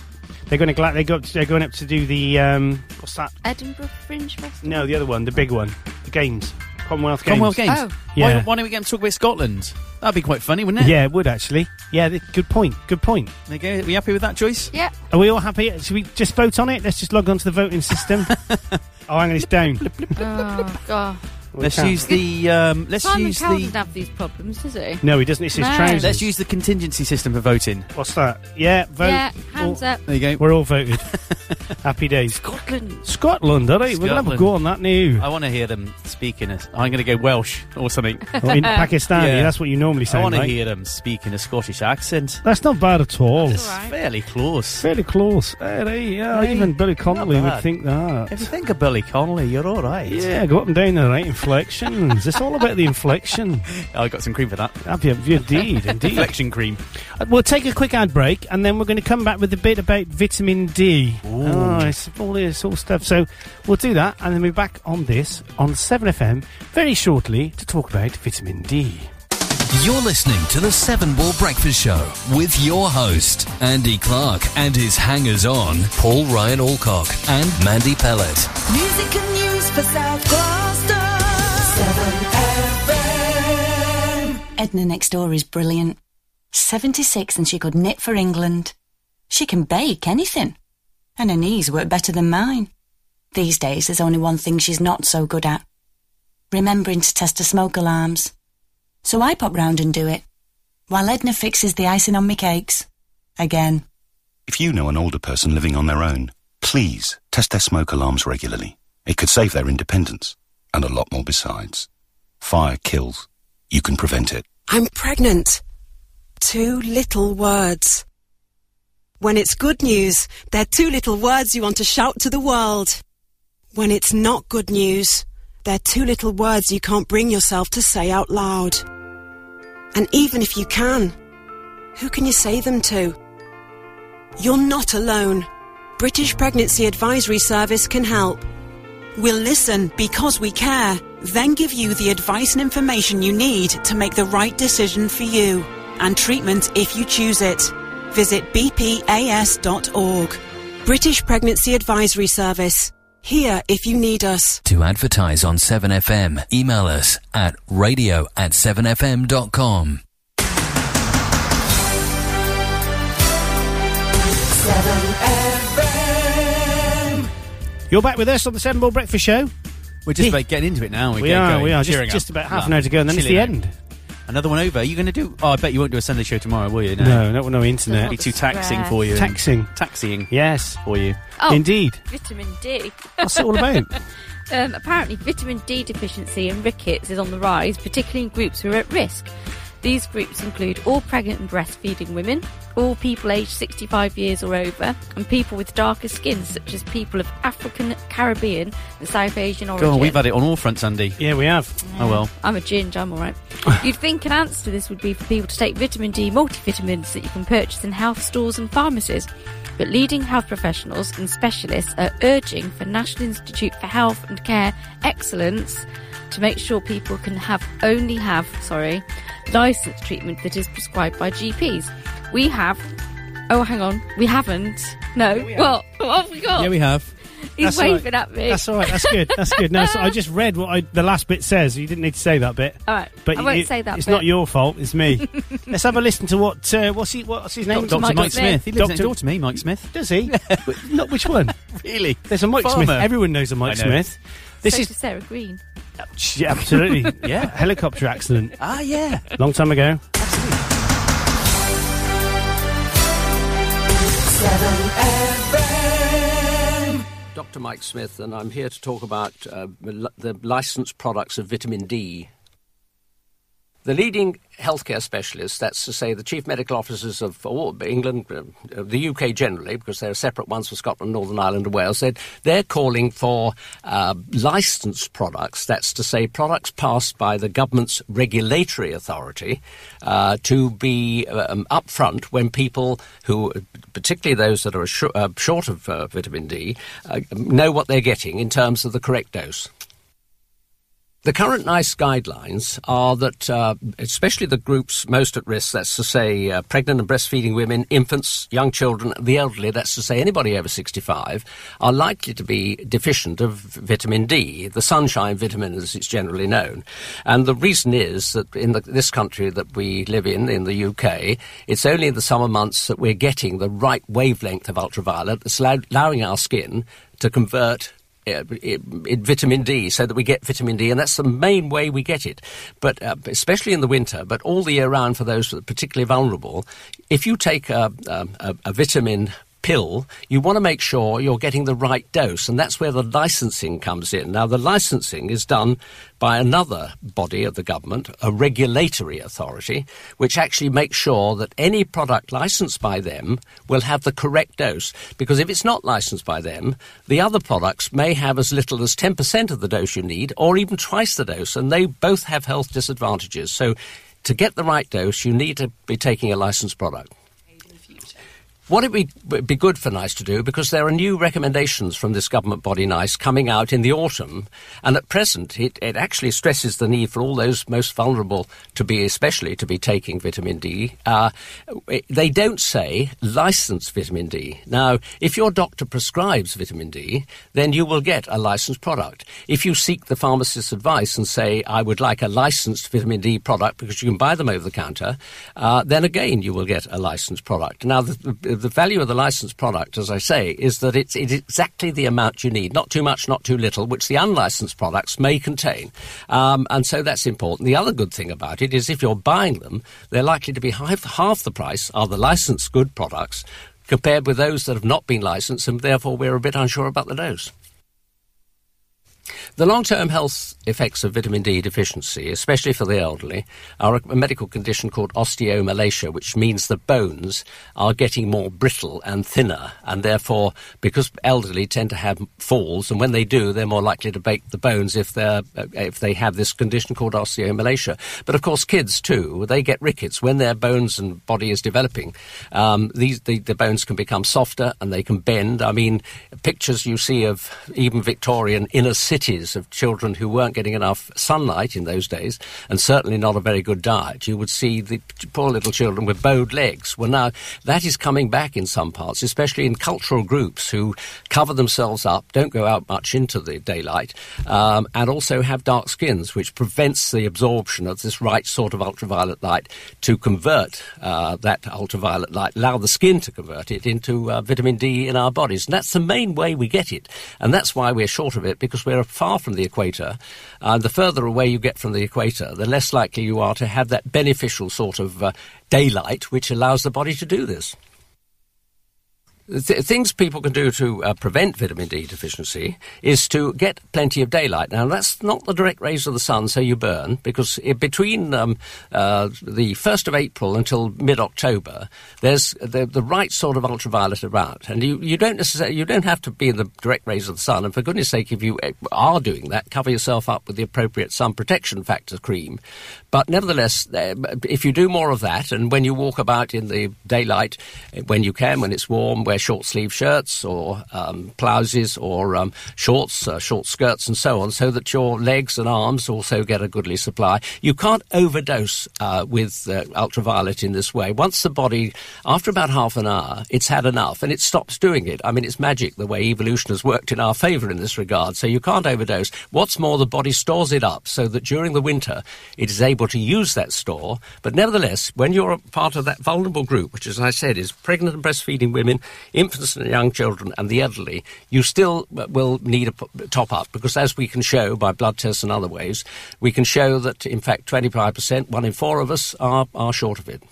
[SPEAKER 3] They're going to gla- they go up to, they're going up to do the um, what's that?
[SPEAKER 5] Edinburgh Fringe Festival.
[SPEAKER 3] No, the other one, the big one, the games, Commonwealth Games.
[SPEAKER 4] Commonwealth Games. Oh, Why,
[SPEAKER 3] Yeah.
[SPEAKER 4] why don't we get them to talk about Scotland? That'd be quite funny, wouldn't it?
[SPEAKER 3] Yeah, it would actually. Yeah, th- good point. Good point.
[SPEAKER 4] There you go. Are we happy with that choice?
[SPEAKER 5] Yeah.
[SPEAKER 3] Are we all happy? Should we just vote on it? Let's just log on to the voting system. oh, hang on, it's down.
[SPEAKER 5] Oh, God.
[SPEAKER 3] We
[SPEAKER 4] Let's
[SPEAKER 3] can't.
[SPEAKER 4] use the um, let's
[SPEAKER 5] Simon
[SPEAKER 4] use
[SPEAKER 5] Cowell
[SPEAKER 4] the
[SPEAKER 5] doesn't have these problems, does he?
[SPEAKER 3] No, he doesn't. It's his
[SPEAKER 5] No.
[SPEAKER 3] trousers.
[SPEAKER 4] let's use the contingency system for voting.
[SPEAKER 3] What's that? Yeah, vote.
[SPEAKER 5] Yeah, hands up.
[SPEAKER 4] There you go.
[SPEAKER 3] We're all voted. happy days.
[SPEAKER 5] Scotland.
[SPEAKER 3] Scotland, are they? We're gonna have a
[SPEAKER 4] Scotland.
[SPEAKER 3] go on that new.
[SPEAKER 4] I want to hear them speaking. As, I'm going to go Welsh or something.
[SPEAKER 3] Or Oh, in Pakistani, that's what you normally
[SPEAKER 4] I
[SPEAKER 3] sound
[SPEAKER 4] want to
[SPEAKER 3] like.
[SPEAKER 4] hear them speak in a Scottish accent.
[SPEAKER 3] That's not bad at all.
[SPEAKER 4] It's fairly close.
[SPEAKER 3] Fairly close. Eh, they- yeah,
[SPEAKER 4] Hey,
[SPEAKER 3] even Billy Connolly would
[SPEAKER 4] bad.
[SPEAKER 3] think that.
[SPEAKER 4] If you think of Billy Connolly, you're all right.
[SPEAKER 3] Yeah, go up and down the right inflections. it's all about the inflection.
[SPEAKER 4] I got some cream for that.
[SPEAKER 3] Have you, indeed, indeed.
[SPEAKER 4] Inflection cream.
[SPEAKER 3] Uh, We'll take a quick ad break, and then we're going to come back with a bit about vitamin D. Oh, it's all this all stuff. So we'll do that, and then we're back on this on Seven FM very shortly to talk about vitamin D.
[SPEAKER 1] You're listening to the Seven Ball Breakfast Show with your host, Andy Clark, and his hangers on, Paul Ryan Alcock and Mandy Pellet.
[SPEAKER 20] Music and news for South Gloucester. 7FM.
[SPEAKER 9] Edna next door is brilliant. 76 and she could knit for England. She can bake anything. And her knees work better than mine. These days, there's only one thing she's not so good at remembering to test her smoke alarms. So I pop round and do it, while Edna fixes the icing on me cakes. Again.
[SPEAKER 10] If you know an older person living on their own, please test their smoke alarms regularly. It could save their independence and a lot more besides. Fire kills. You can prevent it.
[SPEAKER 25] I'm pregnant. Two little words. When it's good news, they're two little words you want to shout to the world. When it's not good news, they're two little words you can't bring yourself to say out loud. And even if you can, who can you say them to? You're not alone. British Pregnancy Advisory Service can help. We'll listen because we care, then give you the advice and information you need to make the right decision for you and treatment if you choose it. Visit bpas.org. British Pregnancy Advisory Service. here if you need us.
[SPEAKER 1] To advertise on 7FM, email us at radio at 7fm.com.
[SPEAKER 2] 7FM.
[SPEAKER 3] You're back with us on the Seven Ball Breakfast Show.
[SPEAKER 4] We're just about getting into it now. We're
[SPEAKER 3] We
[SPEAKER 4] getting
[SPEAKER 3] are,
[SPEAKER 4] going,
[SPEAKER 3] we are. Just-
[SPEAKER 4] cheering up.
[SPEAKER 3] just about half an hour to go and then it's
[SPEAKER 4] Chilling out.
[SPEAKER 3] the end.
[SPEAKER 4] Another one over. Are you going to do? Oh, I bet you won't do a Sunday show tomorrow, will you?
[SPEAKER 3] No, no, no internet.
[SPEAKER 4] Be too taxing for you.
[SPEAKER 3] Taxing.
[SPEAKER 4] Taxing.
[SPEAKER 3] Yes.
[SPEAKER 4] For you.
[SPEAKER 5] Oh,
[SPEAKER 3] Indeed.
[SPEAKER 5] Vitamin D.
[SPEAKER 3] What's it all about?
[SPEAKER 5] um, apparently, vitamin D deficiency in rickets is on the rise, particularly in groups who are at risk. These groups include all pregnant and breastfeeding women, all people aged 65 years or over, and people with darker skins, such as people of African, Caribbean, and South Asian origin.
[SPEAKER 4] God, we've had it on all fronts, Andy.
[SPEAKER 3] Yeah, we have.
[SPEAKER 4] Oh well.
[SPEAKER 5] I'm a ginger, I'm alright. You'd think an answer to this would be for people to take vitamin D multivitamins that you can purchase in health stores and pharmacies. But leading health professionals and specialists are urging for National Institute for Health and Care Excellence to make sure people can have only have, sorry, licensed treatment that is prescribed by GPs. We have Oh hang on, we haven't. No. well, what have we got?
[SPEAKER 4] Yeah, we have.
[SPEAKER 5] He's
[SPEAKER 3] That's all
[SPEAKER 5] waving
[SPEAKER 3] right.
[SPEAKER 5] at Oh. me.
[SPEAKER 3] That's all right. That's good. That's good. No, so I just read what I, the last bit says. You didn't need to say that bit.
[SPEAKER 5] All right.
[SPEAKER 3] But
[SPEAKER 5] I won't
[SPEAKER 3] you-
[SPEAKER 5] say that.
[SPEAKER 3] It's
[SPEAKER 5] bit.
[SPEAKER 3] not your fault. It's me. Let's have a listen to what uh, what's he, what's his name?
[SPEAKER 4] Dr. Mike, Smith. He lives next
[SPEAKER 3] Doctor-
[SPEAKER 4] door to me, Mike Smith.
[SPEAKER 3] Does he? not which one?
[SPEAKER 4] Really?
[SPEAKER 3] There's a Mike Smith. Everyone knows a Mike
[SPEAKER 4] I know.
[SPEAKER 3] Smith. This
[SPEAKER 5] so
[SPEAKER 3] is
[SPEAKER 5] does Sarah Green.
[SPEAKER 3] Yeah, absolutely.
[SPEAKER 4] Yeah.
[SPEAKER 3] Helicopter accident.
[SPEAKER 4] Ah, yeah.
[SPEAKER 3] Long time ago.
[SPEAKER 2] 7FM.
[SPEAKER 11] Dr. Mike Smith, and I'm here to talk about uh, li- the licensed products of vitamin D. The leading healthcare specialists, that's to say the chief medical officers of all England, uh, the UK generally, because there are separate ones for Scotland, Northern Ireland, and Wales, said they're calling for uh, licensed products, that's to say products passed by the government's regulatory authority, uh, to be um, upfront when people who, particularly those that are sho- uh, short of uh, vitamin D, uh, know what they're getting in terms of the correct dose. The current NICE guidelines are that, uh, especially the groups most at risk, that's to say uh, pregnant and breastfeeding women, infants, young children, the elderly, that's to say anybody over 65, are likely to be deficient of vitamin D, the sunshine vitamin as it's generally known. And the reason is that in the, this country that we live in, in the UK, it's only in the summer months that we're getting the right wavelength of ultraviolet that's allow- allowing our skin to convert uh, it, it, vitamin D, so that we get vitamin D, and that's the main way we get it. But uh, especially in the winter, but all the year round for those that are particularly vulnerable, if you take a, a, a- a vitamin pill, you want to make sure you're getting the right dose, and that's where the licensing comes in. Now, the licensing is done by another body of the government, a regulatory authority, which actually makes sure that any product licensed by them will have the correct dose. Because if it's not licensed by them, the other products may have as little as 10% of the dose you need, or even twice the dose, and they both have health disadvantages. So, to get the right dose, you need to be taking a licensed product. What it would be good for NICE to do, because there are new recommendations from this government body NICE coming out in the autumn, and at present it, it actually stresses the need for all those most vulnerable to be, especially to be taking vitamin D. Uh, it- they don't say licensed vitamin D. Now, if your doctor prescribes vitamin D, then you will get a licensed product. If you seek the pharmacist's advice and say, I would like a licensed vitamin D product because you can buy them over the counter, uh, then again you will get a licensed product. Now, the, the the value of the licensed product, as I say, is that it's, it's exactly the amount you need, not too much, not too little, which the unlicensed products may contain. Um, and so that's important. The other good thing about it is if you're buying them, they're likely to be half, half the price of the licensed good products compared with those that have not been licensed, and therefore we're a bit unsure about the dose. The long term health effects of vitamin D deficiency, especially for the elderly, are a medical condition called osteomalacia, which means the bones are getting more brittle and thinner, and therefore, because elderly tend to have falls, and when they do, they're more likely to break the bones if, they're, uh, if they have this condition called osteomalacia. But of course, kids too, they get rickets when their bones and body is developing. Um, these, the, the bones can become softer and they can bend. I mean, pictures you see of even Victorian inner city cities of children who weren't getting enough sunlight in those days, and certainly not a very good diet, you would see the poor little children with bowed legs. Well, now that is coming back in some parts, especially in cultural groups who cover themselves up, don't go out much into the daylight, um, and also have dark skins, which prevents the absorption of this right sort of ultraviolet light to convert uh, that ultraviolet light, allow the skin to convert it into uh, vitamin D in our bodies. And that's the main way we get it. And that's why we're short of it, because we're far from the equator. And the further away you get from the equator, the less likely you are to have that beneficial sort of uh, daylight which allows the body to do this. Th- things people can do to uh, prevent vitamin D deficiency is to get plenty of daylight. Now, that's not the direct rays of the sun, so you burn, because i between um, uh, the 1st of April until mid October, there's the, the right sort of ultraviolet about. And you, you don't necessarily, you don't have to be in the direct rays of the sun. And for goodness sake, if you uh, are doing that, cover yourself up with the appropriate sun protection factor cream. But nevertheless, uh, if you do more of that, and when you walk about in the daylight, uh, when you can, when it's warm, wear short sleeve shirts or um, blouses or um, shorts, uh, short skirts, and so on, so that your legs and arms also get a goodly supply. You can't overdose uh, with uh, ultraviolet in this way. Once the body, after about half an hour, it's had enough and it stops doing it. I mean, it's magic the way evolution has worked in our favour in this regard. So you can't overdose. What's more, the body stores it up so that during the winter it is able to use that store. But nevertheless, when you're a part of that vulnerable group, which, as I said, is pregnant and breastfeeding women, infants and young children and the elderly, you still uh, will need a p- top up because, as we can show by blood tests and other ways, we can show that in fact 25%, one in four of us, are, are short of it.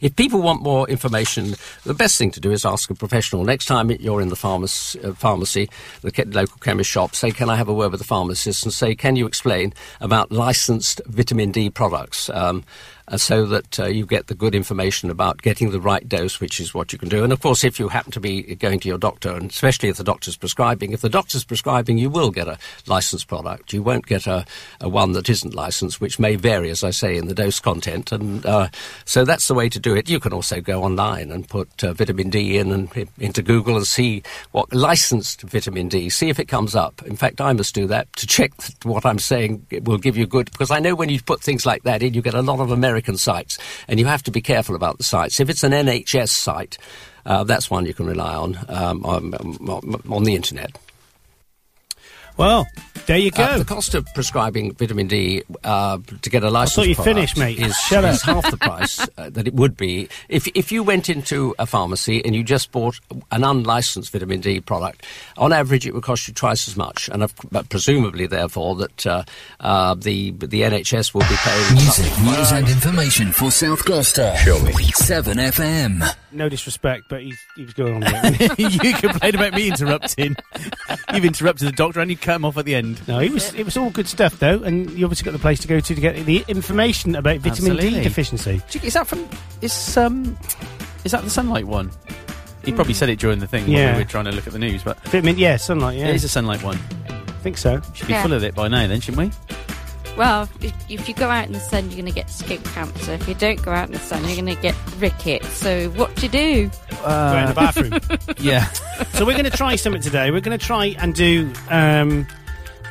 [SPEAKER 11] If people want more information, the best thing to do is ask a professional. Next time you're in the pharmacy, uh, pharmacy the ke- local chemist shop, say, Can I have a word with the pharmacist? and say, Can you explain about licensed vitamin D products? Um, uh, so that uh, you get the good information about getting the right dose, which is what you can do. And of course, if you happen to be going to your doctor, and especially if the doctor's prescribing, if the doctor's prescribing, you will get a licensed product. You won't get a, a one that isn't licensed, which may vary, as I say, in the dose content. And uh, so that's the way to do it. You can also go online and put uh, vitamin D in and i- into Google and see what licensed vitamin D. See if it comes up. In fact, I must do that to check that what I'm saying it will give you good because I know when you put things like that in, you get a lot of American sites, and you have to be careful about the sites. If it's an NHS site, uh, that's one you can rely on um, on, on, on the internet.
[SPEAKER 3] Well, there you go.
[SPEAKER 11] Uh, the cost of prescribing vitamin D uh, to get a license
[SPEAKER 3] you
[SPEAKER 11] product
[SPEAKER 3] finished, mate.
[SPEAKER 11] is,
[SPEAKER 3] Shut up.
[SPEAKER 11] is half the price uh, that it would be if if you went into a pharmacy and you just bought an unlicensed vitamin D product. On average, it would cost you twice as much, and of, but presumably, therefore, that uh, uh, the the NHS will be paying
[SPEAKER 1] Music, news, and information for South Gloucester. Surely. 7FM.
[SPEAKER 3] No disrespect, but he's, he was going on. a bit.
[SPEAKER 4] you complain about me interrupting. You've interrupted the doctor and you cut him off at the end.
[SPEAKER 3] No, it was it was all good stuff though, and you obviously got the place to go to to get the information about vitamin D
[SPEAKER 4] Absolutely.
[SPEAKER 3] deficiency.
[SPEAKER 4] Do you- Is that from? Is um, is that the sunlight one? He probably said it during the thing when
[SPEAKER 3] Yeah.
[SPEAKER 4] we were trying to look at the news, but
[SPEAKER 3] Vitamin, yeah, sunlight. Yeah,
[SPEAKER 4] it is a sunlight one.
[SPEAKER 3] I think so.
[SPEAKER 4] Should be
[SPEAKER 5] Yeah.
[SPEAKER 4] full of it by now, then, shouldn't we?
[SPEAKER 5] Well, if, if you go out in the sun, you're going to get skin cancer. If you don't go out in the sun, you're going to get rickets. So what do you do?
[SPEAKER 3] Go in the bathroom.
[SPEAKER 4] Uh, yeah.
[SPEAKER 3] so we're going to try something today. We're going to try and do. Um,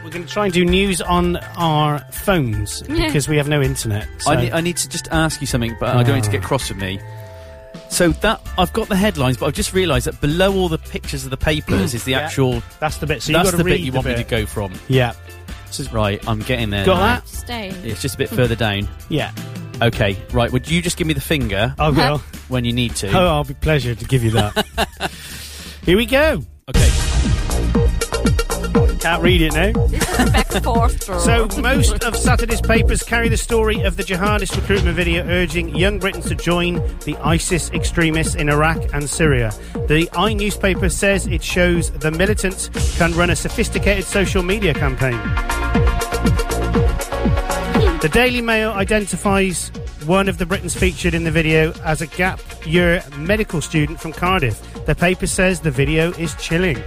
[SPEAKER 3] we're going to try and do news on our phones
[SPEAKER 4] Yeah.
[SPEAKER 3] because we have no internet. So.
[SPEAKER 4] I, need, I need to just ask you something, but I don't need to
[SPEAKER 3] Ah.
[SPEAKER 4] get cross with me. So that I've got the headlines, but I've just realised that below all the pictures of the papers is the
[SPEAKER 3] Yeah.
[SPEAKER 4] actual.
[SPEAKER 3] That's the bit. So you
[SPEAKER 4] that's
[SPEAKER 3] gotta
[SPEAKER 4] the bit
[SPEAKER 3] read
[SPEAKER 4] you
[SPEAKER 3] the
[SPEAKER 4] want me to
[SPEAKER 3] bit.
[SPEAKER 4] go from.
[SPEAKER 3] Yeah.
[SPEAKER 4] right, I'm getting there.
[SPEAKER 3] Got
[SPEAKER 4] now.
[SPEAKER 3] that?
[SPEAKER 5] Stay.
[SPEAKER 4] It's just a bit further down.
[SPEAKER 3] Yeah.
[SPEAKER 4] Okay, right. Would you just give me the finger?
[SPEAKER 3] I will.
[SPEAKER 4] When you need to.
[SPEAKER 3] Oh, I'll be pleasured to give you that. Here we go.
[SPEAKER 4] Okay.
[SPEAKER 3] Can't read it now. So, most of Saturday's papers carry the story of the jihadist recruitment video urging young Britons to join the ISIS extremists in Iraq and Syria. The i newspaper says it shows the militants can run a sophisticated social media campaign. The Daily Mail identifies one of the Britons featured in the video as a gap year medical student from Cardiff. The paper says the video is chilling.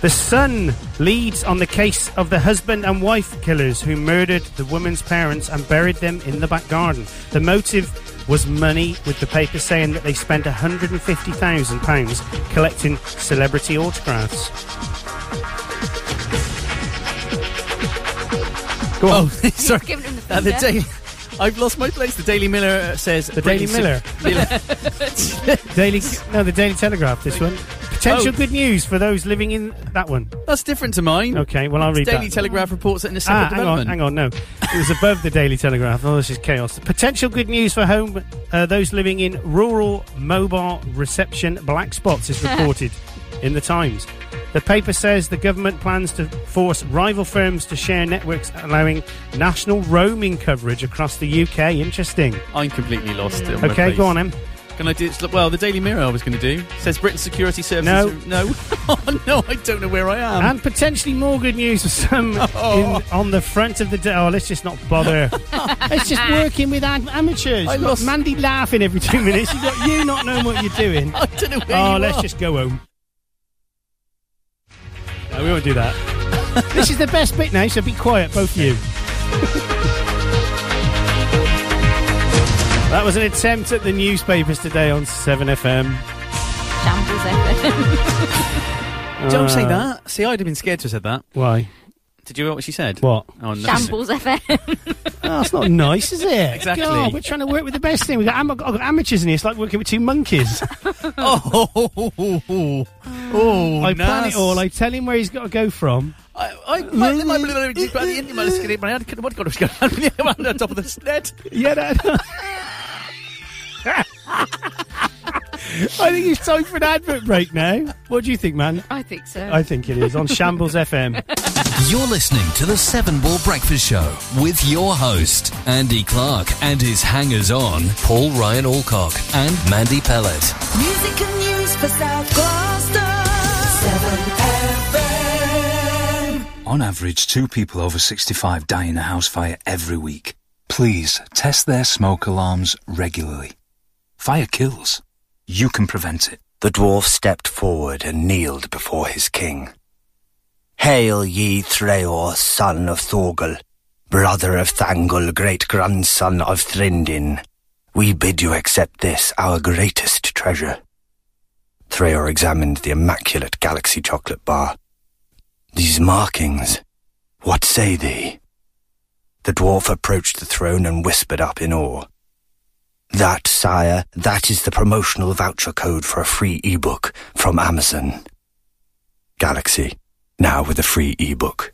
[SPEAKER 3] The Sun leads on the case of the husband and wife killers who murdered the woman's parents and buried them in the back garden. The motive was money, with the paper saying that they spent £150,000 collecting celebrity autographs.
[SPEAKER 4] Go on. Oh,
[SPEAKER 5] He's
[SPEAKER 4] sorry.
[SPEAKER 5] giving him the
[SPEAKER 4] Uh, the
[SPEAKER 5] finger.
[SPEAKER 4] daily, I've lost my place. The Daily Miller uh, says the
[SPEAKER 3] Daily Miller. Daily, no, the Daily Telegraph. This one. Potential
[SPEAKER 4] Oh.
[SPEAKER 3] good news for those living in that one.
[SPEAKER 4] That's different to mine.
[SPEAKER 3] Okay, well I'll read
[SPEAKER 4] Daily
[SPEAKER 3] that.
[SPEAKER 4] Telegraph reports that in a separate
[SPEAKER 3] ah, hang on,
[SPEAKER 4] development.
[SPEAKER 3] hang on, no, it was above the Daily Telegraph. Oh, this is chaos. Potential good news for home uh, those living in rural mobile reception black spots is reported in the Times. The paper says the government plans to force rival firms to share networks, allowing national roaming coverage across the UK. Interesting.
[SPEAKER 4] I'm completely lost. on my
[SPEAKER 3] Okay,
[SPEAKER 4] place.
[SPEAKER 3] go on, Em.
[SPEAKER 4] Can I do? Well, the Daily Mirror I was going to do says Britain's security services. No, no, oh, no! I don't know where I am. Oh.
[SPEAKER 3] And potentially more good news for some in, on the front of the day. Oh, let's just not bother. it's just working with am- amateurs.
[SPEAKER 4] Ah. I
[SPEAKER 3] You've got
[SPEAKER 4] lost-
[SPEAKER 3] Mandy laughing every two minutes. You've got you not knowing what you're doing.
[SPEAKER 4] I don't know where
[SPEAKER 3] oh,
[SPEAKER 4] you
[SPEAKER 3] let's
[SPEAKER 4] are.
[SPEAKER 3] just go home. No, Ah, we won't do that. this is the best bit now, so be quiet, both of you. that was an attempt at the newspapers today on 7FM.
[SPEAKER 5] Shambles FM.
[SPEAKER 4] Don't
[SPEAKER 3] Uh,
[SPEAKER 4] say that. See, I'd have been scared to have said that.
[SPEAKER 3] Why?
[SPEAKER 4] Did you hear what she said?
[SPEAKER 3] What?
[SPEAKER 4] Oh, no.
[SPEAKER 5] Shambles FM.
[SPEAKER 3] Oh, that's not nice, is it?
[SPEAKER 4] Exactly.
[SPEAKER 3] God, we're trying to work with the best thing. We've got, am- I've got amateurs in here. It's like working with two monkeys.
[SPEAKER 4] oh, oh, oh, oh, oh, oh,
[SPEAKER 3] I plan
[SPEAKER 4] nice.
[SPEAKER 3] it all. I tell him where he's got to go from.
[SPEAKER 4] I, my, my, my, my, my, my, hand- what God, I'm on top of the net.
[SPEAKER 3] Yeah, that, I think it's time for an advert break now. What do you think, man?
[SPEAKER 5] I think so.
[SPEAKER 3] I think it is on Shambles FM.
[SPEAKER 1] You're listening to the Seven Ball Breakfast Show with your host, Andy Clark, and his hangers on, Paul Ryan Alcock and Mandy Pellet.
[SPEAKER 20] Music and news for South Gloucester. 7FM.
[SPEAKER 12] On average, two people over 65 die in a house fire every week. Please test their smoke alarms regularly. Fire kills. You can prevent it.
[SPEAKER 13] The dwarf stepped forward and kneeled before his king. Hail ye Threor, son of Thorgal, brother of Thangol, great grandson of Thrindin. We bid you accept this, our greatest treasure. Threor examined the immaculate galaxy chocolate bar. These markings, what say thee? The dwarf approached the throne and whispered up in awe. That, sire, that is the promotional voucher code for a free ebook from Amazon. Galaxy, now with a free ebook.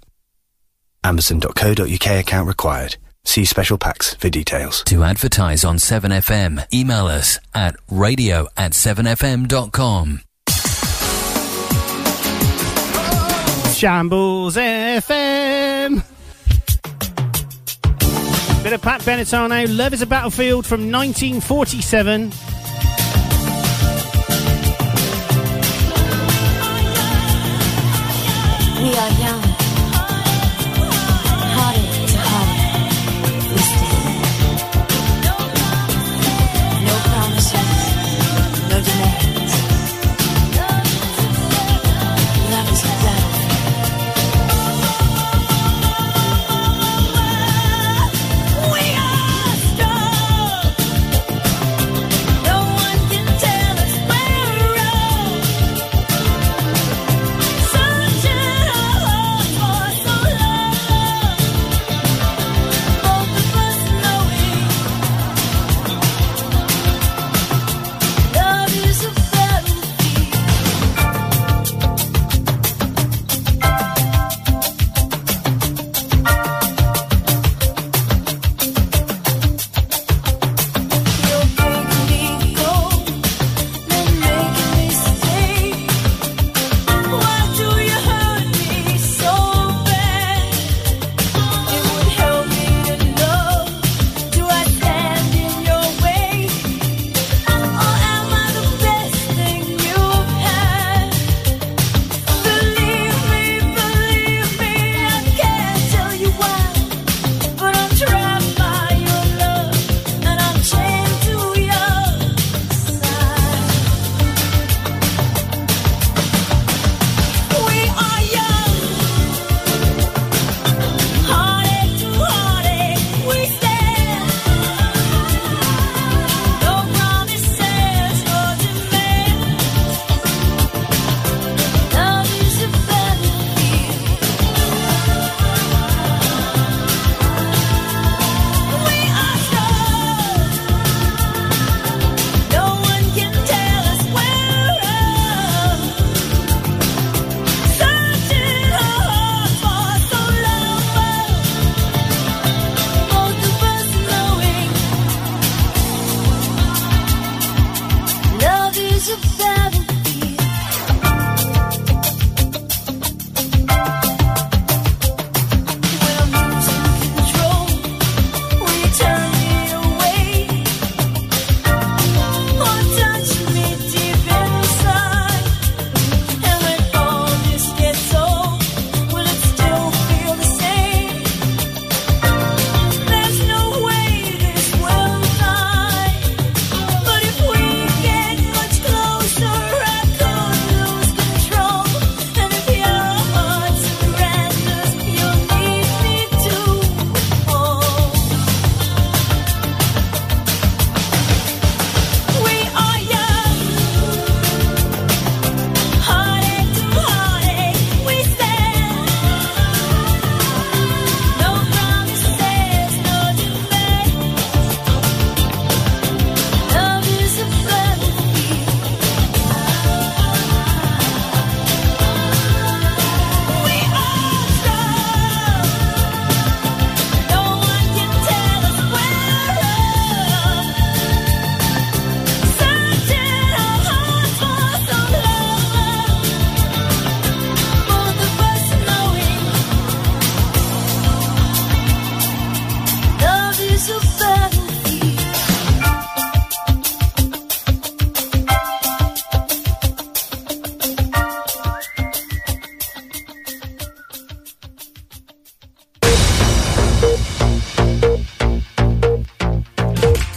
[SPEAKER 13] Amazon.co.uk account required. See special packs for details.
[SPEAKER 1] To advertise on 7FM, email us at radio at 7FM.com.
[SPEAKER 3] Shambles FM. Bit of Pat Benatar now. Love is a Battlefield from 1947.
[SPEAKER 20] We are young. Hearted to heart. We stand. No promises. No demands. Love is a battle. We are strong. No one can tell us where we're wrong. Sunshine all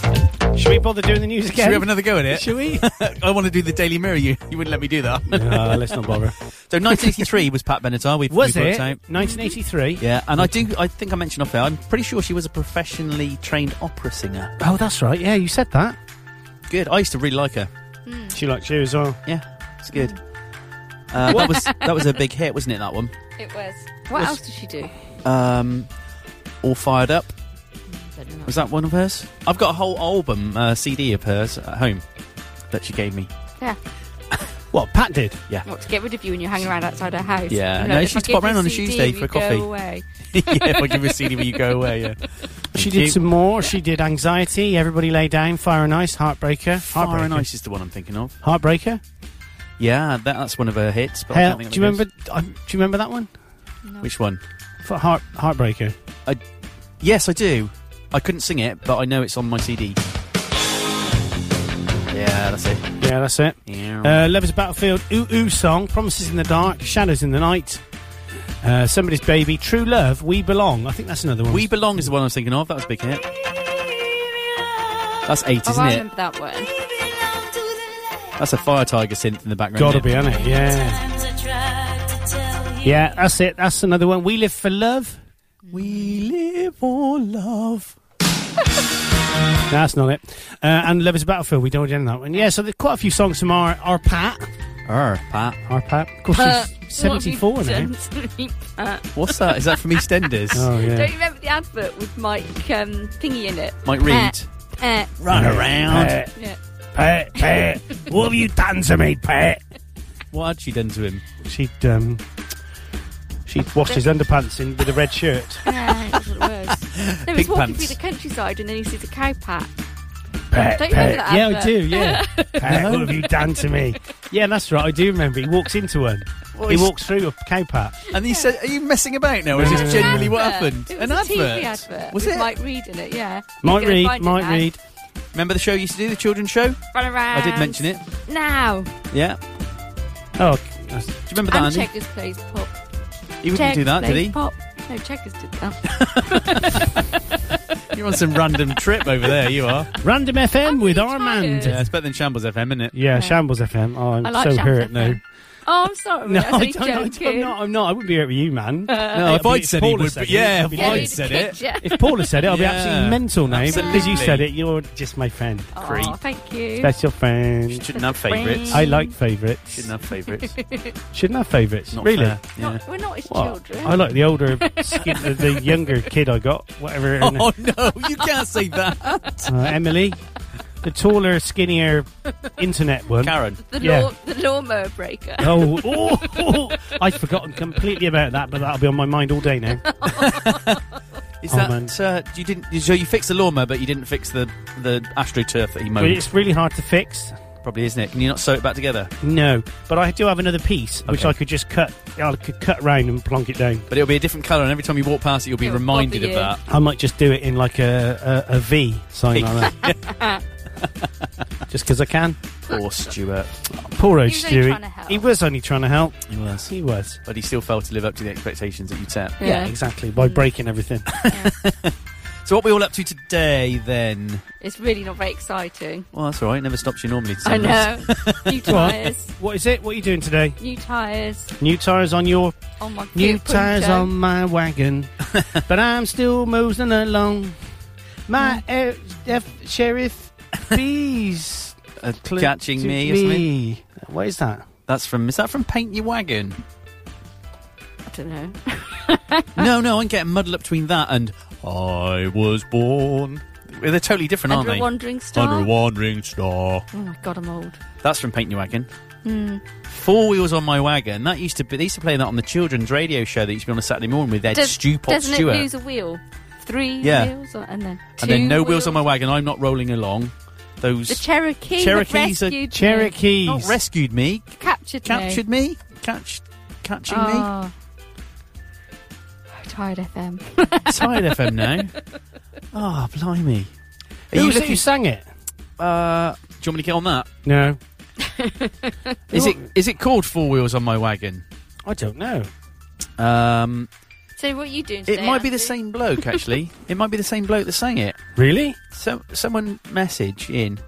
[SPEAKER 3] the news
[SPEAKER 4] Should
[SPEAKER 3] again?
[SPEAKER 4] we have another go at it?
[SPEAKER 3] Should we?
[SPEAKER 4] I want to do the Daily Mirror. You you wouldn't let me do that.
[SPEAKER 3] No, let's not bother.
[SPEAKER 4] So 1983 was Pat Benatar. We've,
[SPEAKER 3] Was
[SPEAKER 4] we've worked
[SPEAKER 3] it?
[SPEAKER 4] out.
[SPEAKER 3] 1983?
[SPEAKER 4] Yeah, and I do. I think I mentioned off air. I'm pretty sure she was a professionally trained opera singer.
[SPEAKER 3] Oh, that's right. Yeah, you said that.
[SPEAKER 4] Good. I used to really like her.
[SPEAKER 5] Hmm.
[SPEAKER 3] She liked you as well.
[SPEAKER 4] Yeah, it's good. Uh, that was that was a big hit, wasn't it? That one.
[SPEAKER 5] It was. What
[SPEAKER 4] Was-
[SPEAKER 5] else did she do?
[SPEAKER 4] Um, all fired up.
[SPEAKER 5] Don't know.
[SPEAKER 4] Was that one of hers? I've got a whole album uh, CD of hers at home that she gave me.
[SPEAKER 5] Yeah.
[SPEAKER 3] What Pat did?
[SPEAKER 4] Yeah.
[SPEAKER 5] What to get rid of you when you're hanging around outside her house?
[SPEAKER 4] Yeah,
[SPEAKER 5] You
[SPEAKER 4] no,
[SPEAKER 5] if
[SPEAKER 4] she used
[SPEAKER 5] I
[SPEAKER 4] to
[SPEAKER 5] give
[SPEAKER 4] pop round
[SPEAKER 5] you
[SPEAKER 4] on a
[SPEAKER 5] CD,
[SPEAKER 4] Tuesday
[SPEAKER 5] will
[SPEAKER 4] for
[SPEAKER 5] you
[SPEAKER 4] a coffee.
[SPEAKER 5] Go away.
[SPEAKER 4] yeah, if I give her a CD, will you go away? Yeah.
[SPEAKER 3] She
[SPEAKER 4] Thank you.
[SPEAKER 3] did some more. She did Anxiety, Everybody Lay Down, Fire and Ice, Heartbreaker.
[SPEAKER 4] Fire and
[SPEAKER 3] Heartbreaker.
[SPEAKER 4] Ice is the one I'm thinking of.
[SPEAKER 3] Heartbreaker.
[SPEAKER 4] Yeah, that, that's one of her hits. But I
[SPEAKER 3] Hell,
[SPEAKER 4] don't
[SPEAKER 3] do you
[SPEAKER 4] think that was-
[SPEAKER 3] remember? I, do you remember that one?
[SPEAKER 4] which one?
[SPEAKER 3] For Heart Heartbreaker.
[SPEAKER 4] I, yes, I do. I couldn't sing it, but I know it's on my CD. Yeah, that's it.
[SPEAKER 3] Yeah, that's it.
[SPEAKER 4] Yeah.
[SPEAKER 3] Uh, Love is a Battlefield, Ooh Ooh Song, Promises in the Dark, Shadows in the Night, uh, Somebody's Baby, True Love, We Belong. I think that's another one.
[SPEAKER 4] we Belong is the one I was thinking of. That was a big hit. That's 80s,
[SPEAKER 5] Oh,
[SPEAKER 4] isn't
[SPEAKER 5] I
[SPEAKER 4] it?
[SPEAKER 5] remember that one.
[SPEAKER 4] That's a Fire Tiger synth in the background.
[SPEAKER 3] Gotta
[SPEAKER 4] isn't
[SPEAKER 3] be on it, yeah. Yeah, that's it. That's another one. We Live for Love.
[SPEAKER 4] We live for love.
[SPEAKER 3] No, that's not it. Uh, and Love is a Battlefield. We don't end that one. Yeah, so there's quite a few songs from our, our Pat.
[SPEAKER 4] Arr, Pat.
[SPEAKER 3] Our Pat. Of course,
[SPEAKER 5] Uh,
[SPEAKER 3] she's 74
[SPEAKER 5] what
[SPEAKER 3] now.
[SPEAKER 5] have you done to me, Pat?
[SPEAKER 4] What's that? Is that from EastEnders?
[SPEAKER 3] Oh, yeah.
[SPEAKER 5] Don't you remember the advert with Mike um, thingy in it?
[SPEAKER 4] Mike Reed.
[SPEAKER 5] Pet.
[SPEAKER 4] Run around.
[SPEAKER 5] Yeah.
[SPEAKER 3] Pat, Pat, what have you done to me, Pat?
[SPEAKER 4] What had she done to him?
[SPEAKER 3] She'd, um, she'd washed his underpants in with a red shirt.
[SPEAKER 5] Yeah, that's what it was. No,
[SPEAKER 3] Pig
[SPEAKER 5] he's walking
[SPEAKER 3] pants.
[SPEAKER 5] through the countryside and then he sees a cow pat.
[SPEAKER 3] Pat,
[SPEAKER 5] Don't you remember
[SPEAKER 3] Pat.
[SPEAKER 5] that
[SPEAKER 3] Yeah, I
[SPEAKER 5] advert?
[SPEAKER 3] do, yeah. Pat, what have you done to me? Yeah, that's right, I do remember. He walks into one.
[SPEAKER 4] Well,
[SPEAKER 3] he
[SPEAKER 4] he's-
[SPEAKER 3] walks through a Uh, cow pat.
[SPEAKER 4] And he said, "Are you messing about now? Or is
[SPEAKER 3] No,
[SPEAKER 4] this
[SPEAKER 3] no, no.
[SPEAKER 4] genuinely what
[SPEAKER 5] Advert.
[SPEAKER 4] happened?
[SPEAKER 5] It
[SPEAKER 4] An
[SPEAKER 5] was a
[SPEAKER 4] advert?
[SPEAKER 5] TV advert.
[SPEAKER 4] Was
[SPEAKER 5] with
[SPEAKER 4] it?
[SPEAKER 5] Mike Reed in it, yeah.
[SPEAKER 4] Mike
[SPEAKER 5] You're gonna
[SPEAKER 4] Reed,
[SPEAKER 5] find it
[SPEAKER 4] Mike
[SPEAKER 5] now.
[SPEAKER 4] Reed. Remember the show you used to do, the children's show?
[SPEAKER 5] Run around.
[SPEAKER 4] I did mention it.
[SPEAKER 5] Now.
[SPEAKER 4] Yeah.
[SPEAKER 3] Oh,
[SPEAKER 4] do you remember that?
[SPEAKER 5] and
[SPEAKER 4] Andy?
[SPEAKER 5] Checkers plays pop.
[SPEAKER 4] He wouldn't do
[SPEAKER 5] Checkers
[SPEAKER 4] that, did
[SPEAKER 5] plays
[SPEAKER 4] he?
[SPEAKER 5] Pop. No, Checkers did that.
[SPEAKER 4] You're on some random trip over there. You are.
[SPEAKER 3] Random FM with Armand.
[SPEAKER 4] Yeah, it's better than Shambles FM, isn't it?
[SPEAKER 3] Yeah, Shambles FM. Oh, I'm
[SPEAKER 5] I like
[SPEAKER 3] so
[SPEAKER 5] Shambles
[SPEAKER 3] hurt now.
[SPEAKER 5] oh, I'm sorry.
[SPEAKER 3] No,
[SPEAKER 5] I was
[SPEAKER 3] I
[SPEAKER 5] only
[SPEAKER 3] don't, I don't, I'm
[SPEAKER 5] joking. Uh,
[SPEAKER 3] not. I'm not. I wouldn't be hurt with you, man.
[SPEAKER 4] No, if
[SPEAKER 3] But
[SPEAKER 4] I'd
[SPEAKER 3] it's
[SPEAKER 4] said
[SPEAKER 3] Paul
[SPEAKER 4] he
[SPEAKER 3] who
[SPEAKER 4] would,
[SPEAKER 3] said
[SPEAKER 4] but yeah,
[SPEAKER 3] I'd
[SPEAKER 4] if
[SPEAKER 3] be
[SPEAKER 4] I'd
[SPEAKER 3] like-
[SPEAKER 4] said it.
[SPEAKER 5] Yeah.
[SPEAKER 3] If Paul had said it, I'd be
[SPEAKER 4] Yeah,
[SPEAKER 3] absolutely mental now. But Liz, you
[SPEAKER 4] absolutely.
[SPEAKER 3] said it. You're just my friend.
[SPEAKER 5] Oh, thank you.
[SPEAKER 3] Special friend.
[SPEAKER 4] Shouldn't have favourites.
[SPEAKER 3] I like favourites.
[SPEAKER 4] Shouldn't have favourites.
[SPEAKER 3] Shouldn't have favourites.
[SPEAKER 4] Not
[SPEAKER 3] really?
[SPEAKER 4] fair. Yeah.
[SPEAKER 5] We're not his
[SPEAKER 3] What?
[SPEAKER 5] children.
[SPEAKER 3] I like the older, skin, the, the younger kid I got. Whatever. her
[SPEAKER 4] Oh
[SPEAKER 3] name-
[SPEAKER 4] no, you can't say that.
[SPEAKER 3] uh, Emily, the taller, skinnier, internet one.
[SPEAKER 4] Karen.
[SPEAKER 5] the,
[SPEAKER 3] yeah.
[SPEAKER 5] law, the lawnmower breaker.
[SPEAKER 3] Oh, oh, oh, I'd forgotten completely about that, but that'll be on my mind all day now.
[SPEAKER 4] Is
[SPEAKER 3] Oh,
[SPEAKER 4] that uh, you didn't? So you fixed the lawnmower, but you didn't fix the the astroturf that he
[SPEAKER 3] But
[SPEAKER 4] mowed.
[SPEAKER 3] it's really hard to fix.
[SPEAKER 4] Probably isn't it? Can you not sew it back together?
[SPEAKER 3] No, but I do have another piece which
[SPEAKER 4] Okay.
[SPEAKER 3] I could just cut. I could cut round and plonk it down.
[SPEAKER 4] But it'll be a different colour, and every time you walk past it, you'll be
[SPEAKER 5] It'll
[SPEAKER 4] reminded of
[SPEAKER 5] bother you.
[SPEAKER 4] that.
[SPEAKER 3] I might just do it in like a a, a V sign like that, just because I can.
[SPEAKER 4] Poor Stuart.
[SPEAKER 3] Poor old
[SPEAKER 5] He was only
[SPEAKER 3] Stewie.
[SPEAKER 5] trying to help.
[SPEAKER 3] He was only trying to help.
[SPEAKER 4] He was.
[SPEAKER 3] He was.
[SPEAKER 4] But he still failed to live up to the expectations that you set.
[SPEAKER 5] Yeah.
[SPEAKER 3] exactly. By breaking everything.
[SPEAKER 4] So what are we all up to today, then?
[SPEAKER 5] It's really not very exciting.
[SPEAKER 4] Well, that's all right. Never stops you normally. To
[SPEAKER 5] I
[SPEAKER 4] say this.
[SPEAKER 5] know. New tyres.
[SPEAKER 3] what is it? What are you doing today?
[SPEAKER 5] New tyres.
[SPEAKER 3] New tyres on your
[SPEAKER 5] Oh my god.
[SPEAKER 3] new tyres on my wagon, but I'm still moving along. My
[SPEAKER 4] Mm.
[SPEAKER 3] uh, F- sheriff bees
[SPEAKER 4] Uh,
[SPEAKER 3] cl-
[SPEAKER 4] catching
[SPEAKER 3] to
[SPEAKER 4] me or something.
[SPEAKER 3] What is that?
[SPEAKER 4] That's from. Is that from Paint Your Wagon?
[SPEAKER 5] I don't know.
[SPEAKER 4] no, no. I'm getting muddled up between that and I was born. They're totally different,
[SPEAKER 5] Under a
[SPEAKER 4] aren't
[SPEAKER 5] wandering
[SPEAKER 4] they?
[SPEAKER 5] star.
[SPEAKER 4] Under a wandering star.
[SPEAKER 5] oh my god, I'm old.
[SPEAKER 4] That's from Paint Your Wagon.
[SPEAKER 5] Hmm.
[SPEAKER 4] Four Wheels on My Wagon. That used to be. They used to play that on the children's radio show that used to be on a Saturday morning with Ed
[SPEAKER 5] Does-
[SPEAKER 4] Stupid
[SPEAKER 5] doesn't
[SPEAKER 4] Stewart.
[SPEAKER 5] it lose a wheel? Three
[SPEAKER 4] Yeah.
[SPEAKER 5] wheels, or, and then two
[SPEAKER 4] and then no wheels. on my wagon. I'm not rolling along. Those
[SPEAKER 5] The Cherokee. that
[SPEAKER 4] Cherokees are-
[SPEAKER 5] rescued me.
[SPEAKER 3] Cherokees.
[SPEAKER 4] not rescued me,
[SPEAKER 5] captured
[SPEAKER 4] captured
[SPEAKER 5] me.
[SPEAKER 4] me, catch, catching me.
[SPEAKER 5] Oh. I'm Tired FM.
[SPEAKER 4] Tired FM now. Ah, oh, blimey. Are
[SPEAKER 3] Who
[SPEAKER 4] you
[SPEAKER 3] was it
[SPEAKER 4] looking?
[SPEAKER 3] who sang it?
[SPEAKER 4] Uh, do you want me to get on that?
[SPEAKER 3] No,
[SPEAKER 4] Is it is it called Four Wheels on My Wagon?
[SPEAKER 3] I don't know.
[SPEAKER 4] Um,
[SPEAKER 5] so what are you doing today?
[SPEAKER 4] it might be the
[SPEAKER 5] Andrew?
[SPEAKER 4] same bloke actually. it might be the same bloke that sang it.
[SPEAKER 3] Really?
[SPEAKER 4] So someone message in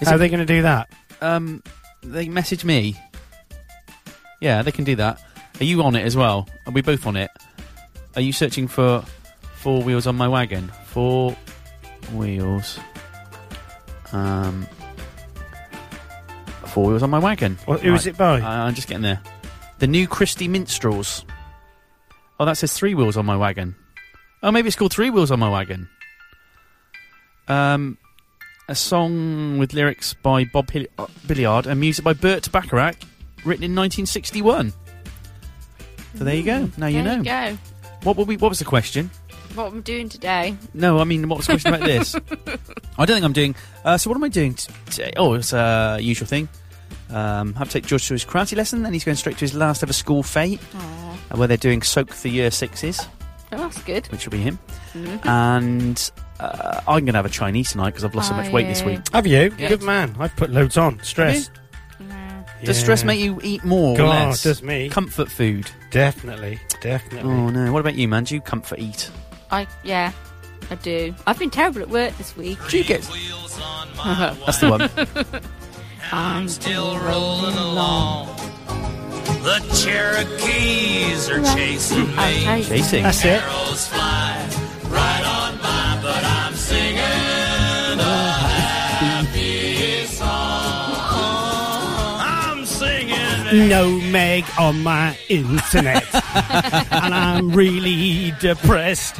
[SPEAKER 3] How are they going to do that?
[SPEAKER 4] Um, they message me. Yeah, they can do that. Are you on it as well? Are we both on it? Are you searching for four wheels on my wagon? Four wheels. Um, four wheels on my wagon.
[SPEAKER 3] Well, who is it by?
[SPEAKER 4] Uh, I'm just getting there. The new Christie Minstrels. Oh, that says three wheels on my wagon. Oh, maybe it's called Three Wheels on My Wagon. Um, a song with lyrics by Bob Hill- uh, Billiard and music by Burt Bacharach, written in 1961. So there you go. Now you
[SPEAKER 5] Mm. There
[SPEAKER 4] know.
[SPEAKER 5] you go.
[SPEAKER 4] What were we, What was the question?
[SPEAKER 5] What I'm doing today.
[SPEAKER 4] No, I mean, what was the question about this? I don't think I'm doing. Uh, so what am I doing t- today? Oh, it's a uh, usual thing. Um, have to take George to his karate lesson, then he's going straight to his last ever school fete,
[SPEAKER 5] Aw.
[SPEAKER 4] uh, where they're doing soak the year sixes,
[SPEAKER 5] Oh, that's good.
[SPEAKER 4] which will be him.
[SPEAKER 5] Mhm.
[SPEAKER 4] and uh, I'm going to have a Chinese tonight because I've lost so
[SPEAKER 5] Ah,
[SPEAKER 4] much weight this
[SPEAKER 5] yeah.
[SPEAKER 4] week.
[SPEAKER 3] Have you?
[SPEAKER 4] Yeah.
[SPEAKER 3] Good man. I've put loads on. Stress.
[SPEAKER 4] Does
[SPEAKER 3] Yeah.
[SPEAKER 4] stress make you eat more?
[SPEAKER 3] God,
[SPEAKER 4] or less?
[SPEAKER 3] does me.
[SPEAKER 4] Comfort food.
[SPEAKER 3] Definitely. Definitely.
[SPEAKER 4] Oh no! What about you, man? Do you comfort eat?
[SPEAKER 5] I yeah, I do. I've been terrible at work this week.
[SPEAKER 4] Do you get? That's the one.
[SPEAKER 5] I'm
[SPEAKER 20] still rolling along. The Cherokees are chasing me.
[SPEAKER 5] I'll take it. Chasing. That's it.
[SPEAKER 20] Arrows fly right on by, but I'm singing a happy song. I'm singing.
[SPEAKER 3] No Meg on my internet. and I'm really depressed.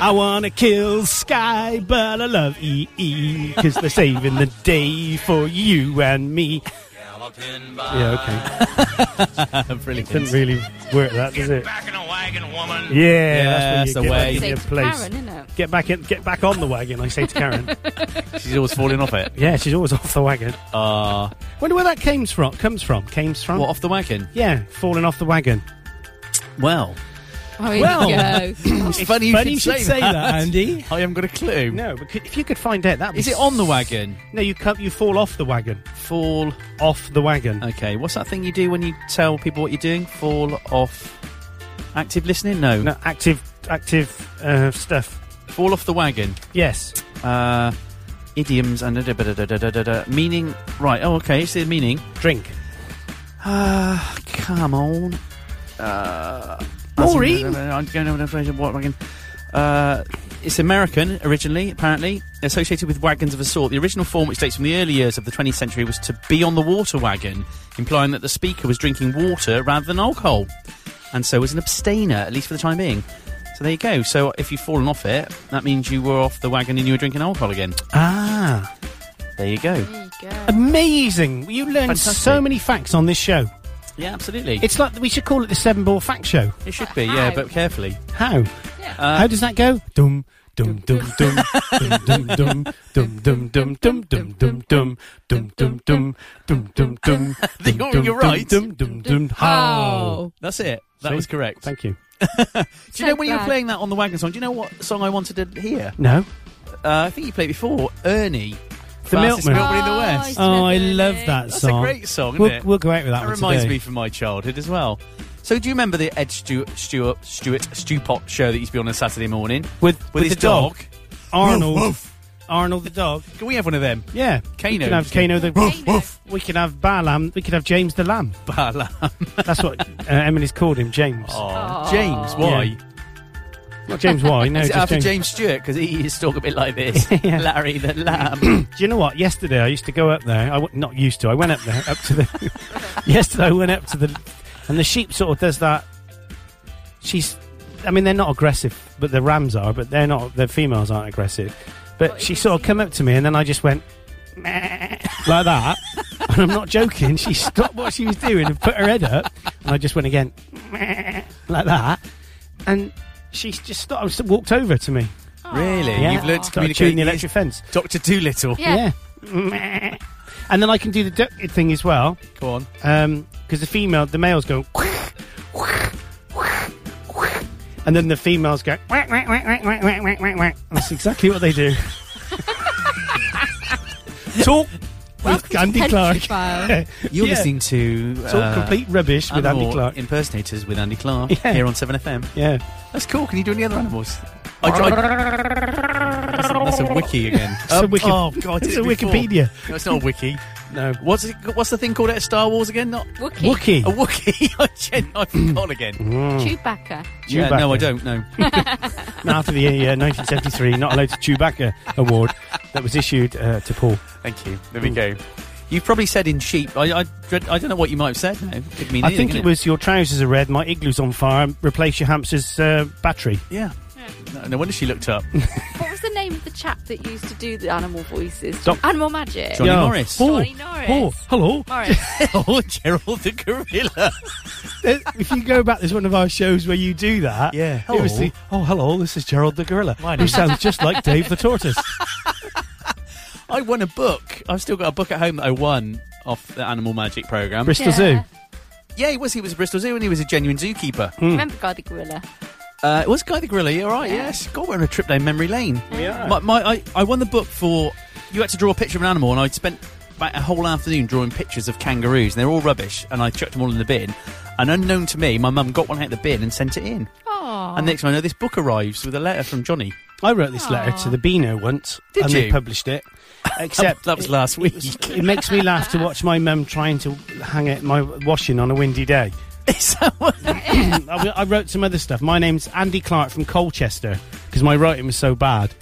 [SPEAKER 3] I want to kill Sky, but I love EE because they're saving the day for you and me. Yeah, okay.
[SPEAKER 4] Brilliant.
[SPEAKER 3] Didn't really work that, does it? Yeah, that's,
[SPEAKER 4] the
[SPEAKER 3] when you
[SPEAKER 4] way.
[SPEAKER 3] get back in your
[SPEAKER 4] Say to
[SPEAKER 3] place.
[SPEAKER 4] Karen, innit?
[SPEAKER 3] get back in, get back on the wagon. I say to Karen.
[SPEAKER 4] She's always falling off it.
[SPEAKER 3] yeah, she's always off the wagon.
[SPEAKER 4] Ah,
[SPEAKER 3] Wonder where that came from. Comes from. Comes from.
[SPEAKER 4] what off the wagon?
[SPEAKER 3] Yeah, falling off the wagon.
[SPEAKER 4] Well,
[SPEAKER 5] Oh, here
[SPEAKER 3] Well,
[SPEAKER 5] we go.
[SPEAKER 4] it's funny you
[SPEAKER 3] funny
[SPEAKER 4] should,
[SPEAKER 3] you should
[SPEAKER 4] say,
[SPEAKER 3] say
[SPEAKER 4] that.
[SPEAKER 3] that, Andy.
[SPEAKER 4] I haven't got a clue.
[SPEAKER 3] No, but could- if you could find out that
[SPEAKER 4] Is it on the wagon?
[SPEAKER 3] No, you come, you fall off the wagon.
[SPEAKER 4] Fall
[SPEAKER 3] off the wagon.
[SPEAKER 4] Okay, what's that thing you do when you tell people what you're doing? Fall off. Active listening? No.
[SPEAKER 3] No, active, active uh, stuff.
[SPEAKER 4] Fall off the wagon.
[SPEAKER 3] Yes.
[SPEAKER 4] Uh, idioms and da da da da da da da da. Meaning, right? Oh, okay. It's the meaning.
[SPEAKER 3] Drink.
[SPEAKER 4] Ah, come on. Uh,
[SPEAKER 3] Maureen?
[SPEAKER 4] I'm going to phrase of what wagon. Uh, it's American originally, apparently, associated with wagons of a sort. The original form, which dates from the early years of the 20th century, was to be on the water wagon, implying that the speaker was drinking water rather than alcohol, and so was an abstainer, at least for the time being. So there you go. So if you've fallen off it, that means you were off the wagon and you were drinking alcohol again.
[SPEAKER 3] Ah,
[SPEAKER 4] There you go.
[SPEAKER 3] Mm. amazing! You learn so
[SPEAKER 4] Fantastic.
[SPEAKER 3] many facts on this show.
[SPEAKER 4] Yeah, absolutely.
[SPEAKER 3] It's like we should call it the Seven Ball Fact Show.
[SPEAKER 4] it should be, yeah, but carefully.
[SPEAKER 3] How?
[SPEAKER 4] Uh,
[SPEAKER 3] How does that go? Dum dum dum dum dum dum dum dum dum dum dum dum dum dum dum dum dum dum dum.
[SPEAKER 4] You're- you're right.
[SPEAKER 3] Dum dum dum. How?
[SPEAKER 4] That's it. That
[SPEAKER 3] See?
[SPEAKER 4] was correct.
[SPEAKER 3] Thank you.
[SPEAKER 4] Do you know
[SPEAKER 5] So
[SPEAKER 4] when you were
[SPEAKER 5] glad.
[SPEAKER 4] playing that on the wagon song? Do you know what song I wanted to hear?
[SPEAKER 3] No.
[SPEAKER 4] Uh, I think you played before Ernie,
[SPEAKER 3] The
[SPEAKER 4] Fastest
[SPEAKER 3] Milkman.
[SPEAKER 4] in the West.
[SPEAKER 3] Oh, I love that
[SPEAKER 4] That's
[SPEAKER 3] song.
[SPEAKER 4] a great song. Isn't
[SPEAKER 3] We'll,
[SPEAKER 4] it?
[SPEAKER 3] we'll go out with that,
[SPEAKER 4] That
[SPEAKER 3] one
[SPEAKER 4] reminds
[SPEAKER 3] today.
[SPEAKER 4] me from my childhood as well. So, do you remember the Ed Stewart Stewart Stewart Stupot show that used to be on a Saturday morning
[SPEAKER 3] with
[SPEAKER 4] with his
[SPEAKER 3] the dog, Arnold. Arnold the dog.
[SPEAKER 4] Can we have one of them?
[SPEAKER 3] Yeah,
[SPEAKER 4] Kano.
[SPEAKER 3] We can have Kano the. We can have Balam. We can have James the Lamb.
[SPEAKER 4] Bala.
[SPEAKER 3] That's what uh, Emily's called him, James.
[SPEAKER 4] Aw, James, why?
[SPEAKER 3] Not James Why? No,
[SPEAKER 4] Is it
[SPEAKER 3] just
[SPEAKER 4] after
[SPEAKER 3] James.
[SPEAKER 4] James, Stewart because he used to talk a bit like this. Larry the Lamb.
[SPEAKER 3] Do you know what? Yesterday I used to go up there. I w- not used to. I went up there up to the. yesterday I went up to the, and the sheep sort of does that. She's, I mean, they're not aggressive, but the rams are. But they're not. The females aren't aggressive. But she sort of come up to me, and then I just went
[SPEAKER 20] Meh.
[SPEAKER 3] like that, and I'm not joking. She stopped what she was doing and put her head up, and I just went again
[SPEAKER 20] Meh.
[SPEAKER 3] like that, and she just stopped, walked over to me.
[SPEAKER 4] Oh. Really?
[SPEAKER 3] Yeah.
[SPEAKER 4] You've learned to
[SPEAKER 3] Started chewing
[SPEAKER 4] communicate.
[SPEAKER 3] the electric fence.
[SPEAKER 4] Doctor Doolittle.
[SPEAKER 3] Yeah. Meh. And then I can do the duck thing as well.
[SPEAKER 4] Go on.
[SPEAKER 3] Because the female, the males go, and then the females go.
[SPEAKER 20] Whack, whack, whack, whack, whack, whack, whack, whack, whack.
[SPEAKER 3] That's exactly what they do. Talk with Andy Clark.
[SPEAKER 4] You're
[SPEAKER 3] Yeah.
[SPEAKER 4] listening to uh,
[SPEAKER 3] It's all complete rubbish with Andy
[SPEAKER 4] Animal
[SPEAKER 3] Clark.
[SPEAKER 4] Impersonators with Andy Clark
[SPEAKER 3] Yeah.
[SPEAKER 4] here on Seven FM.
[SPEAKER 3] Yeah,
[SPEAKER 4] that's cool. Can you do any other animals? I tried. that's, that's It's a wiki again.
[SPEAKER 3] It's a wiki-
[SPEAKER 4] Oh god,
[SPEAKER 3] it's
[SPEAKER 4] did
[SPEAKER 3] a
[SPEAKER 4] it before.
[SPEAKER 3] Wikipedia.
[SPEAKER 4] No, it's not a wiki. No. What's it, what's the thing called at Star Wars again? Not
[SPEAKER 3] Wookie. Wookie.
[SPEAKER 4] A Wookie. I gen- I've
[SPEAKER 3] Mm.
[SPEAKER 4] forgotten again.
[SPEAKER 5] Chewbacca.
[SPEAKER 4] Yeah, no, I don't. No.
[SPEAKER 3] After the uh, 1973 Not Allowed to Chewbacca award that was issued uh, to Paul.
[SPEAKER 4] Thank you. There we go. You've probably said in sheep. I, I, dread, I don't know what you might have said. No, it could mean
[SPEAKER 3] I think
[SPEAKER 4] anything,
[SPEAKER 3] it was your trousers are red, my igloo's on fire, replace your hamster's uh, battery.
[SPEAKER 4] Yeah. innit? No, no wonder she looked up.
[SPEAKER 5] What was the name of the chap that used to do the animal voices?
[SPEAKER 4] Doc-
[SPEAKER 5] animal Magic.
[SPEAKER 4] Johnny Morris.
[SPEAKER 5] Johnny Norris.
[SPEAKER 3] Oh, hello.
[SPEAKER 5] Morris.
[SPEAKER 4] oh, Gerald the gorilla.
[SPEAKER 3] Uh, if you go back, there's one of our shows where you do that. Yeah. It was
[SPEAKER 4] Hello.
[SPEAKER 3] the, oh, hello, this is Gerald the gorilla.
[SPEAKER 4] Mine
[SPEAKER 3] who
[SPEAKER 4] is-
[SPEAKER 3] sounds just like Dave the tortoise.
[SPEAKER 4] I won a book. I've still got a book at home that I won off the Animal Magic program.
[SPEAKER 3] Bristol Yeah. Zoo.
[SPEAKER 4] Yeah, he was. He was at Bristol Zoo, and he was a genuine zookeeper.
[SPEAKER 3] Hmm.
[SPEAKER 5] Remember Guy the Gorilla?
[SPEAKER 4] Uh, it was Guy the Gorilla. You're right. Yes. God, we're on a trip down memory lane.
[SPEAKER 5] We are.
[SPEAKER 4] My, my, I, I won the book for. You had to draw a picture of an animal, and I spent about a whole afternoon drawing pictures of kangaroos, and they're all rubbish. And I chucked them all in the bin. And unknown to me, my mum got one out of the bin and sent it in.
[SPEAKER 5] Oh.
[SPEAKER 4] And next thing I know, this book arrives with a letter from Johnny.
[SPEAKER 3] I wrote this letter to the Beano once,
[SPEAKER 4] Did
[SPEAKER 3] and they
[SPEAKER 4] you?
[SPEAKER 3] published it. Except
[SPEAKER 4] that was last week.
[SPEAKER 3] It makes me laugh to watch my mum trying to hang it my washing on a windy day. I, I wrote some other stuff. My name's Andy Clark from Colchester because my writing was so bad.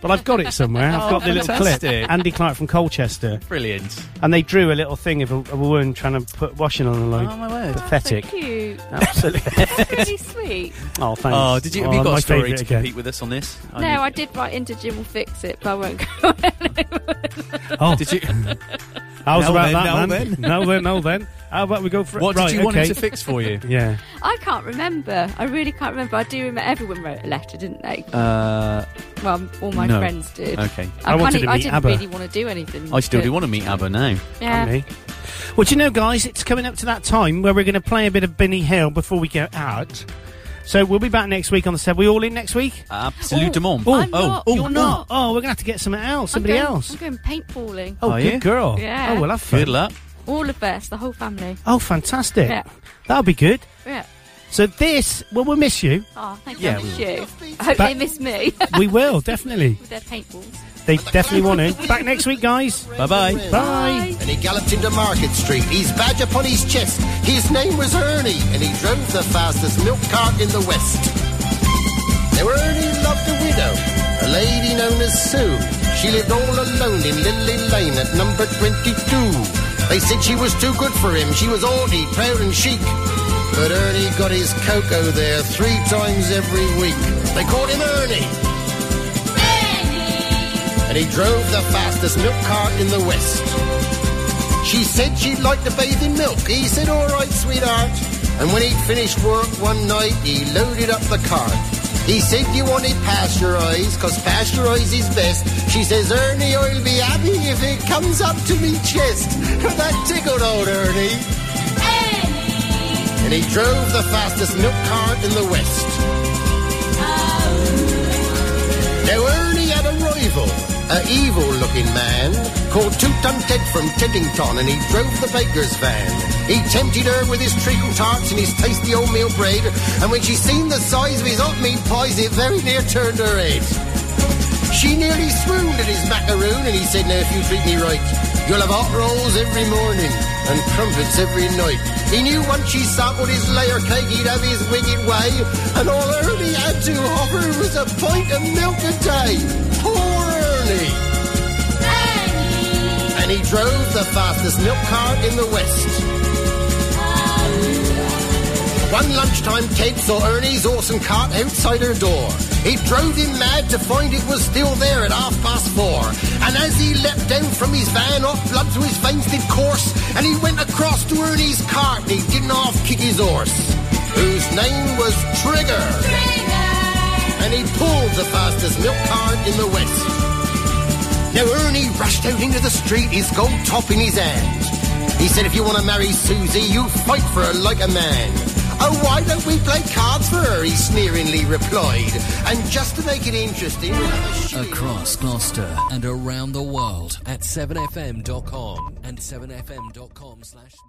[SPEAKER 3] But I've got it somewhere. I've
[SPEAKER 4] Oh,
[SPEAKER 3] got the little clip.
[SPEAKER 4] fantastic.
[SPEAKER 3] Andy Clark from Colchester.
[SPEAKER 4] Brilliant.
[SPEAKER 3] And they drew a little thing of a, of a woman trying to put washing on a line.
[SPEAKER 4] Oh, my word.
[SPEAKER 3] Pathetic.
[SPEAKER 5] So cute.
[SPEAKER 3] Absolutely.
[SPEAKER 5] Pretty sweet.
[SPEAKER 3] oh, thanks.
[SPEAKER 4] Oh, did you? Have
[SPEAKER 3] Oh,
[SPEAKER 4] you got
[SPEAKER 3] my
[SPEAKER 4] a story
[SPEAKER 3] favourite
[SPEAKER 4] to
[SPEAKER 3] again.
[SPEAKER 4] compete with us on this?
[SPEAKER 5] No, I did write into Jim will fix it, but I won't go.
[SPEAKER 3] Oh,
[SPEAKER 4] did you?
[SPEAKER 3] I was
[SPEAKER 4] Now
[SPEAKER 3] about
[SPEAKER 4] then,
[SPEAKER 3] that,
[SPEAKER 4] now
[SPEAKER 3] man.
[SPEAKER 4] then.
[SPEAKER 3] now then, now then. How about we go for
[SPEAKER 4] What did
[SPEAKER 3] right,
[SPEAKER 4] you want him
[SPEAKER 3] okay.
[SPEAKER 4] to fix for you?
[SPEAKER 3] Yeah.
[SPEAKER 5] I can't remember. I really can't remember. I do remember everyone wrote a letter, didn't they?
[SPEAKER 4] Uh,
[SPEAKER 5] well, all my
[SPEAKER 4] no.
[SPEAKER 5] friends did.
[SPEAKER 4] Okay.
[SPEAKER 5] I,
[SPEAKER 4] I
[SPEAKER 5] can't
[SPEAKER 4] wanted
[SPEAKER 5] e-
[SPEAKER 4] to
[SPEAKER 5] I
[SPEAKER 4] meet
[SPEAKER 5] didn't
[SPEAKER 4] ABBA.
[SPEAKER 5] really want to do anything.
[SPEAKER 4] I still
[SPEAKER 5] but-
[SPEAKER 4] do want to meet ABBA now.
[SPEAKER 5] Yeah.
[SPEAKER 3] Me. Well, do you know, guys, it's coming up to that time where we're going to play a bit of Benny Hill before we go out. So we'll be back next week on the set. We all in next week?
[SPEAKER 4] Absolute demon.
[SPEAKER 3] Oh,
[SPEAKER 4] I'm
[SPEAKER 3] oh,
[SPEAKER 4] not,
[SPEAKER 3] oh,
[SPEAKER 4] you're
[SPEAKER 3] not.
[SPEAKER 4] not.
[SPEAKER 3] Oh, we're going to have to get something else. Somebody
[SPEAKER 5] I'm going,
[SPEAKER 3] else.
[SPEAKER 5] I'm going paintballing.
[SPEAKER 3] Oh,
[SPEAKER 4] Are
[SPEAKER 3] good
[SPEAKER 4] you?
[SPEAKER 3] girl.
[SPEAKER 5] Yeah.
[SPEAKER 3] Oh, we'll have fun.
[SPEAKER 4] Good luck.
[SPEAKER 5] All of us, the whole family.
[SPEAKER 3] Oh, fantastic.
[SPEAKER 5] Yeah.
[SPEAKER 3] That'll be good.
[SPEAKER 5] Yeah.
[SPEAKER 3] So this, well, we'll miss you.
[SPEAKER 5] Oh, thank
[SPEAKER 3] Yeah,
[SPEAKER 5] you.
[SPEAKER 3] we
[SPEAKER 5] you. I hope
[SPEAKER 3] But-
[SPEAKER 5] they miss me.
[SPEAKER 3] we will, definitely.
[SPEAKER 5] With their paintballs.
[SPEAKER 3] They definitely want to. Back next week, guys.
[SPEAKER 4] Bye-bye.
[SPEAKER 3] Bye.
[SPEAKER 14] And he galloped into Market Street, his badge upon his chest. His name was Ernie, and he drove the fastest milk cart in the West. Now Ernie loved a widow, a lady known as Sue. She lived all alone in Lily Lane at number 22. They said she was too good for him. She was haughty, proud and chic. But Ernie got his cocoa there three times every week. They called him Ernie. And he drove the fastest milk cart in the West. She said she'd like to bathe in milk. He said, all right, sweetheart. And when he'd finished work one night, he loaded up the cart. He said you want it pasteurized, cause pasteurized is best. She says, Ernie, I'll be happy if it comes up to me chest. that tickled old Ernie. And he drove the fastest milk cart in the West. Now Ernie had a rival, a evil-looking man called Tootum Ted from Teddington, and he drove the baker's van. He tempted her with his treacle tarts and his tasty oatmeal bread, and when she seen the size of his oatmeal pies, it very near turned her head. She nearly swooned at his macaroon, and he said, Now, if you treat me right, you'll have hot rolls every morning and crumpets every night. He knew once she sampled his layer cake, he'd have his wicked way, and all Ernie had to offer was a pint of milk a day. Poor Ernie! And he drove the fastest milk cart in the West. One lunchtime, Kate saw Ernie's awesome cart outside her door. It drove him mad to find it was still there at half past four. And as he leapt down from his van, off blood through his veins did course, and he went across to Ernie's cart, and he didn't half kick his horse, whose name was Trigger. And he pulled the fastest milk cart in the west. Now Ernie rushed out into the street, his gold top in his hand. He said, if you want to marry Susie, you fight for her like a man. Oh, why don't we play cards for her? He sneeringly replied. And just to make it interesting, we'll have a
[SPEAKER 1] Across Gloucester and around the world at 7fm.com and 7fm.com slash.